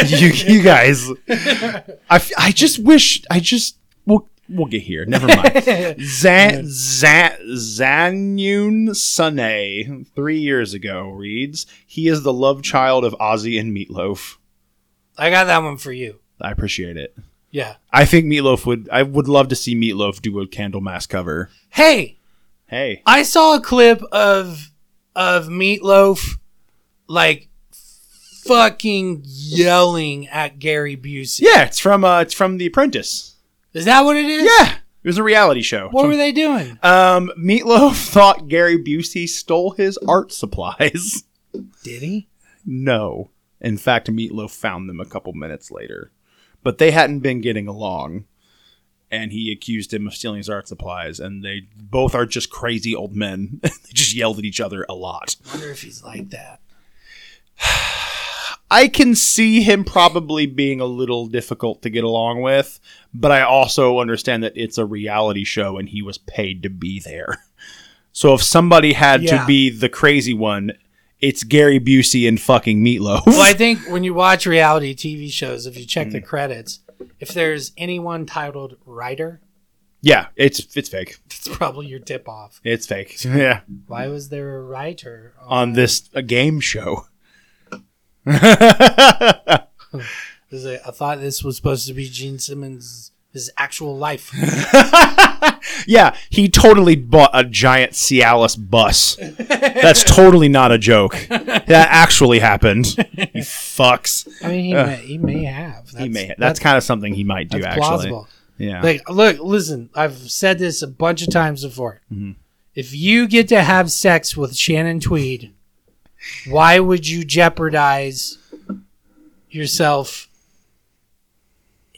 [SPEAKER 6] you guys. I, f- I just wish I just we'll we'll get here. Never mind. Zan Zan Zanyun Sunay three years ago reads he is the love child of Ozzy and Meatloaf.
[SPEAKER 1] I got that one for you.
[SPEAKER 6] I appreciate it.
[SPEAKER 1] Yeah.
[SPEAKER 6] I think Meatloaf would. I would love to see Meatloaf do a Candlemass cover.
[SPEAKER 1] Hey,
[SPEAKER 6] Hey,
[SPEAKER 1] I saw a clip of of Meatloaf like fucking yelling at Gary Busey.
[SPEAKER 6] yeah, it's from uh, it's from The Apprentice.
[SPEAKER 1] Is that what it is?
[SPEAKER 6] Yeah, it was a reality show.
[SPEAKER 1] What were they doing?
[SPEAKER 6] Um, Meatloaf thought Gary Busey stole his art supplies.
[SPEAKER 1] Did he?
[SPEAKER 6] No, in fact, Meatloaf found them a couple minutes later, but they hadn't been getting along, and he accused him of stealing his art supplies. And they both are just crazy old men. they just yelled at each other a lot.
[SPEAKER 1] I wonder if he's like that.
[SPEAKER 6] I can see him probably being a little difficult to get along with, but I also understand that it's a reality show and he was paid to be there. So if somebody had
[SPEAKER 1] Yeah.
[SPEAKER 6] to be the crazy one, it's Gary Busey and fucking Meatloaf.
[SPEAKER 1] Well, I think when you watch reality TV shows, if you check
[SPEAKER 6] Mm.
[SPEAKER 1] the credits, if there's anyone titled writer,
[SPEAKER 6] yeah, it's it's fake.
[SPEAKER 1] that's probably your tip off.
[SPEAKER 6] It's fake. Yeah,
[SPEAKER 1] Why was there a writer
[SPEAKER 6] on this a game show.
[SPEAKER 1] Is it- I thought this was supposed to be Gene Simmons' his actual life.
[SPEAKER 6] Yeah, he totally bought a giant Cialis bus. That's totally not a joke. That actually happened. He fucks.
[SPEAKER 1] I mean, he, may, he may have. That's,
[SPEAKER 6] he may. That's, kind of something he might do.
[SPEAKER 1] that's
[SPEAKER 6] actually,
[SPEAKER 1] plausible.
[SPEAKER 6] yeah.
[SPEAKER 1] Like, look, listen, I've said this a bunch of times before. If you get to have sex with Shannon Tweed, why would you jeopardize yourself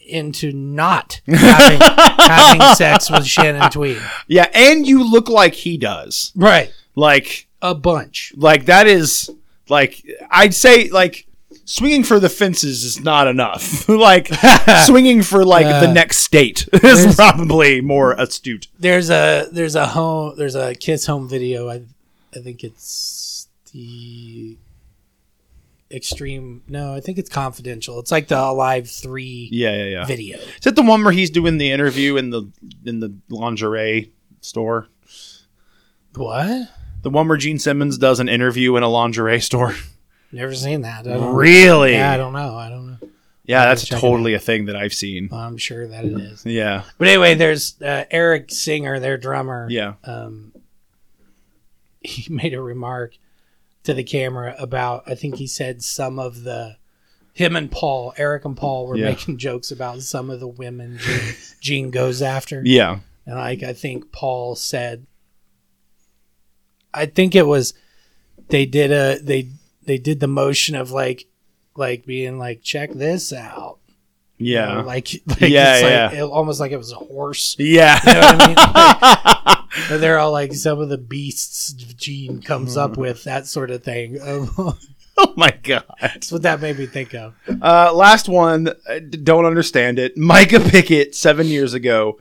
[SPEAKER 1] into not having, having sex with Shannon Tweed?
[SPEAKER 6] yeah, and you look like he does.
[SPEAKER 1] Right.
[SPEAKER 6] Like
[SPEAKER 1] A bunch.
[SPEAKER 6] like that is like I'd say like swinging for the fences is not enough. like swinging for like the next state is probably more astute.
[SPEAKER 1] There's a there's a home there's a Kiss home video. I I think it's the extreme. No, I think it's confidential. It's like the Alive Three
[SPEAKER 6] Yeah, yeah, yeah.
[SPEAKER 1] video.
[SPEAKER 6] Is that the one where he's doing the interview in the in the lingerie store?
[SPEAKER 1] What?
[SPEAKER 6] The one where Gene Simmons does an interview in a lingerie store.
[SPEAKER 1] Never seen that. I don't-
[SPEAKER 6] Really?
[SPEAKER 1] Yeah, I
[SPEAKER 6] Oh, Yeah,
[SPEAKER 1] don't know. I don't know.
[SPEAKER 6] that's
[SPEAKER 1] check it
[SPEAKER 6] totally a thing that I've seen.
[SPEAKER 1] I'm sure that it is.
[SPEAKER 6] Yeah,
[SPEAKER 1] But anyway, there's uh, Eric Singer, their drummer.
[SPEAKER 6] yeah.
[SPEAKER 1] um, he made a remark to the camera about I think he said some of the him and Paul, Eric and Paul were
[SPEAKER 6] Yeah.
[SPEAKER 1] making jokes about some of the women Gene, Gene goes after.
[SPEAKER 6] Yeah.
[SPEAKER 1] And like I think Paul said I think it was they did a they they did the motion of like like being like check this out. You know,
[SPEAKER 6] Yeah.
[SPEAKER 1] Like, like
[SPEAKER 6] Yeah,
[SPEAKER 1] it's like-
[SPEAKER 6] yeah.
[SPEAKER 1] it- almost like it was a horse
[SPEAKER 6] Yeah.
[SPEAKER 1] you know what I mean? Like, and they're all like some of the beasts Gene comes up
[SPEAKER 6] Mm-hmm.
[SPEAKER 1] with, that sort of thing. Um,
[SPEAKER 6] oh my god.
[SPEAKER 1] That's what that made me think of.
[SPEAKER 6] Uh, last one. I d- Don't understand it. Micah Pickett, seven years ago.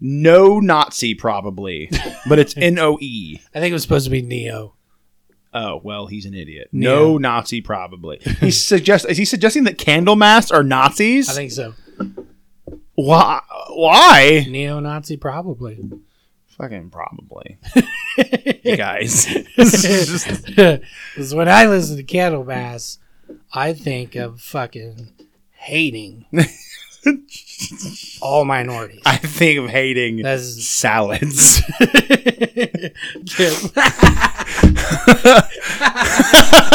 [SPEAKER 6] No Nazi, probably, but it's N O E.
[SPEAKER 1] I think it was supposed to be Neo.
[SPEAKER 6] Oh well, he's an idiot. No Nazi, probably. He suggest is he suggesting that candle masks are Nazis?
[SPEAKER 1] I think so.
[SPEAKER 6] why? Why?
[SPEAKER 1] Neo Nazi, probably.
[SPEAKER 6] Fucking probably. you guys.
[SPEAKER 1] Because when I listen to Candlemass, I think of fucking hating all minorities.
[SPEAKER 6] I think of hating
[SPEAKER 1] That's
[SPEAKER 6] salads.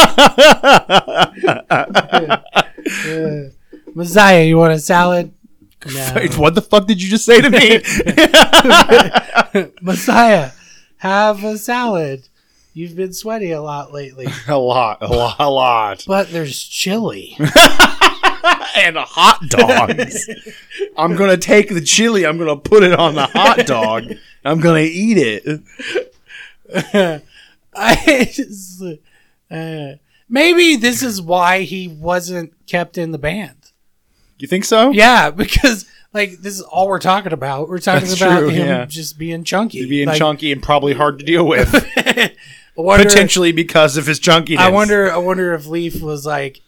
[SPEAKER 1] Messiah, you want a salad? No.
[SPEAKER 6] what the fuck did you just say to me?
[SPEAKER 1] Messiah, have a salad. You've been sweaty a lot lately,
[SPEAKER 6] a lot, a lot, a lot.
[SPEAKER 1] but there's chili.
[SPEAKER 6] and hot dogs. I'm gonna take the chili. I'm gonna put it on the hot dog. and I'm gonna eat it.
[SPEAKER 1] I just, uh, maybe this is why he wasn't kept in the band.
[SPEAKER 6] You think so?
[SPEAKER 1] Yeah, because like this is all we're talking about. We're talking
[SPEAKER 6] That's
[SPEAKER 1] about
[SPEAKER 6] true,
[SPEAKER 1] him
[SPEAKER 6] yeah.
[SPEAKER 1] just being chunky,
[SPEAKER 6] Being
[SPEAKER 1] Like,
[SPEAKER 6] chunky and probably hard to deal with,
[SPEAKER 1] I wonder-
[SPEAKER 6] potentially because of his chunkiness.
[SPEAKER 1] I wonder. I wonder if Leaf was like,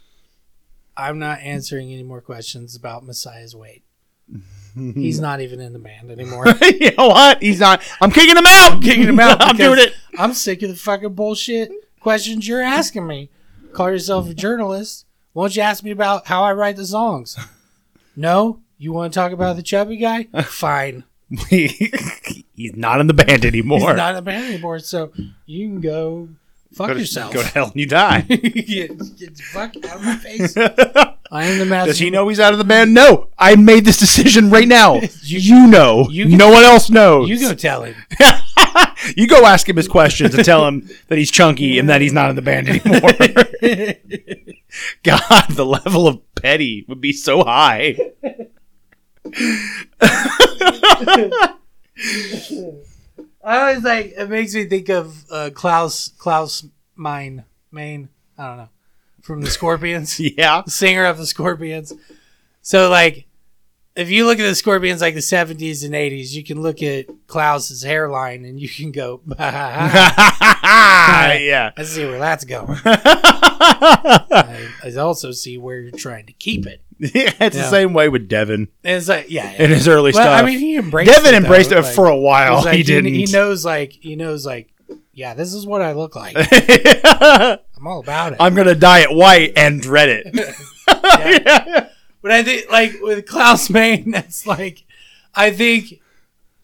[SPEAKER 1] "I'm not answering any more questions about Messiah's weight. He's not even in the band anymore."
[SPEAKER 6] you know what? He's not. I'm kicking him out. Kicking
[SPEAKER 1] him out
[SPEAKER 6] I'm doing
[SPEAKER 1] because-
[SPEAKER 6] it.
[SPEAKER 1] I'm sick of the fucking bullshit questions you're asking me. Call yourself a journalist. Won't you ask me about how I write the songs? No? You want to talk about the chubby guy? Fine.
[SPEAKER 6] he's not in the band anymore.
[SPEAKER 1] He's not in the band anymore, so you can go fuck
[SPEAKER 6] go, to,
[SPEAKER 1] yourself.
[SPEAKER 6] go to hell and you die.
[SPEAKER 1] get, get the fuck out of my face. I am the master.
[SPEAKER 6] Does he know he's out of the band? No. I made this decision right now.
[SPEAKER 1] You-
[SPEAKER 6] you, know.
[SPEAKER 1] you-
[SPEAKER 6] no one else knows.
[SPEAKER 1] You go tell him.
[SPEAKER 6] You go ask him his questions and tell him that he's chunky and that he's not in the band anymore. God, the level of petty would be so high.
[SPEAKER 1] I always like it makes me think of uh, Klaus Klaus Mine Maine. I don't know from the Scorpions.
[SPEAKER 6] Yeah.
[SPEAKER 1] singer of the Scorpions. So like if you look at the Scorpions like the 70s and 80s, you can look at Klaus's hairline and you can go, I
[SPEAKER 6] yeah.
[SPEAKER 1] see where that's going. I, I also see where you're trying to keep it.
[SPEAKER 6] it's the
[SPEAKER 1] Yeah.
[SPEAKER 6] same way with Devin
[SPEAKER 1] And it's like, yeah. yeah.
[SPEAKER 6] in his early
[SPEAKER 1] Well,
[SPEAKER 6] stuff.
[SPEAKER 1] I mean, he embraced
[SPEAKER 6] Devin
[SPEAKER 1] it, though.
[SPEAKER 6] embraced it
[SPEAKER 1] Like,
[SPEAKER 6] for a
[SPEAKER 1] he's
[SPEAKER 6] while.
[SPEAKER 1] like,
[SPEAKER 6] he didn't.
[SPEAKER 1] He knows like, he knows like, yeah, this is what I look like. I'm all about it.
[SPEAKER 6] I'm gonna dye it white and dread it.
[SPEAKER 1] But I think like with Klaus Main, that's like I think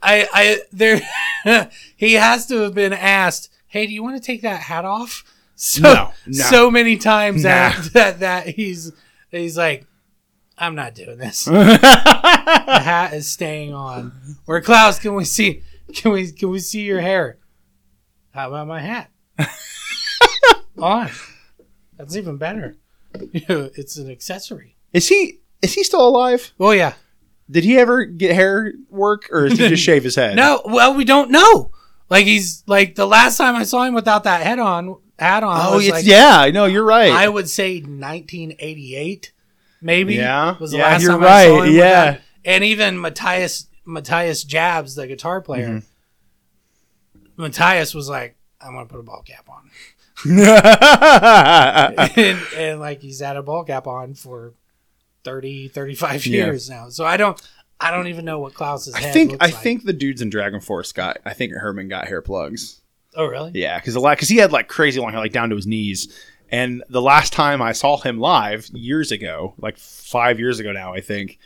[SPEAKER 1] I, I, there, he has to have been asked, "Hey, do you want to take that hat off?" So,
[SPEAKER 6] No, no.
[SPEAKER 1] so many times
[SPEAKER 6] Nah.
[SPEAKER 1] that, that that he's he's like, "I'm not doing this. the hat is staying on." Where Klaus, can we see? Can we can we see your hair? How about my hat? on. That's even better. it's an accessory.
[SPEAKER 6] Is he is he still alive?
[SPEAKER 1] Oh yeah.
[SPEAKER 6] Did he ever get hair work, or did he just shave his head?
[SPEAKER 1] No, well, we don't know. Like he's like the last time I saw him without that head on hat on.
[SPEAKER 6] Oh,
[SPEAKER 1] was,
[SPEAKER 6] it's
[SPEAKER 1] like,
[SPEAKER 6] yeah. No, you're right.
[SPEAKER 1] I would say 1988, maybe.
[SPEAKER 6] Yeah,
[SPEAKER 1] was the
[SPEAKER 6] yeah,
[SPEAKER 1] last
[SPEAKER 6] you're
[SPEAKER 1] time I saw
[SPEAKER 6] right,
[SPEAKER 1] him with
[SPEAKER 6] yeah.
[SPEAKER 1] that. and even Matthias Matthias Jabs, the
[SPEAKER 6] Mm-hmm.
[SPEAKER 1] guitar player. Matthias was like, "I'm gonna put a ball cap on," and, and like he's had a ball cap on for 30, 35
[SPEAKER 6] Yeah.
[SPEAKER 1] years now. So I don't, I don't even know what Klaus's
[SPEAKER 6] I
[SPEAKER 1] head
[SPEAKER 6] think
[SPEAKER 1] looks
[SPEAKER 6] I
[SPEAKER 1] like.
[SPEAKER 6] think the dudes in Dragon Force got. I think Herman got hair plugs.
[SPEAKER 1] Oh really?
[SPEAKER 6] Yeah, because a lot because he had like crazy long hair, like down to his knees. And the last time I saw him live years ago, like five years ago now, I think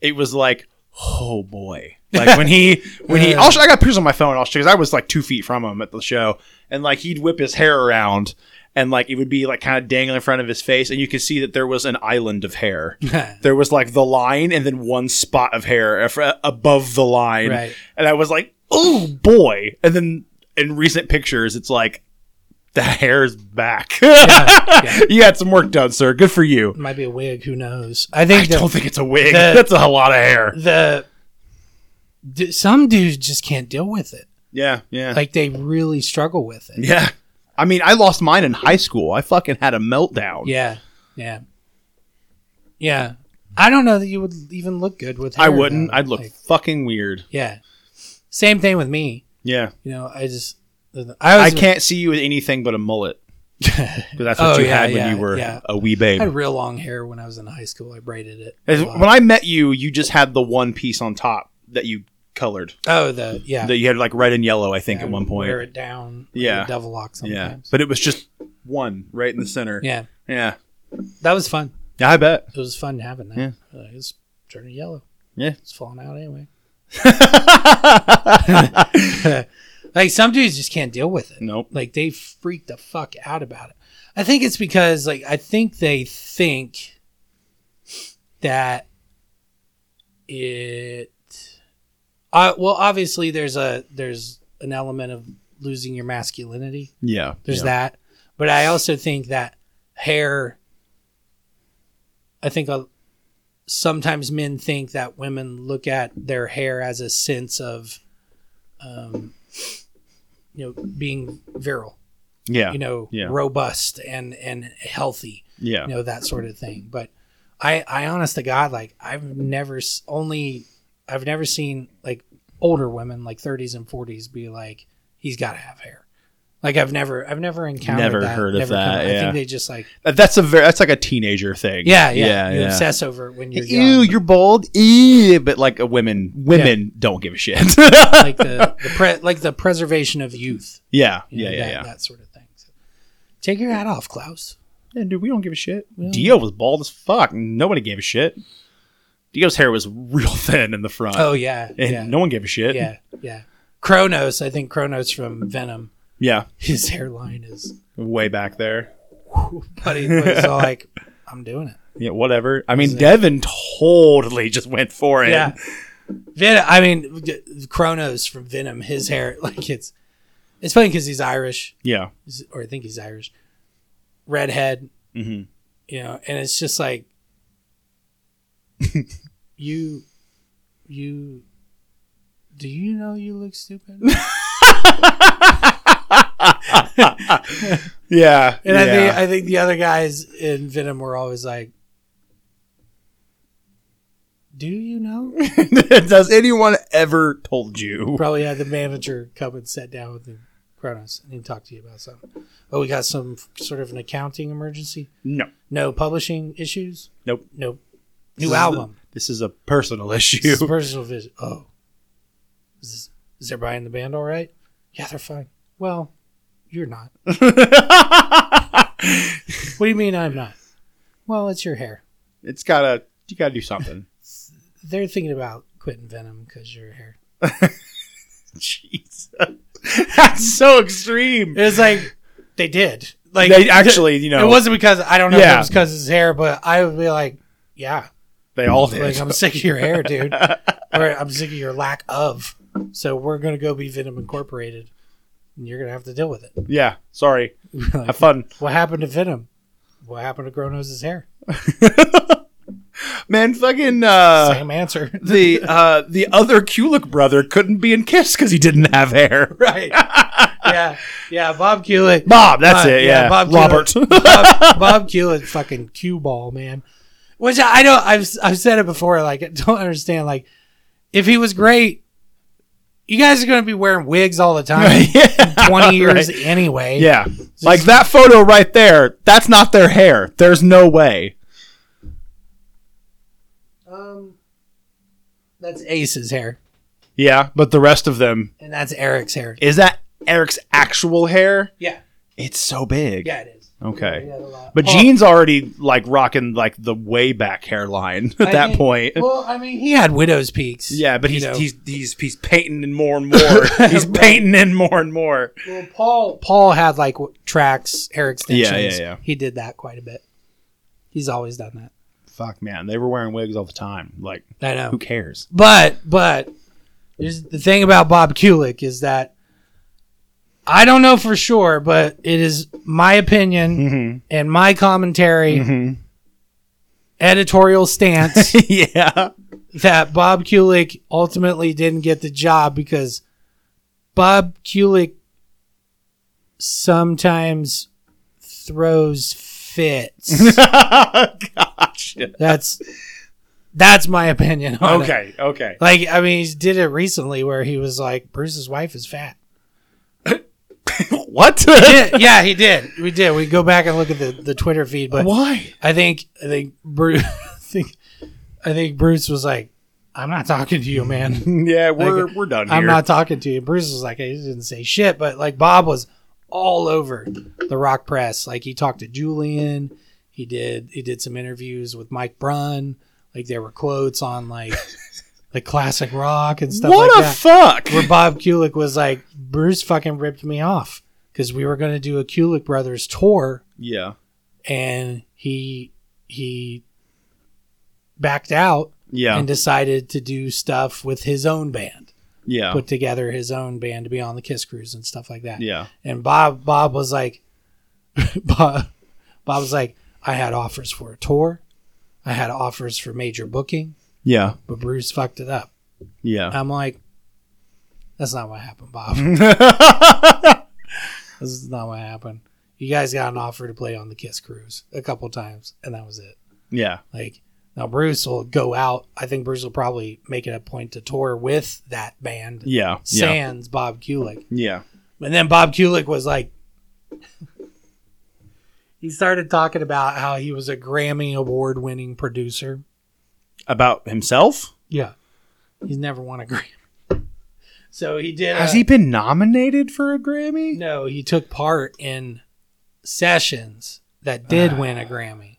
[SPEAKER 6] it was like, oh boy, like when he when he. I'll show, I got pictures on my phone. I'll show because I was like two feet from him at the show, and like he'd whip his hair around. And like it would be like kind of dangling in front of his face, and you could see that there was an island of hair. there was like the line, and then one spot of hair af- above the line,
[SPEAKER 1] Right.
[SPEAKER 6] and I was like, "Oh boy!" And then in recent pictures, it's like the hair's back. you had some work done, sir. Good for you.
[SPEAKER 1] might be a wig. Who knows? I think
[SPEAKER 6] I
[SPEAKER 1] the,
[SPEAKER 6] don't think it's a wig.
[SPEAKER 1] the-
[SPEAKER 6] That's a lot of hair.
[SPEAKER 1] the d- some dudes just can't deal with it.
[SPEAKER 6] Yeah, yeah,
[SPEAKER 1] Like they really struggle with it.
[SPEAKER 6] yeah. I mean, I lost mine in high school. I fucking had a meltdown.
[SPEAKER 1] Yeah, yeah, yeah. I don't know that you would even look good with. Hair,
[SPEAKER 6] I wouldn't.
[SPEAKER 1] though.
[SPEAKER 6] I'd look
[SPEAKER 1] Like,
[SPEAKER 6] fucking weird.
[SPEAKER 1] yeah. Same thing with me.
[SPEAKER 6] Yeah,
[SPEAKER 1] You know, I just I was
[SPEAKER 6] I can't see you with anything but a mullet. 'Cause that's what
[SPEAKER 1] Oh,
[SPEAKER 6] you
[SPEAKER 1] yeah,
[SPEAKER 6] had when
[SPEAKER 1] yeah,
[SPEAKER 6] you were
[SPEAKER 1] yeah.
[SPEAKER 6] a wee
[SPEAKER 1] I
[SPEAKER 6] babe.
[SPEAKER 1] had real long hair when I was in high school. I braided it.
[SPEAKER 6] As-
[SPEAKER 1] a lot.
[SPEAKER 6] when I met you, you just had the one piece on top that you colored.
[SPEAKER 1] oh, the yeah.
[SPEAKER 6] That you had like red and yellow, I think,
[SPEAKER 1] I
[SPEAKER 6] at
[SPEAKER 1] would
[SPEAKER 6] one point.
[SPEAKER 1] wear it down. like
[SPEAKER 6] Yeah.
[SPEAKER 1] a devil lock
[SPEAKER 6] Yeah,
[SPEAKER 1] sometimes.
[SPEAKER 6] but it was just one right in the center.
[SPEAKER 1] yeah,
[SPEAKER 6] yeah,
[SPEAKER 1] that was fun.
[SPEAKER 6] yeah. I bet.
[SPEAKER 1] It was fun having that. Uh, it was turning yellow.
[SPEAKER 6] Yeah.
[SPEAKER 1] It's falling out anyway. like some dudes just can't deal with it.
[SPEAKER 6] Nope.
[SPEAKER 1] Like they freak the fuck out about it. I think it's because like I think they think that it uh, well obviously there's a there's an element of losing your masculinity
[SPEAKER 6] Yeah,
[SPEAKER 1] there's
[SPEAKER 6] yeah.
[SPEAKER 1] that. But I also think that hair. I think a, sometimes men think that women look at their hair as a sense of, um, you know, being virile,
[SPEAKER 6] Yeah,
[SPEAKER 1] you know,
[SPEAKER 6] Yeah.
[SPEAKER 1] robust and and healthy,
[SPEAKER 6] yeah.
[SPEAKER 1] you know, that sort of thing. But I, I honest to God, like I've never s- only, I've never seen like older women like 30s and 40s be like, he's got to have hair. Like I've never, I've never encountered,
[SPEAKER 6] Never
[SPEAKER 1] that,
[SPEAKER 6] heard of
[SPEAKER 1] come-
[SPEAKER 6] that,
[SPEAKER 1] I
[SPEAKER 6] yeah.
[SPEAKER 1] think they just like,
[SPEAKER 6] Uh, That's a very that's like a teenager thing.
[SPEAKER 1] yeah, yeah, you
[SPEAKER 6] yeah.
[SPEAKER 1] obsess over it when you're
[SPEAKER 6] Ew,
[SPEAKER 1] young.
[SPEAKER 6] you're bald. Ew, but like a women, women don't give a shit.
[SPEAKER 1] like the, the pre, like the preservation of youth.
[SPEAKER 6] yeah,
[SPEAKER 1] you
[SPEAKER 6] yeah,
[SPEAKER 1] know,
[SPEAKER 6] yeah,
[SPEAKER 1] that,
[SPEAKER 6] yeah.
[SPEAKER 1] that sort of thing. So, take your hat off, Klaus.
[SPEAKER 6] Yeah, dude, we don't give a shit. Dio was bald as fuck. Nobody gave a shit. Dio's hair was real thin in the front.
[SPEAKER 1] Oh yeah,
[SPEAKER 6] and
[SPEAKER 1] yeah,
[SPEAKER 6] no one gave a shit.
[SPEAKER 1] yeah, yeah. Kronos, I think Kronos from Venom.
[SPEAKER 6] yeah,
[SPEAKER 1] His hairline is
[SPEAKER 6] way back there.
[SPEAKER 1] but he was all like, "I'm doing it."
[SPEAKER 6] Yeah, whatever. I mean, Devin totally just went for it.
[SPEAKER 1] Venom. I mean, Kronos from Venom. His hair, like it's, it's funny because he's Irish,
[SPEAKER 6] yeah,
[SPEAKER 1] or I think he's Irish, redhead. Mm-hmm. You know, and it's just like, you, you, do you know you look stupid? And
[SPEAKER 6] yeah.
[SPEAKER 1] I think
[SPEAKER 6] yeah.
[SPEAKER 1] I think the other guys in Venom were always like. Do you know?
[SPEAKER 6] Does anyone ever told you?
[SPEAKER 1] probably had the manager come and sat down with the Kronos and he talked to you about something. Oh, we got some f- sort of an accounting emergency.
[SPEAKER 6] No.
[SPEAKER 1] No publishing issues.
[SPEAKER 6] Nope.
[SPEAKER 1] Nope.
[SPEAKER 6] This
[SPEAKER 1] New
[SPEAKER 6] is
[SPEAKER 1] album.
[SPEAKER 6] the- this is a personal issue.
[SPEAKER 1] This is personal vision. Oh, is, this, is everybody in the band all right? Yeah, they're fine. Well, you're not. what do you mean I'm not? Well, it's your hair.
[SPEAKER 6] It's gotta you gotta do something.
[SPEAKER 1] They're thinking about quitting Venom because your hair.
[SPEAKER 6] Jesus. That's so extreme.
[SPEAKER 1] It was like they did. Like
[SPEAKER 6] They actually, you know,
[SPEAKER 1] it wasn't because I don't know if
[SPEAKER 6] Yeah.
[SPEAKER 1] it was because of his hair, but I would be like, yeah,
[SPEAKER 6] they all did.
[SPEAKER 1] like I'm sick of your hair, dude, or I'm sick of your lack of. So we're gonna go be Venom Incorporated, and you're gonna have to deal with it.
[SPEAKER 6] yeah. Sorry.
[SPEAKER 1] Like,
[SPEAKER 6] Have fun.
[SPEAKER 1] What happened to Venom? What happened to Gronose's hair?
[SPEAKER 6] Man, fucking uh
[SPEAKER 1] Same answer.
[SPEAKER 6] the uh the other Kulik brother couldn't be in Kiss because he didn't have hair.
[SPEAKER 1] right. Yeah. Yeah. Bob Hewlett.
[SPEAKER 6] Bob, that's
[SPEAKER 1] Uh,
[SPEAKER 6] it,
[SPEAKER 1] yeah,
[SPEAKER 6] yeah.
[SPEAKER 1] Bob
[SPEAKER 6] Robert.
[SPEAKER 1] Bob, Bob Hewlett, fucking cue ball, man. Which I, I don't. I've I've said it before. Like, I don't understand. Like, if he was great, you guys are going to be wearing wigs all the time.
[SPEAKER 6] Yeah,
[SPEAKER 1] Twenty years
[SPEAKER 6] right.
[SPEAKER 1] anyway.
[SPEAKER 6] Yeah. Like that photo right there, that's not their hair. There's no way.
[SPEAKER 1] Um, that's Ace's hair,
[SPEAKER 6] Yeah, but the rest of them
[SPEAKER 1] and that's Eric's hair.
[SPEAKER 6] is that Eric's actual hair?
[SPEAKER 1] Yeah.
[SPEAKER 6] It's so big.
[SPEAKER 1] Yeah, it is.
[SPEAKER 6] Okay.
[SPEAKER 1] Yeah, the lot.
[SPEAKER 6] But
[SPEAKER 1] Oh,
[SPEAKER 6] Gene's already like rocking like the way back hairline at
[SPEAKER 1] I
[SPEAKER 6] that
[SPEAKER 1] mean-
[SPEAKER 6] point.
[SPEAKER 1] Well, I mean, he had widow's peaks.
[SPEAKER 6] Yeah, but
[SPEAKER 1] you
[SPEAKER 6] he's,
[SPEAKER 1] know.
[SPEAKER 6] he's he's he's painting in more and more. he's painting in more and more.
[SPEAKER 1] Well, Paul Paul had like w- tracks, hair extensions.
[SPEAKER 6] yeah.
[SPEAKER 1] He did that quite a bit. He's always done that.
[SPEAKER 6] Fuck man, they were wearing wigs all the time. Like
[SPEAKER 1] I know.
[SPEAKER 6] who cares?
[SPEAKER 1] But but there's the thing about Bob Kulick is that I don't know for sure, but it is my opinion
[SPEAKER 6] Hmm. Mm-hmm.
[SPEAKER 1] and my commentary, editorial stance
[SPEAKER 6] yeah.
[SPEAKER 1] that Bob Kulick ultimately didn't get the job because Bob Kulick sometimes throws fits.
[SPEAKER 6] gotcha.
[SPEAKER 1] that's that's my opinion. on it.
[SPEAKER 6] Okay, okay.
[SPEAKER 1] Like, I mean, he did it recently where he was like, Bruce's wife is fat.
[SPEAKER 6] What?
[SPEAKER 1] yeah, yeah, he did. We did. We go back and look at the, the Twitter feed, but
[SPEAKER 6] Why?
[SPEAKER 1] I think I think Bruce I think I think Bruce was like, I'm not talking to you, man.
[SPEAKER 6] Yeah, we're
[SPEAKER 1] Like,
[SPEAKER 6] we're done here.
[SPEAKER 1] I'm not talking to you. Bruce was like, I didn't say shit, but like Bob was all over the rock press. Like he talked to Julian. He did he did some interviews with Mike Brunn. Like there were quotes on like the classic rock and stuff
[SPEAKER 6] what
[SPEAKER 1] like
[SPEAKER 6] a
[SPEAKER 1] that.
[SPEAKER 6] fuck.
[SPEAKER 1] where Bob Kulick was like, Bruce fucking ripped me off because we were going to do a Kulick Brothers tour
[SPEAKER 6] Yeah.
[SPEAKER 1] and he he backed out
[SPEAKER 6] Yeah.
[SPEAKER 1] and decided to do stuff with his own band,
[SPEAKER 6] yeah.
[SPEAKER 1] put together his own band to be on the Kiss Cruise and stuff like that.
[SPEAKER 6] Oh. yeah.
[SPEAKER 1] And Bob Bob was like, Bob, Bob was like, I had offers for a tour, I had offers for major booking,
[SPEAKER 6] Yeah.
[SPEAKER 1] but Bruce fucked it up.
[SPEAKER 6] Yeah.
[SPEAKER 1] I'm like, that's not what happened, Bob.
[SPEAKER 6] Mm-hmm. uh,
[SPEAKER 1] This is not what happened. You guys got an offer to play on the Kiss Cruise a couple times, and that was it.
[SPEAKER 6] yeah.
[SPEAKER 1] Like now, Bruce will go out. I think Bruce will probably make it a point to tour with that band.
[SPEAKER 6] Yeah. Yeah.
[SPEAKER 1] Sans Bob Kulick,
[SPEAKER 6] Yeah.
[SPEAKER 1] and then Bob Kulick was like, he started talking about how he was a Grammy award-winning producer.
[SPEAKER 6] About himself?
[SPEAKER 1] Yeah, he's never won a Grammy. So he did.
[SPEAKER 6] Has
[SPEAKER 1] a-
[SPEAKER 6] he been nominated for a Grammy?
[SPEAKER 1] No, he took part in sessions that did win a Grammy.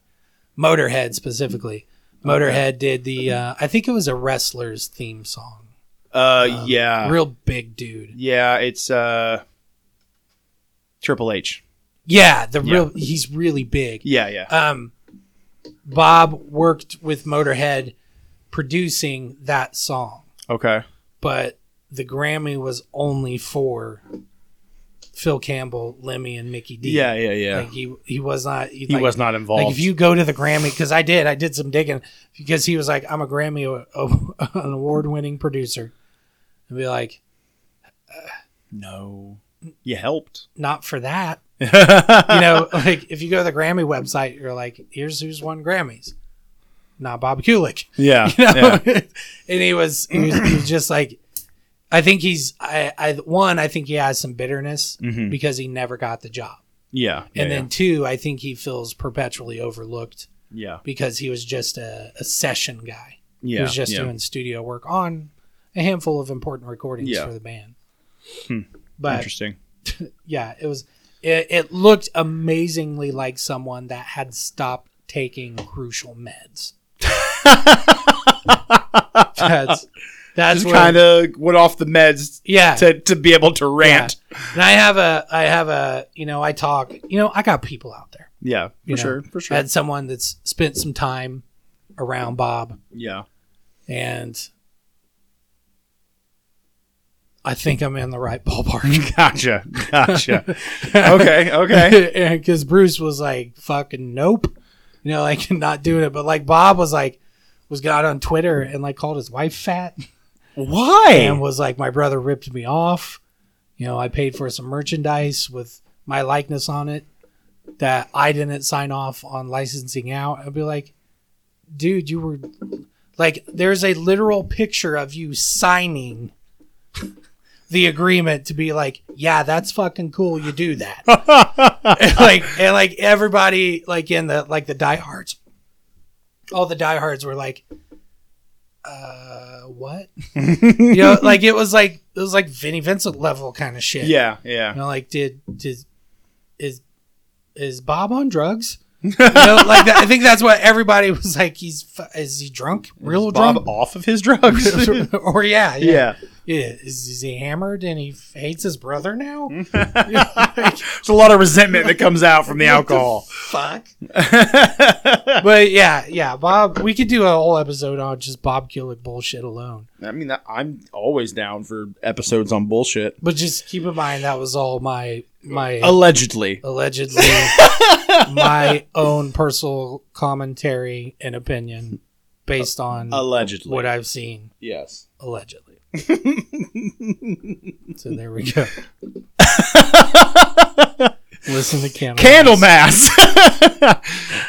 [SPEAKER 1] Motorhead specifically. Motorhead did the uh, I think it was a wrestler's theme song.
[SPEAKER 6] Uh yeah.
[SPEAKER 1] Real big dude.
[SPEAKER 6] Yeah, it's uh Triple H.
[SPEAKER 1] Yeah, the real he's really big.
[SPEAKER 6] Yeah, yeah.
[SPEAKER 1] Um Bob worked with Motorhead producing that song,
[SPEAKER 6] Okay.
[SPEAKER 1] but the Grammy was only for Phil Campbell, Lemmy, and Mickey D.
[SPEAKER 6] Yeah, yeah, yeah.
[SPEAKER 1] Like he he was not he,
[SPEAKER 6] he
[SPEAKER 1] like,
[SPEAKER 6] was not involved.
[SPEAKER 1] Like if you go to the Grammy, because I did, I did some digging because he was like, I'm a Grammy, a, a- an award-winning producer, and be like,
[SPEAKER 6] no. You helped.
[SPEAKER 1] not for that,
[SPEAKER 6] yeah.
[SPEAKER 1] you know. like if you go to the Grammy website, you're like, here's who's won Grammys, not Bob Kulick,
[SPEAKER 6] Yeah.
[SPEAKER 1] you know. and he was, he was, he was just like, I think he's, I, I one, I think he has some bitterness because he never got the job,
[SPEAKER 6] Yeah. Mm-hmm. yeah,
[SPEAKER 1] and then two, I think he feels perpetually overlooked
[SPEAKER 6] yeah.
[SPEAKER 1] because he was just a, a session guy.
[SPEAKER 6] yeah.
[SPEAKER 1] He was just
[SPEAKER 6] yeah.
[SPEAKER 1] doing studio work on a handful of important recordings
[SPEAKER 6] Yeah. Hmm.
[SPEAKER 1] for the band. But
[SPEAKER 6] interesting.
[SPEAKER 1] yeah, it was it, it looked amazingly like someone that had stopped taking crucial meds. That's That's
[SPEAKER 6] Just kind of went off the meds
[SPEAKER 1] yeah.
[SPEAKER 6] to, to be able to rant.
[SPEAKER 1] And I have a, I have a, you know, I talk, you know, I got people out there.
[SPEAKER 6] Yeah, for
[SPEAKER 1] you know.
[SPEAKER 6] sure, for sure.
[SPEAKER 1] I had someone that's spent some time around Bob,
[SPEAKER 6] yeah,
[SPEAKER 1] and I think I'm in the right ballpark.
[SPEAKER 6] gotcha, gotcha. okay, okay.
[SPEAKER 1] because Bruce was like, "Fucking nope," you know, like not doing it. But like Bob was like, was got on Twitter and like called his wife fat and
[SPEAKER 6] Why?
[SPEAKER 1] was like, "My brother ripped me off." You know, I paid for some merchandise with my likeness on it that I didn't sign off on licensing out. I'd be like, "Dude, you were like, there's a literal picture of you signing." The agreement to be like, yeah, that's fucking cool. You do that, And, like, and like everybody, like in the like the diehards, all the diehards were like, uh, what? you know, like it was like it was like Vinnie Vincent level kind of shit.
[SPEAKER 6] Yeah,
[SPEAKER 1] You
[SPEAKER 6] yeah.
[SPEAKER 1] know, like did did is is Bob on drugs? you know, like that, I think that's what everybody was like. He's fu- is he drunk? Real
[SPEAKER 6] Bob off of his drugs.
[SPEAKER 1] drunk? or yeah, yeah,
[SPEAKER 6] yeah.
[SPEAKER 1] Yeah, Is, is he hammered and he f- hates his brother now?
[SPEAKER 6] It's a lot of resentment that comes out from the alcohol.
[SPEAKER 1] Fuck. but yeah, yeah, Bob. We could do a whole episode on just Bob Gillick bullshit alone.
[SPEAKER 6] I mean, that, I'm always down for episodes on bullshit.
[SPEAKER 1] But just keep in mind that was all my my
[SPEAKER 6] Allegedly.
[SPEAKER 1] allegedly my own personal commentary and opinion based on
[SPEAKER 6] Allegedly.
[SPEAKER 1] what I've seen
[SPEAKER 6] yes.
[SPEAKER 1] allegedly. so there we go. Listen to Candle.
[SPEAKER 6] Candlemass.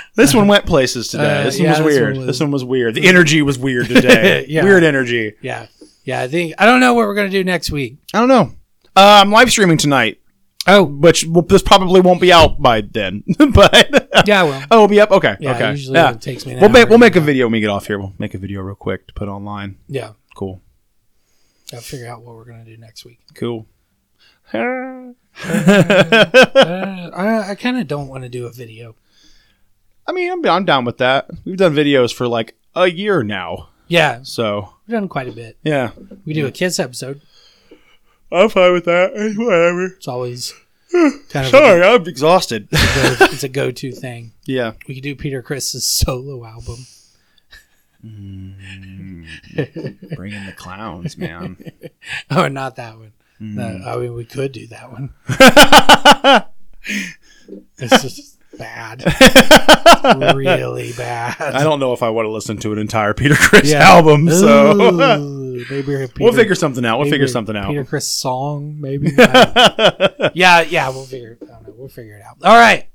[SPEAKER 6] this one went places today.
[SPEAKER 1] Uh,
[SPEAKER 6] this one
[SPEAKER 1] yeah,
[SPEAKER 6] was
[SPEAKER 1] this
[SPEAKER 6] weird.
[SPEAKER 1] one was-
[SPEAKER 6] this one was weird. The energy was weird today.
[SPEAKER 1] Yeah.
[SPEAKER 6] Weird energy.
[SPEAKER 1] Yeah. Yeah, I think I don't know what we're gonna do next week.
[SPEAKER 6] I don't know. Uh, I'm live streaming tonight. Oh, which well, this probably won't be out by then. but
[SPEAKER 1] Yeah, I will.
[SPEAKER 6] oh, it'll be up. Okay.
[SPEAKER 1] Yeah,
[SPEAKER 6] okay.
[SPEAKER 1] usually it takes me an
[SPEAKER 6] we'll
[SPEAKER 1] hour
[SPEAKER 6] make we'll
[SPEAKER 1] to
[SPEAKER 6] make
[SPEAKER 1] do
[SPEAKER 6] a video when we get off here. We'll make a video real quick to put online.
[SPEAKER 1] Yeah,
[SPEAKER 6] Cool.
[SPEAKER 1] I'll figure out what we're gonna do next week.
[SPEAKER 6] Cool.
[SPEAKER 1] Uh, I, I kind of don't want to do a video.
[SPEAKER 6] I mean, I'm, I'm down with that. We've done videos for like a year now.
[SPEAKER 1] Yeah,
[SPEAKER 6] So,
[SPEAKER 1] we've done quite a bit.
[SPEAKER 6] yeah.
[SPEAKER 1] We do a kiss episode.
[SPEAKER 6] I'm fine with that. Eh, Whatever.
[SPEAKER 1] It's always kind of
[SPEAKER 6] Sorry, I'm exhausted.
[SPEAKER 1] A go, it's a go-to thing.
[SPEAKER 6] yeah.
[SPEAKER 1] We could do Peter Chris's solo album.
[SPEAKER 6] Bring in the clowns, man.
[SPEAKER 1] Oh, not that one.
[SPEAKER 6] Hmm.
[SPEAKER 1] No, I mean, we could do that one. This is bad. really
[SPEAKER 6] I
[SPEAKER 1] bad.
[SPEAKER 6] don't know if I want to listen to an entire Peter Chris
[SPEAKER 1] Yeah.
[SPEAKER 6] album, so
[SPEAKER 1] Ooh, maybe a Peter,
[SPEAKER 6] we'll figure something out. We'll
[SPEAKER 1] maybe
[SPEAKER 6] figure
[SPEAKER 1] a
[SPEAKER 6] something out.
[SPEAKER 1] Peter Chris song, maybe. I don't- yeah, yeah, we'll figure. I don't know. We'll figure it out. All right.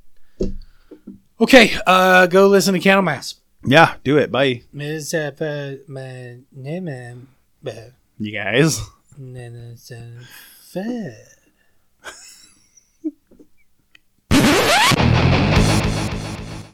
[SPEAKER 1] Okay, uh, go listen to Candlemass.
[SPEAKER 6] Yeah, do it. Bye,
[SPEAKER 1] Miss, uh, uh, my name, uh,
[SPEAKER 6] you guys.
[SPEAKER 1] Nana Fair.